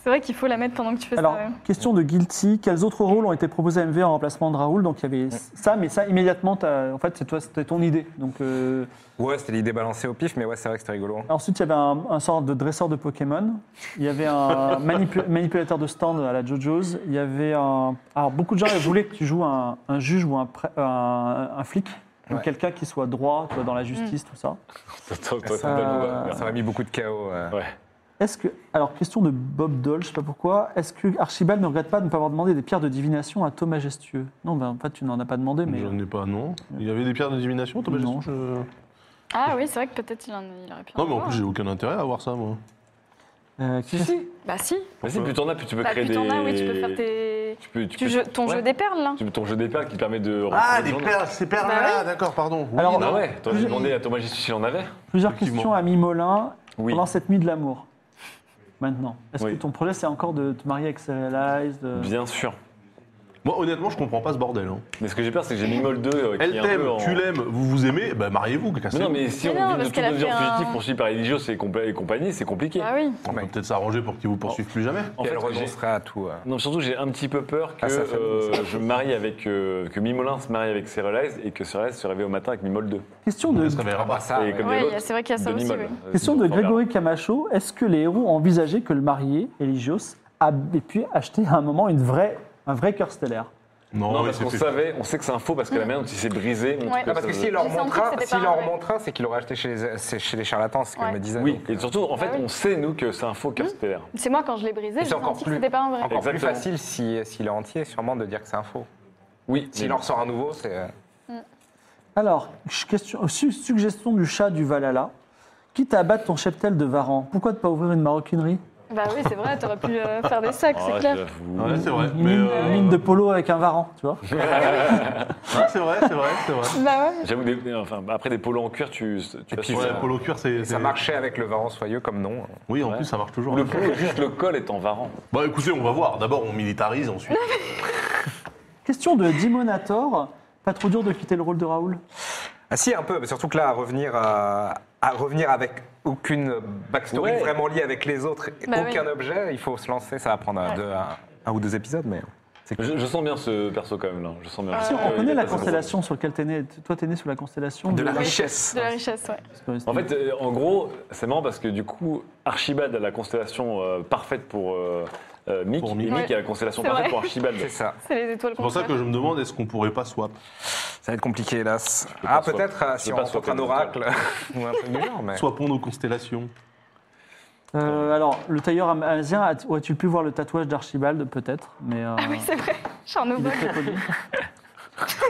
Speaker 5: C'est vrai qu'il faut la mettre pendant que tu fais
Speaker 3: Alors,
Speaker 5: ça. ouais.
Speaker 3: question de Guilty, quels autres rôles ont été proposés à MV en remplacement de Raoul Donc il y avait ça, mais ça immédiatement, t'as- en fait, c'est toi, c'était ton idée. Donc euh,
Speaker 2: Ouais, c'était l'idée balancée au pif, mais ouais, c'est vrai que c'était rigolo.
Speaker 3: ensuite, il y avait un, un sort de dresseur de Pokémon. Il y avait un manipu- manipulateur de stand à la JoJo's. Il y avait un. Alors beaucoup de gens voulaient que tu joues un, un juge ou un, pré- un- un flic, donc
Speaker 2: Ouais.
Speaker 3: quelqu'un qui
Speaker 5: Mm.
Speaker 3: soit droit, soit dans la justice, tout ça.
Speaker 1: Toi, toi, toi,
Speaker 3: Euh,
Speaker 1: toi, toi, toi,
Speaker 2: Ça m'a mis beaucoup de chaos. euh.
Speaker 1: toi. Ouais.
Speaker 3: Est-ce que. Alors, question de Bob Doll, je sais pas pourquoi. Est-ce que Archibald ne regrette pas de ne pas avoir demandé des pierres de divination à Thomas Majestueux Non, ben, en fait, tu n'en as pas demandé, mais. euh,
Speaker 4: J'en ai pas, non. Il y avait des pierres de divination, Thomas
Speaker 3: Non.
Speaker 4: Gestion, je-
Speaker 5: Ah oui, c'est vrai que peut-être il, en- il aurait pu.
Speaker 4: Non, mais en
Speaker 5: avoir.
Speaker 4: plus, j'ai aucun intérêt à avoir ça, moi.
Speaker 3: Euh, qui-
Speaker 7: Si, si.
Speaker 5: Bah si.
Speaker 1: Vas-y, plus t'en as, plus tu peux
Speaker 5: Bah,
Speaker 1: créer
Speaker 5: plus t'en
Speaker 1: des.
Speaker 5: as, oui, tu peux faire tes.
Speaker 1: Tu peux- tu
Speaker 5: Tu
Speaker 1: peux-
Speaker 5: jeux- ton
Speaker 1: Ouais.
Speaker 5: jeu des perles, là.
Speaker 1: Tu- Ton jeu des perles qui permet de.
Speaker 4: Ah, les
Speaker 1: des
Speaker 4: perles, ces
Speaker 5: Bah
Speaker 4: perles-là,
Speaker 5: oui.
Speaker 4: d'accord, pardon. Oui,
Speaker 3: Alors, bah
Speaker 4: non.
Speaker 1: Ah ouais, t'aurais
Speaker 3: Je-
Speaker 1: demandé à Thomas Gissus s'il en avait
Speaker 3: Plusieurs
Speaker 4: Effectivement.
Speaker 3: questions à Mimolin
Speaker 1: Oui.
Speaker 3: pendant cette nuit de l'amour. Maintenant, est-ce
Speaker 1: Oui.
Speaker 3: que ton projet c'est encore de te marier avec Serialized euh,
Speaker 1: Bien sûr.
Speaker 4: Moi, honnêtement, je comprends pas ce bordel. hein.
Speaker 1: Mais ce que j'ai peur, c'est que j'ai Mimol 2 euh, qui
Speaker 4: Elle
Speaker 1: est un
Speaker 4: t'aime,
Speaker 1: peu en-
Speaker 4: tu l'aimes, vous vous aimez, bah mariez-vous,
Speaker 1: Mais
Speaker 4: cassez
Speaker 1: non, mais si on
Speaker 5: Mais non,
Speaker 1: vit de
Speaker 5: parce
Speaker 1: toute
Speaker 5: qu'elle a
Speaker 1: notre vie en
Speaker 5: fait
Speaker 1: fugitif,
Speaker 5: un-
Speaker 1: poursuivi par les religieux c'est compl- et compagnie, c'est compliqué.
Speaker 5: Bah oui.
Speaker 4: On peut peut-être s'arranger pour qu'ils vous poursuivent plus jamais.
Speaker 1: En
Speaker 2: Elle
Speaker 1: fait, j'ai-
Speaker 2: renoncera à tout. euh.
Speaker 1: Non, surtout, j'ai un petit peu peur que
Speaker 2: Ah, ça fait
Speaker 1: euh,
Speaker 2: mal, ça.
Speaker 1: je me marie avec. euh, que Mimolin se marie avec Serialized et que Serialized se réveille au matin avec Mimol 2.
Speaker 3: Question de,
Speaker 4: Ça se réveillera pas.
Speaker 2: Ah, bah, ça,
Speaker 1: Et
Speaker 2: ouais.
Speaker 1: comme il
Speaker 5: Ouais,
Speaker 1: y a
Speaker 5: il y a-
Speaker 1: l'autre,
Speaker 5: c'est vrai qu'il y a ça
Speaker 1: de
Speaker 5: aussi,
Speaker 1: Mimol.
Speaker 5: oui.
Speaker 1: Euh,
Speaker 3: question de
Speaker 1: Robert.
Speaker 3: Grégory Camacho est-ce que les héros envisageaient que le marié, Eligios, a et puis acheté à un moment une vraie, un vrai cœur stellaire
Speaker 4: Non,
Speaker 1: Non,
Speaker 4: oui,
Speaker 1: parce
Speaker 4: c'est
Speaker 1: qu'on
Speaker 4: fait.
Speaker 1: savait, on sait que c'est un faux parce que la manière dont il s'est brisé. montre
Speaker 5: Ouais.
Speaker 1: que
Speaker 5: Ah,
Speaker 2: Ah, parce
Speaker 1: ça-
Speaker 2: que s'il leur
Speaker 5: J'ai senti que
Speaker 2: montrera,
Speaker 5: c'était
Speaker 2: s'il
Speaker 5: pas
Speaker 2: leur
Speaker 5: vrai.
Speaker 2: montrera, c'est qu'il aurait acheté chez les, c'est chez les charlatans, c'est ce que
Speaker 5: Ouais.
Speaker 2: me disait.
Speaker 1: Oui,
Speaker 2: donc, euh,
Speaker 1: et surtout, en fait,
Speaker 5: Ah
Speaker 1: on sait, nous, que c'est un
Speaker 5: Mmh.
Speaker 1: faux cœur stellaire.
Speaker 5: C'est moi quand je l'ai brisé,
Speaker 2: Et
Speaker 5: j'ai
Speaker 2: c'est encore
Speaker 5: senti que
Speaker 2: plus,
Speaker 5: c'était pas un vrai.
Speaker 2: encore plus
Speaker 1: Exactement.
Speaker 2: facile si- s'il est entier, sûrement, de dire que c'est un faux.
Speaker 1: Oui, mais-
Speaker 2: S'il en ressort un nouveau, c'est. euh,
Speaker 3: Alors, ch- question, euh, su- suggestion du chat du Valhalla quitte à abattre ton cheptel de Varan, pourquoi ne pas ouvrir une maroquinerie
Speaker 5: Bah oui, c'est vrai, t'aurais pu euh, faire des sacs, c'est
Speaker 1: Ah,
Speaker 5: clair.
Speaker 1: j'avoue.
Speaker 4: Ouais, c'est vrai.
Speaker 3: Une
Speaker 4: Mais
Speaker 3: mine,
Speaker 4: euh,
Speaker 3: une mine de polo avec un Varan, tu vois
Speaker 4: ah, c'est vrai, c'est vrai, c'est vrai.
Speaker 5: Bah ouais.
Speaker 1: J'avoue, des- enfin, après des polos en cuir, tu, tu
Speaker 2: puis,
Speaker 1: assumes.
Speaker 4: Ouais,
Speaker 2: ça-
Speaker 4: polo cuir, c'est.
Speaker 2: Ça
Speaker 4: c'est-
Speaker 2: marchait avec le varan soyeux comme nom.
Speaker 4: Oui, en
Speaker 1: Ouais.
Speaker 4: plus, ça marche toujours. hein.
Speaker 1: Le polo, juste le col est en varan.
Speaker 4: Bah écoutez, on va voir. D'abord, on militarise, ensuite.
Speaker 3: Question de Dimonator pas trop dur de quitter le rôle de Raoul
Speaker 2: Ah si, un peu, mais surtout que là, à revenir, à, à revenir avec aucune backstory
Speaker 1: Ouais.
Speaker 2: vraiment liée avec les autres, et
Speaker 5: Bah
Speaker 2: aucun
Speaker 5: oui.
Speaker 2: objet, il faut se lancer, ça va prendre un, deux- un- un ou deux épisodes, mais...
Speaker 1: Je, je sens bien ce perso quand même là. Je sens bien.
Speaker 5: Si,
Speaker 3: Si, Ah, on
Speaker 1: Euh, il
Speaker 3: connaît
Speaker 1: est
Speaker 3: la
Speaker 1: pas simple.
Speaker 3: constellation sur laquelle t'es né. Toi, t'es né sous la constellation
Speaker 2: De la
Speaker 5: Oui,
Speaker 2: richesse.
Speaker 5: De la richesse, ouais.
Speaker 1: En fait, euh, en gros, c'est marrant parce que du coup, Archibald a la constellation euh, parfaite pour euh, euh, Mick,
Speaker 4: Pour Mick.
Speaker 1: et Mick
Speaker 5: Ouais.
Speaker 1: a la constellation
Speaker 5: C'est
Speaker 1: parfaite
Speaker 5: vrai.
Speaker 1: pour Archibald.
Speaker 2: C'est ça.
Speaker 5: [LAUGHS] C'est les étoiles
Speaker 4: C'est pour ça
Speaker 5: contraires.
Speaker 4: que je me demande, est-ce qu'on pourrait pas swap
Speaker 2: Ça va être compliqué, hélas.
Speaker 1: peux
Speaker 2: Ah,
Speaker 1: pas swap-
Speaker 2: peut-être euh,
Speaker 1: je
Speaker 2: si
Speaker 1: peux
Speaker 2: on
Speaker 1: pas
Speaker 2: rencontre
Speaker 1: swapper
Speaker 2: un
Speaker 1: de
Speaker 2: oracle [LAUGHS] ou un truc du genre, mais...
Speaker 4: Swapons nos constellations.
Speaker 3: Euh, alors, le tailleur am- asien, a- aurait-il pu voir le tatouage d'Archibald Peut-être, mais. euh,
Speaker 5: Ah oui, c'est vrai. Je suis en
Speaker 3: il est
Speaker 5: ovoid.
Speaker 3: très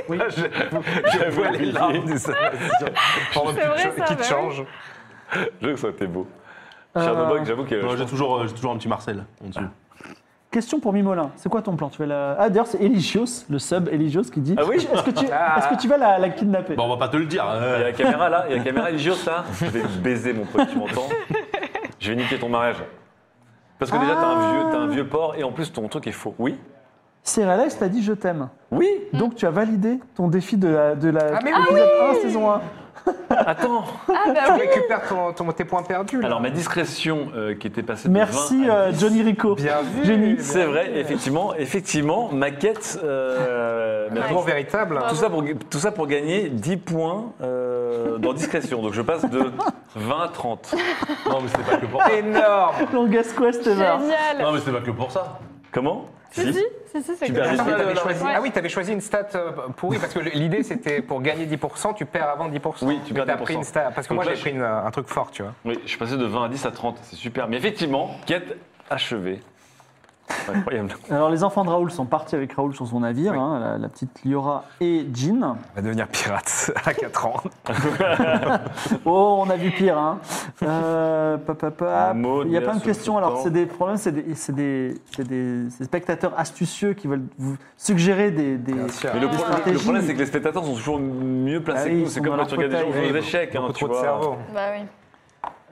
Speaker 3: poli.
Speaker 2: Je vois les larmes des Pendant
Speaker 5: C'est vrai,
Speaker 2: qu'il
Speaker 5: ça,
Speaker 2: qui
Speaker 5: bah oui.
Speaker 2: change.
Speaker 1: Je veux que ça aurait été beau.
Speaker 3: Euh,
Speaker 1: Chernobog, j'avoue que.
Speaker 4: Non,
Speaker 1: je
Speaker 4: J'ai toujours, euh, j'ai toujours un petit Marcel en dessous.
Speaker 3: Question pour Mimolin. C'est quoi ton plan tu vas la... Ah, d'ailleurs, c'est Eligios, le sub Eligios, qui dit
Speaker 1: Ah oui
Speaker 3: [LAUGHS] Est-ce que, tu... est-ce que tu vas la, la kidnapper
Speaker 4: Bon, on va pas te le dire.
Speaker 1: Il y a
Speaker 4: euh.
Speaker 1: la caméra là, il y a la caméra, il jure
Speaker 4: [LAUGHS]
Speaker 1: ça. Je vais te baiser mon pote, tu m'entends Je vais niquer ton mariage. Parce que déjà, t'as
Speaker 3: Ah.
Speaker 1: un vieux, t'as un vieux porc et en plus, ton truc est faux.
Speaker 3: [LAUGHS]
Speaker 1: Oui
Speaker 3: Céralex t'a dit je t'aime.
Speaker 1: Oui
Speaker 3: Donc, tu as validé ton défi de la, de la
Speaker 2: Ah, mais
Speaker 3: épisode 1, saison 1.
Speaker 1: Attends
Speaker 5: Ah bah
Speaker 2: Tu [LAUGHS]
Speaker 5: oui.
Speaker 2: récupères ton, ton- tes points perdus. là.
Speaker 1: Alors, ma discrétion euh, qui était passée de 20
Speaker 3: Merci,
Speaker 1: à
Speaker 3: euh, Johnny Rico.
Speaker 2: Bien vu.
Speaker 3: Génie.
Speaker 1: C'est vrai, effectivement, effectivement, ma quête. euh,
Speaker 5: Ah,
Speaker 1: ma
Speaker 2: L'amour véritable.
Speaker 1: Tout ça, pour, tout ça pour gagner 10 points euh, dans discrétion. Donc je passe de 20 à 30.
Speaker 4: Non, mais c'est pas que pour ça.
Speaker 2: Énorme.
Speaker 3: Longest quest ever.
Speaker 4: Non,
Speaker 5: Génial.
Speaker 4: mais c'est pas que pour ça.
Speaker 1: Comment
Speaker 5: Si, si, si, si, c'est
Speaker 1: Tu
Speaker 5: cool.
Speaker 1: perds
Speaker 2: Attends, mais
Speaker 1: Ah,
Speaker 2: t'avais
Speaker 1: non,
Speaker 2: choisi-
Speaker 5: non.
Speaker 2: Ah oui, tu avais choisi une stat euh, pourrie parce que l'idée c'était pour gagner 10%, tu perds avant 10%.
Speaker 1: Oui, tu
Speaker 2: Mais
Speaker 1: perds
Speaker 2: t'as
Speaker 1: 10%.
Speaker 2: pris une stat parce que
Speaker 1: Donc
Speaker 2: moi
Speaker 1: là,
Speaker 2: j'ai
Speaker 1: je-
Speaker 2: pris une, euh, un truc fort, tu vois.
Speaker 1: Oui, je suis passé de 20 à 10 à 30. C'est super. Mais effectivement, quête achevée. Incroyable.
Speaker 3: Alors, les enfants de Raoul sont partis avec Raoul sur son navire, hein, la, la petite Liora et Jean.
Speaker 2: On va devenir pirate [LAUGHS] à 4 ans.
Speaker 3: Oh, on a vu pire, hein. Euh, pa, pa, pa.
Speaker 1: Un mot de
Speaker 3: Il y a plein de
Speaker 1: Yasu
Speaker 3: questions.
Speaker 1: tout le
Speaker 3: Alors,
Speaker 1: temps.
Speaker 3: c'est des problèmes, c'est des, c'est des, c'est des- c'est des spectateurs astucieux qui veulent vous suggérer des, des,
Speaker 1: Mais
Speaker 3: des
Speaker 1: le, pro- le
Speaker 3: stratégies.
Speaker 1: problème, c'est que les spectateurs sont toujours mieux placés
Speaker 3: Ah
Speaker 1: que
Speaker 3: oui,
Speaker 1: nous.
Speaker 3: ils
Speaker 1: C'est
Speaker 3: sont
Speaker 1: comme
Speaker 3: dans
Speaker 1: quand
Speaker 3: leur
Speaker 1: tu regardes des gens
Speaker 3: fauteuil,
Speaker 1: jouer aux
Speaker 3: oui.
Speaker 1: échecs. hein,
Speaker 2: Beaucoup
Speaker 1: tu
Speaker 2: trop de
Speaker 1: vois.
Speaker 2: cerveau.
Speaker 5: Bah oui.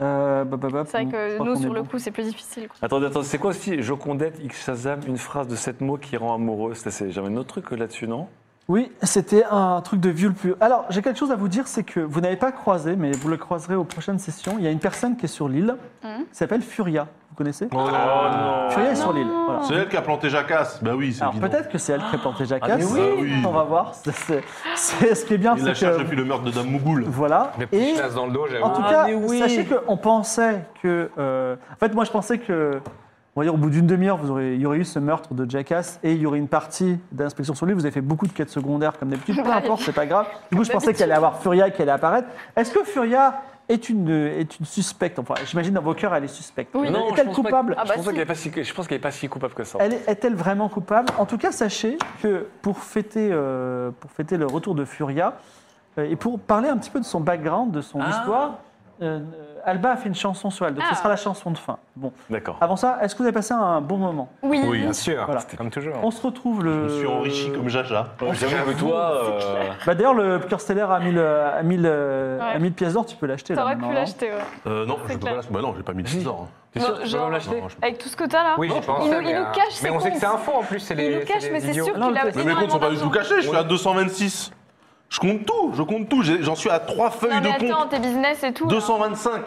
Speaker 3: Euh, bah, bah, bah,
Speaker 5: C'est vrai
Speaker 3: je
Speaker 5: que
Speaker 3: crois
Speaker 5: nous,
Speaker 3: qu'on
Speaker 5: sur
Speaker 3: est
Speaker 5: le
Speaker 3: bon.
Speaker 5: coup, c'est plus difficile. quoi.
Speaker 1: Attendez, attendez, c'est quoi aussi Jocondette, X Shazam, une phrase de 7 mots qui rend amoureux Ça, C'est jamais notre truc euh, là-dessus, non
Speaker 3: Oui, c'était un truc de vieux le plus. Alors, j'ai quelque chose à vous dire, c'est que vous n'avez pas croisé, mais vous le croiserez aux prochaines sessions. Il y a une personne qui est sur l'île,
Speaker 5: Mhm.
Speaker 3: qui s'appelle Furia. Vous connaissez
Speaker 4: Oh non.
Speaker 3: Furia est sur l'île. voilà.
Speaker 4: C'est elle qui a planté Jacasse. Bah oui, c'est
Speaker 3: Alors
Speaker 4: évident.
Speaker 3: peut-être que c'est elle qui a planté Jacasse.
Speaker 4: mais oui.
Speaker 3: On va voir. C'est- c'est- c'est- ce qui est
Speaker 5: hein,
Speaker 3: bien,
Speaker 4: Il la
Speaker 3: c'est
Speaker 4: cherche
Speaker 3: que
Speaker 4: depuis le meurtre de Dame Mouboul.
Speaker 3: voilà.
Speaker 2: Les petites
Speaker 3: Et
Speaker 2: chasses dans le dos, j'avoue.
Speaker 3: en tout
Speaker 1: Ah,
Speaker 3: cas,
Speaker 1: mais oui.
Speaker 3: sachez qu'on pensait que. euh, en fait, moi, je pensais que. On va dire, au bout d'une demi-heure, vous aurez- il y aurait eu ce meurtre de Jackass et il y aurait une partie d'inspection sur lui. Vous avez fait beaucoup de quêtes secondaires comme d'habitude, peu importe, c'est pas grave. Du coup, je pensais qu'il allait avoir Furia qui allait apparaître. Est-ce que Furia est une, est une suspecte. Enfin, j'imagine dans vos cœurs, elle est suspecte.
Speaker 5: Oui.
Speaker 3: Mais
Speaker 5: Non,
Speaker 3: Est-elle
Speaker 7: pense pas que-
Speaker 3: coupable
Speaker 5: Ah bah
Speaker 7: je pense
Speaker 5: si.
Speaker 7: qu'elle est pas si- je pense qu'elle n'est pas, si coupable que ça.
Speaker 3: Elle est- Est-elle vraiment coupable En tout cas, sachez que pour fêter, euh, pour fêter le retour de Furia, euh, et pour parler un petit peu de son background, de son
Speaker 7: Ah.
Speaker 3: histoire, euh, Alba a fait une chanson sur elle, donc ce
Speaker 5: Ah.
Speaker 3: sera la chanson de fin. Bon,
Speaker 1: D'accord.
Speaker 2: Ah,
Speaker 3: avant ça, est-ce que vous avez passé un bon moment
Speaker 5: Oui.
Speaker 4: Oui,
Speaker 2: Bien sûr,
Speaker 3: Voilà.
Speaker 2: bah, comme toujours.
Speaker 3: On se retrouve le...
Speaker 4: Je me suis
Speaker 5: Euh,
Speaker 4: enrichi comme Jaja.
Speaker 1: Euh, J'avoue que toi, euh,
Speaker 3: Bah, D'ailleurs, le cœur stellaire à 1000 à 1000, euh,
Speaker 5: Ouais.
Speaker 3: à 1000 pièces d'or, tu peux l'acheter. là,
Speaker 5: T'aurais pu
Speaker 3: maintenant, hein. non
Speaker 5: l'acheter, ouais.
Speaker 4: Euh, non, je
Speaker 5: C'est
Speaker 4: peux
Speaker 5: clair.
Speaker 4: pas l'acheter. Bah non, j'ai pas mis de trésor.
Speaker 7: T'es
Speaker 5: Non,
Speaker 7: sûr que tu peux
Speaker 5: genre-
Speaker 7: me l'acheter
Speaker 5: Avec tout ce que t'as là
Speaker 2: Oui, j'ai pensé.
Speaker 5: il nous, il nous
Speaker 2: euh,
Speaker 5: cache
Speaker 2: Mais
Speaker 5: ses
Speaker 2: on sait que
Speaker 5: comptes.
Speaker 2: c'est un faux en plus, c'est
Speaker 5: Il
Speaker 2: les.
Speaker 5: nous cache,
Speaker 2: les
Speaker 5: mais c'est
Speaker 2: idiots.
Speaker 5: sûr
Speaker 3: Non,
Speaker 5: qu'il a
Speaker 3: le-
Speaker 4: Mais mes comptes sont pas du tout
Speaker 5: énormément
Speaker 4: cachés, je suis à
Speaker 5: d'argent.
Speaker 4: 226. Je compte tout, je compte tout. j'ai- J'en suis à 3 feuilles
Speaker 5: Non, mais
Speaker 4: de
Speaker 5: attends,
Speaker 4: compte.
Speaker 5: tes business et tout. là.
Speaker 4: 225.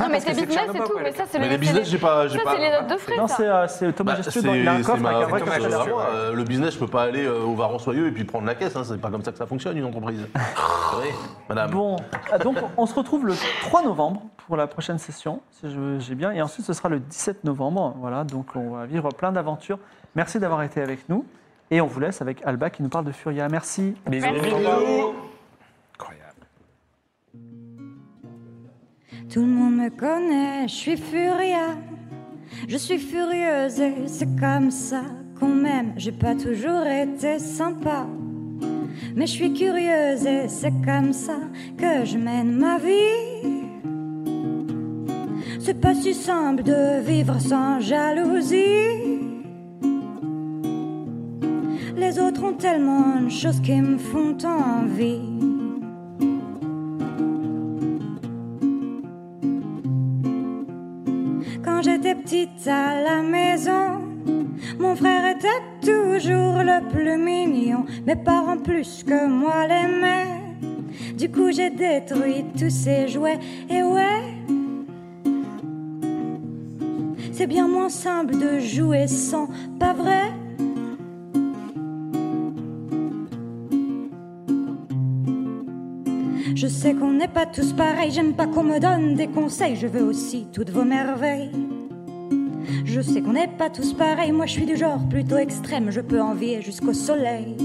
Speaker 5: Non, mais
Speaker 2: parce que
Speaker 5: tes
Speaker 2: c'est
Speaker 5: business et
Speaker 2: Tchernobyl,
Speaker 5: tout,
Speaker 2: ouais,
Speaker 5: mais
Speaker 2: le
Speaker 5: ça, c'est
Speaker 4: Mais
Speaker 5: le.
Speaker 4: les business, j'ai pas. j'ai
Speaker 5: Ça,
Speaker 4: pas...
Speaker 5: c'est les notes de frais.
Speaker 3: Non,
Speaker 5: ça.
Speaker 3: c'est euh, c'est Thomas
Speaker 4: Bah,
Speaker 3: Gestueux, dans- il a un
Speaker 4: c'est-
Speaker 3: coffre
Speaker 4: c'est
Speaker 3: avec
Speaker 4: ma-
Speaker 3: un vrai
Speaker 4: c'est
Speaker 3: cœur
Speaker 4: ma-
Speaker 3: stellaire.
Speaker 4: c'est moi, euh, Le business, je peux pas aller euh, au Varan-Soyeux et puis prendre la caisse. hein, C'est pas comme ça que ça fonctionne,
Speaker 3: [LAUGHS]
Speaker 4: une entreprise. Oui, madame.
Speaker 3: Bon, ah, donc on se retrouve le 3 novembre pour la prochaine session, si je- j'ai bien. Et ensuite, ce sera le 17 novembre. Voilà, donc on va vivre plein d'aventures. Merci d'avoir été avec nous. Et on vous laisse avec Alba qui nous parle de Furia. Merci.
Speaker 2: Incroyable.
Speaker 6: Tout le monde me connaît, je suis furia. Je suis furieuse et c'est comme ça qu'on m'aime. J'ai pas toujours été sympa. Mais je suis curieuse et c'est comme ça que je mène ma vie. C'est pas si simple de vivre sans jalousie. Les autres ont tellement de choses qui me font envie. Quand j'étais petite à la maison, mon frère était toujours le plus mignon. Mes parents plus que moi l'aimaient. Du coup, j'ai détruit tous ses jouets. Et ouais, c'est bien moins simple de jouer sans, pas vrai? Je sais qu'on n'est pas tous pareils, j'aime pas qu'on me donne des conseils, je veux aussi toutes vos merveilles. Je sais qu'on n'est pas tous pareils, moi je suis du genre plutôt extrême, je peux envier jusqu'au soleil.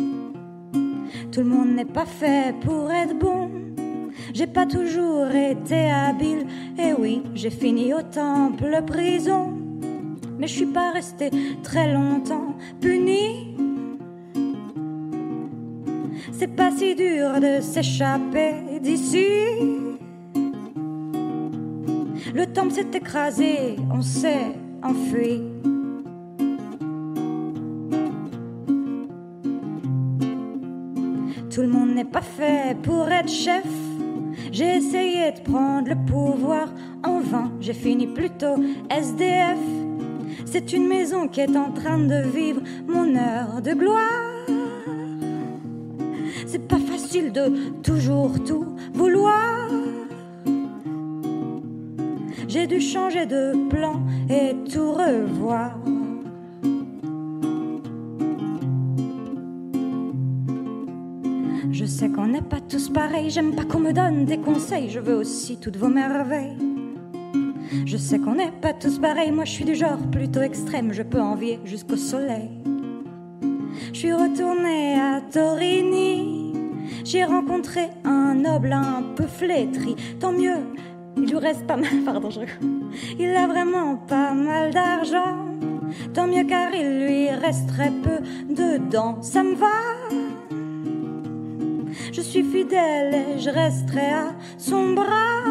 Speaker 6: Tout le monde n'est pas fait pour être bon, j'ai pas toujours été habile, et oui, j'ai fini au temple prison, mais je suis pas restée très longtemps punie. C'est pas si dur de s'échapper d'ici. Le temple s'est écrasé, on s'est enfui. Tout le monde n'est pas fait pour être chef. J'ai essayé de prendre le pouvoir en vain. J'ai fini plutôt SDF. C'est une maison qui est en train de vivre mon heure de gloire. C'est pas facile de toujours tout vouloir. J'ai dû changer de plan et tout revoir. Je sais qu'on n'est pas tous pareils, j'aime pas qu'on me donne des conseils, je veux aussi toutes vos merveilles. Je sais qu'on n'est pas tous pareils, moi je suis du genre plutôt extrême, je peux envier jusqu'au soleil. Je suis retournée à Torini. J'ai rencontré un noble un peu flétri. Tant mieux, il lui reste pas mal. [LAUGHS] Pardon, je rigole. Il a vraiment pas mal d'argent. Tant mieux car il lui reste très peu dedans. Ça me va. Je suis fidèle et je resterai à son bras.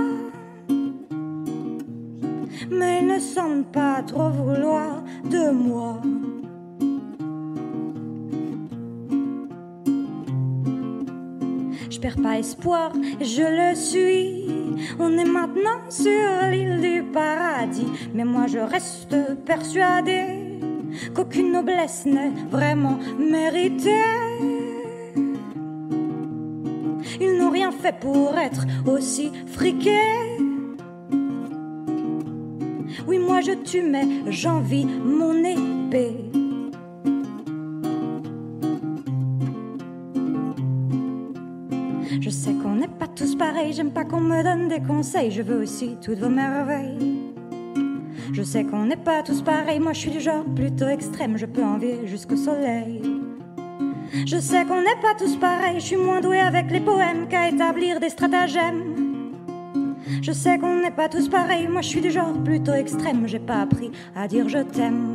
Speaker 6: Mais il ne semble pas trop vouloir de moi. Je perds pas espoir, je le suis. On est maintenant sur l'île du paradis, mais moi je reste persuadée qu'aucune noblesse n'est vraiment méritée. Ils n'ont rien fait pour être aussi friqués. Oui, moi je tue, mais j'envie mon épée. Je sais qu'on n'est pas tous pareils, j'aime pas qu'on me donne des conseils, je veux aussi toutes vos merveilles. Je sais qu'on n'est pas tous pareils, moi je suis du genre plutôt extrême, je peux envier jusqu'au soleil. Je sais qu'on n'est pas tous pareils, je suis moins douée avec les poèmes qu'à établir des stratagèmes. Je sais qu'on n'est pas tous pareils, moi je suis du genre plutôt extrême, j'ai pas appris à dire je t'aime.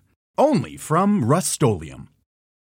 Speaker 8: Only from Rust-Oleum.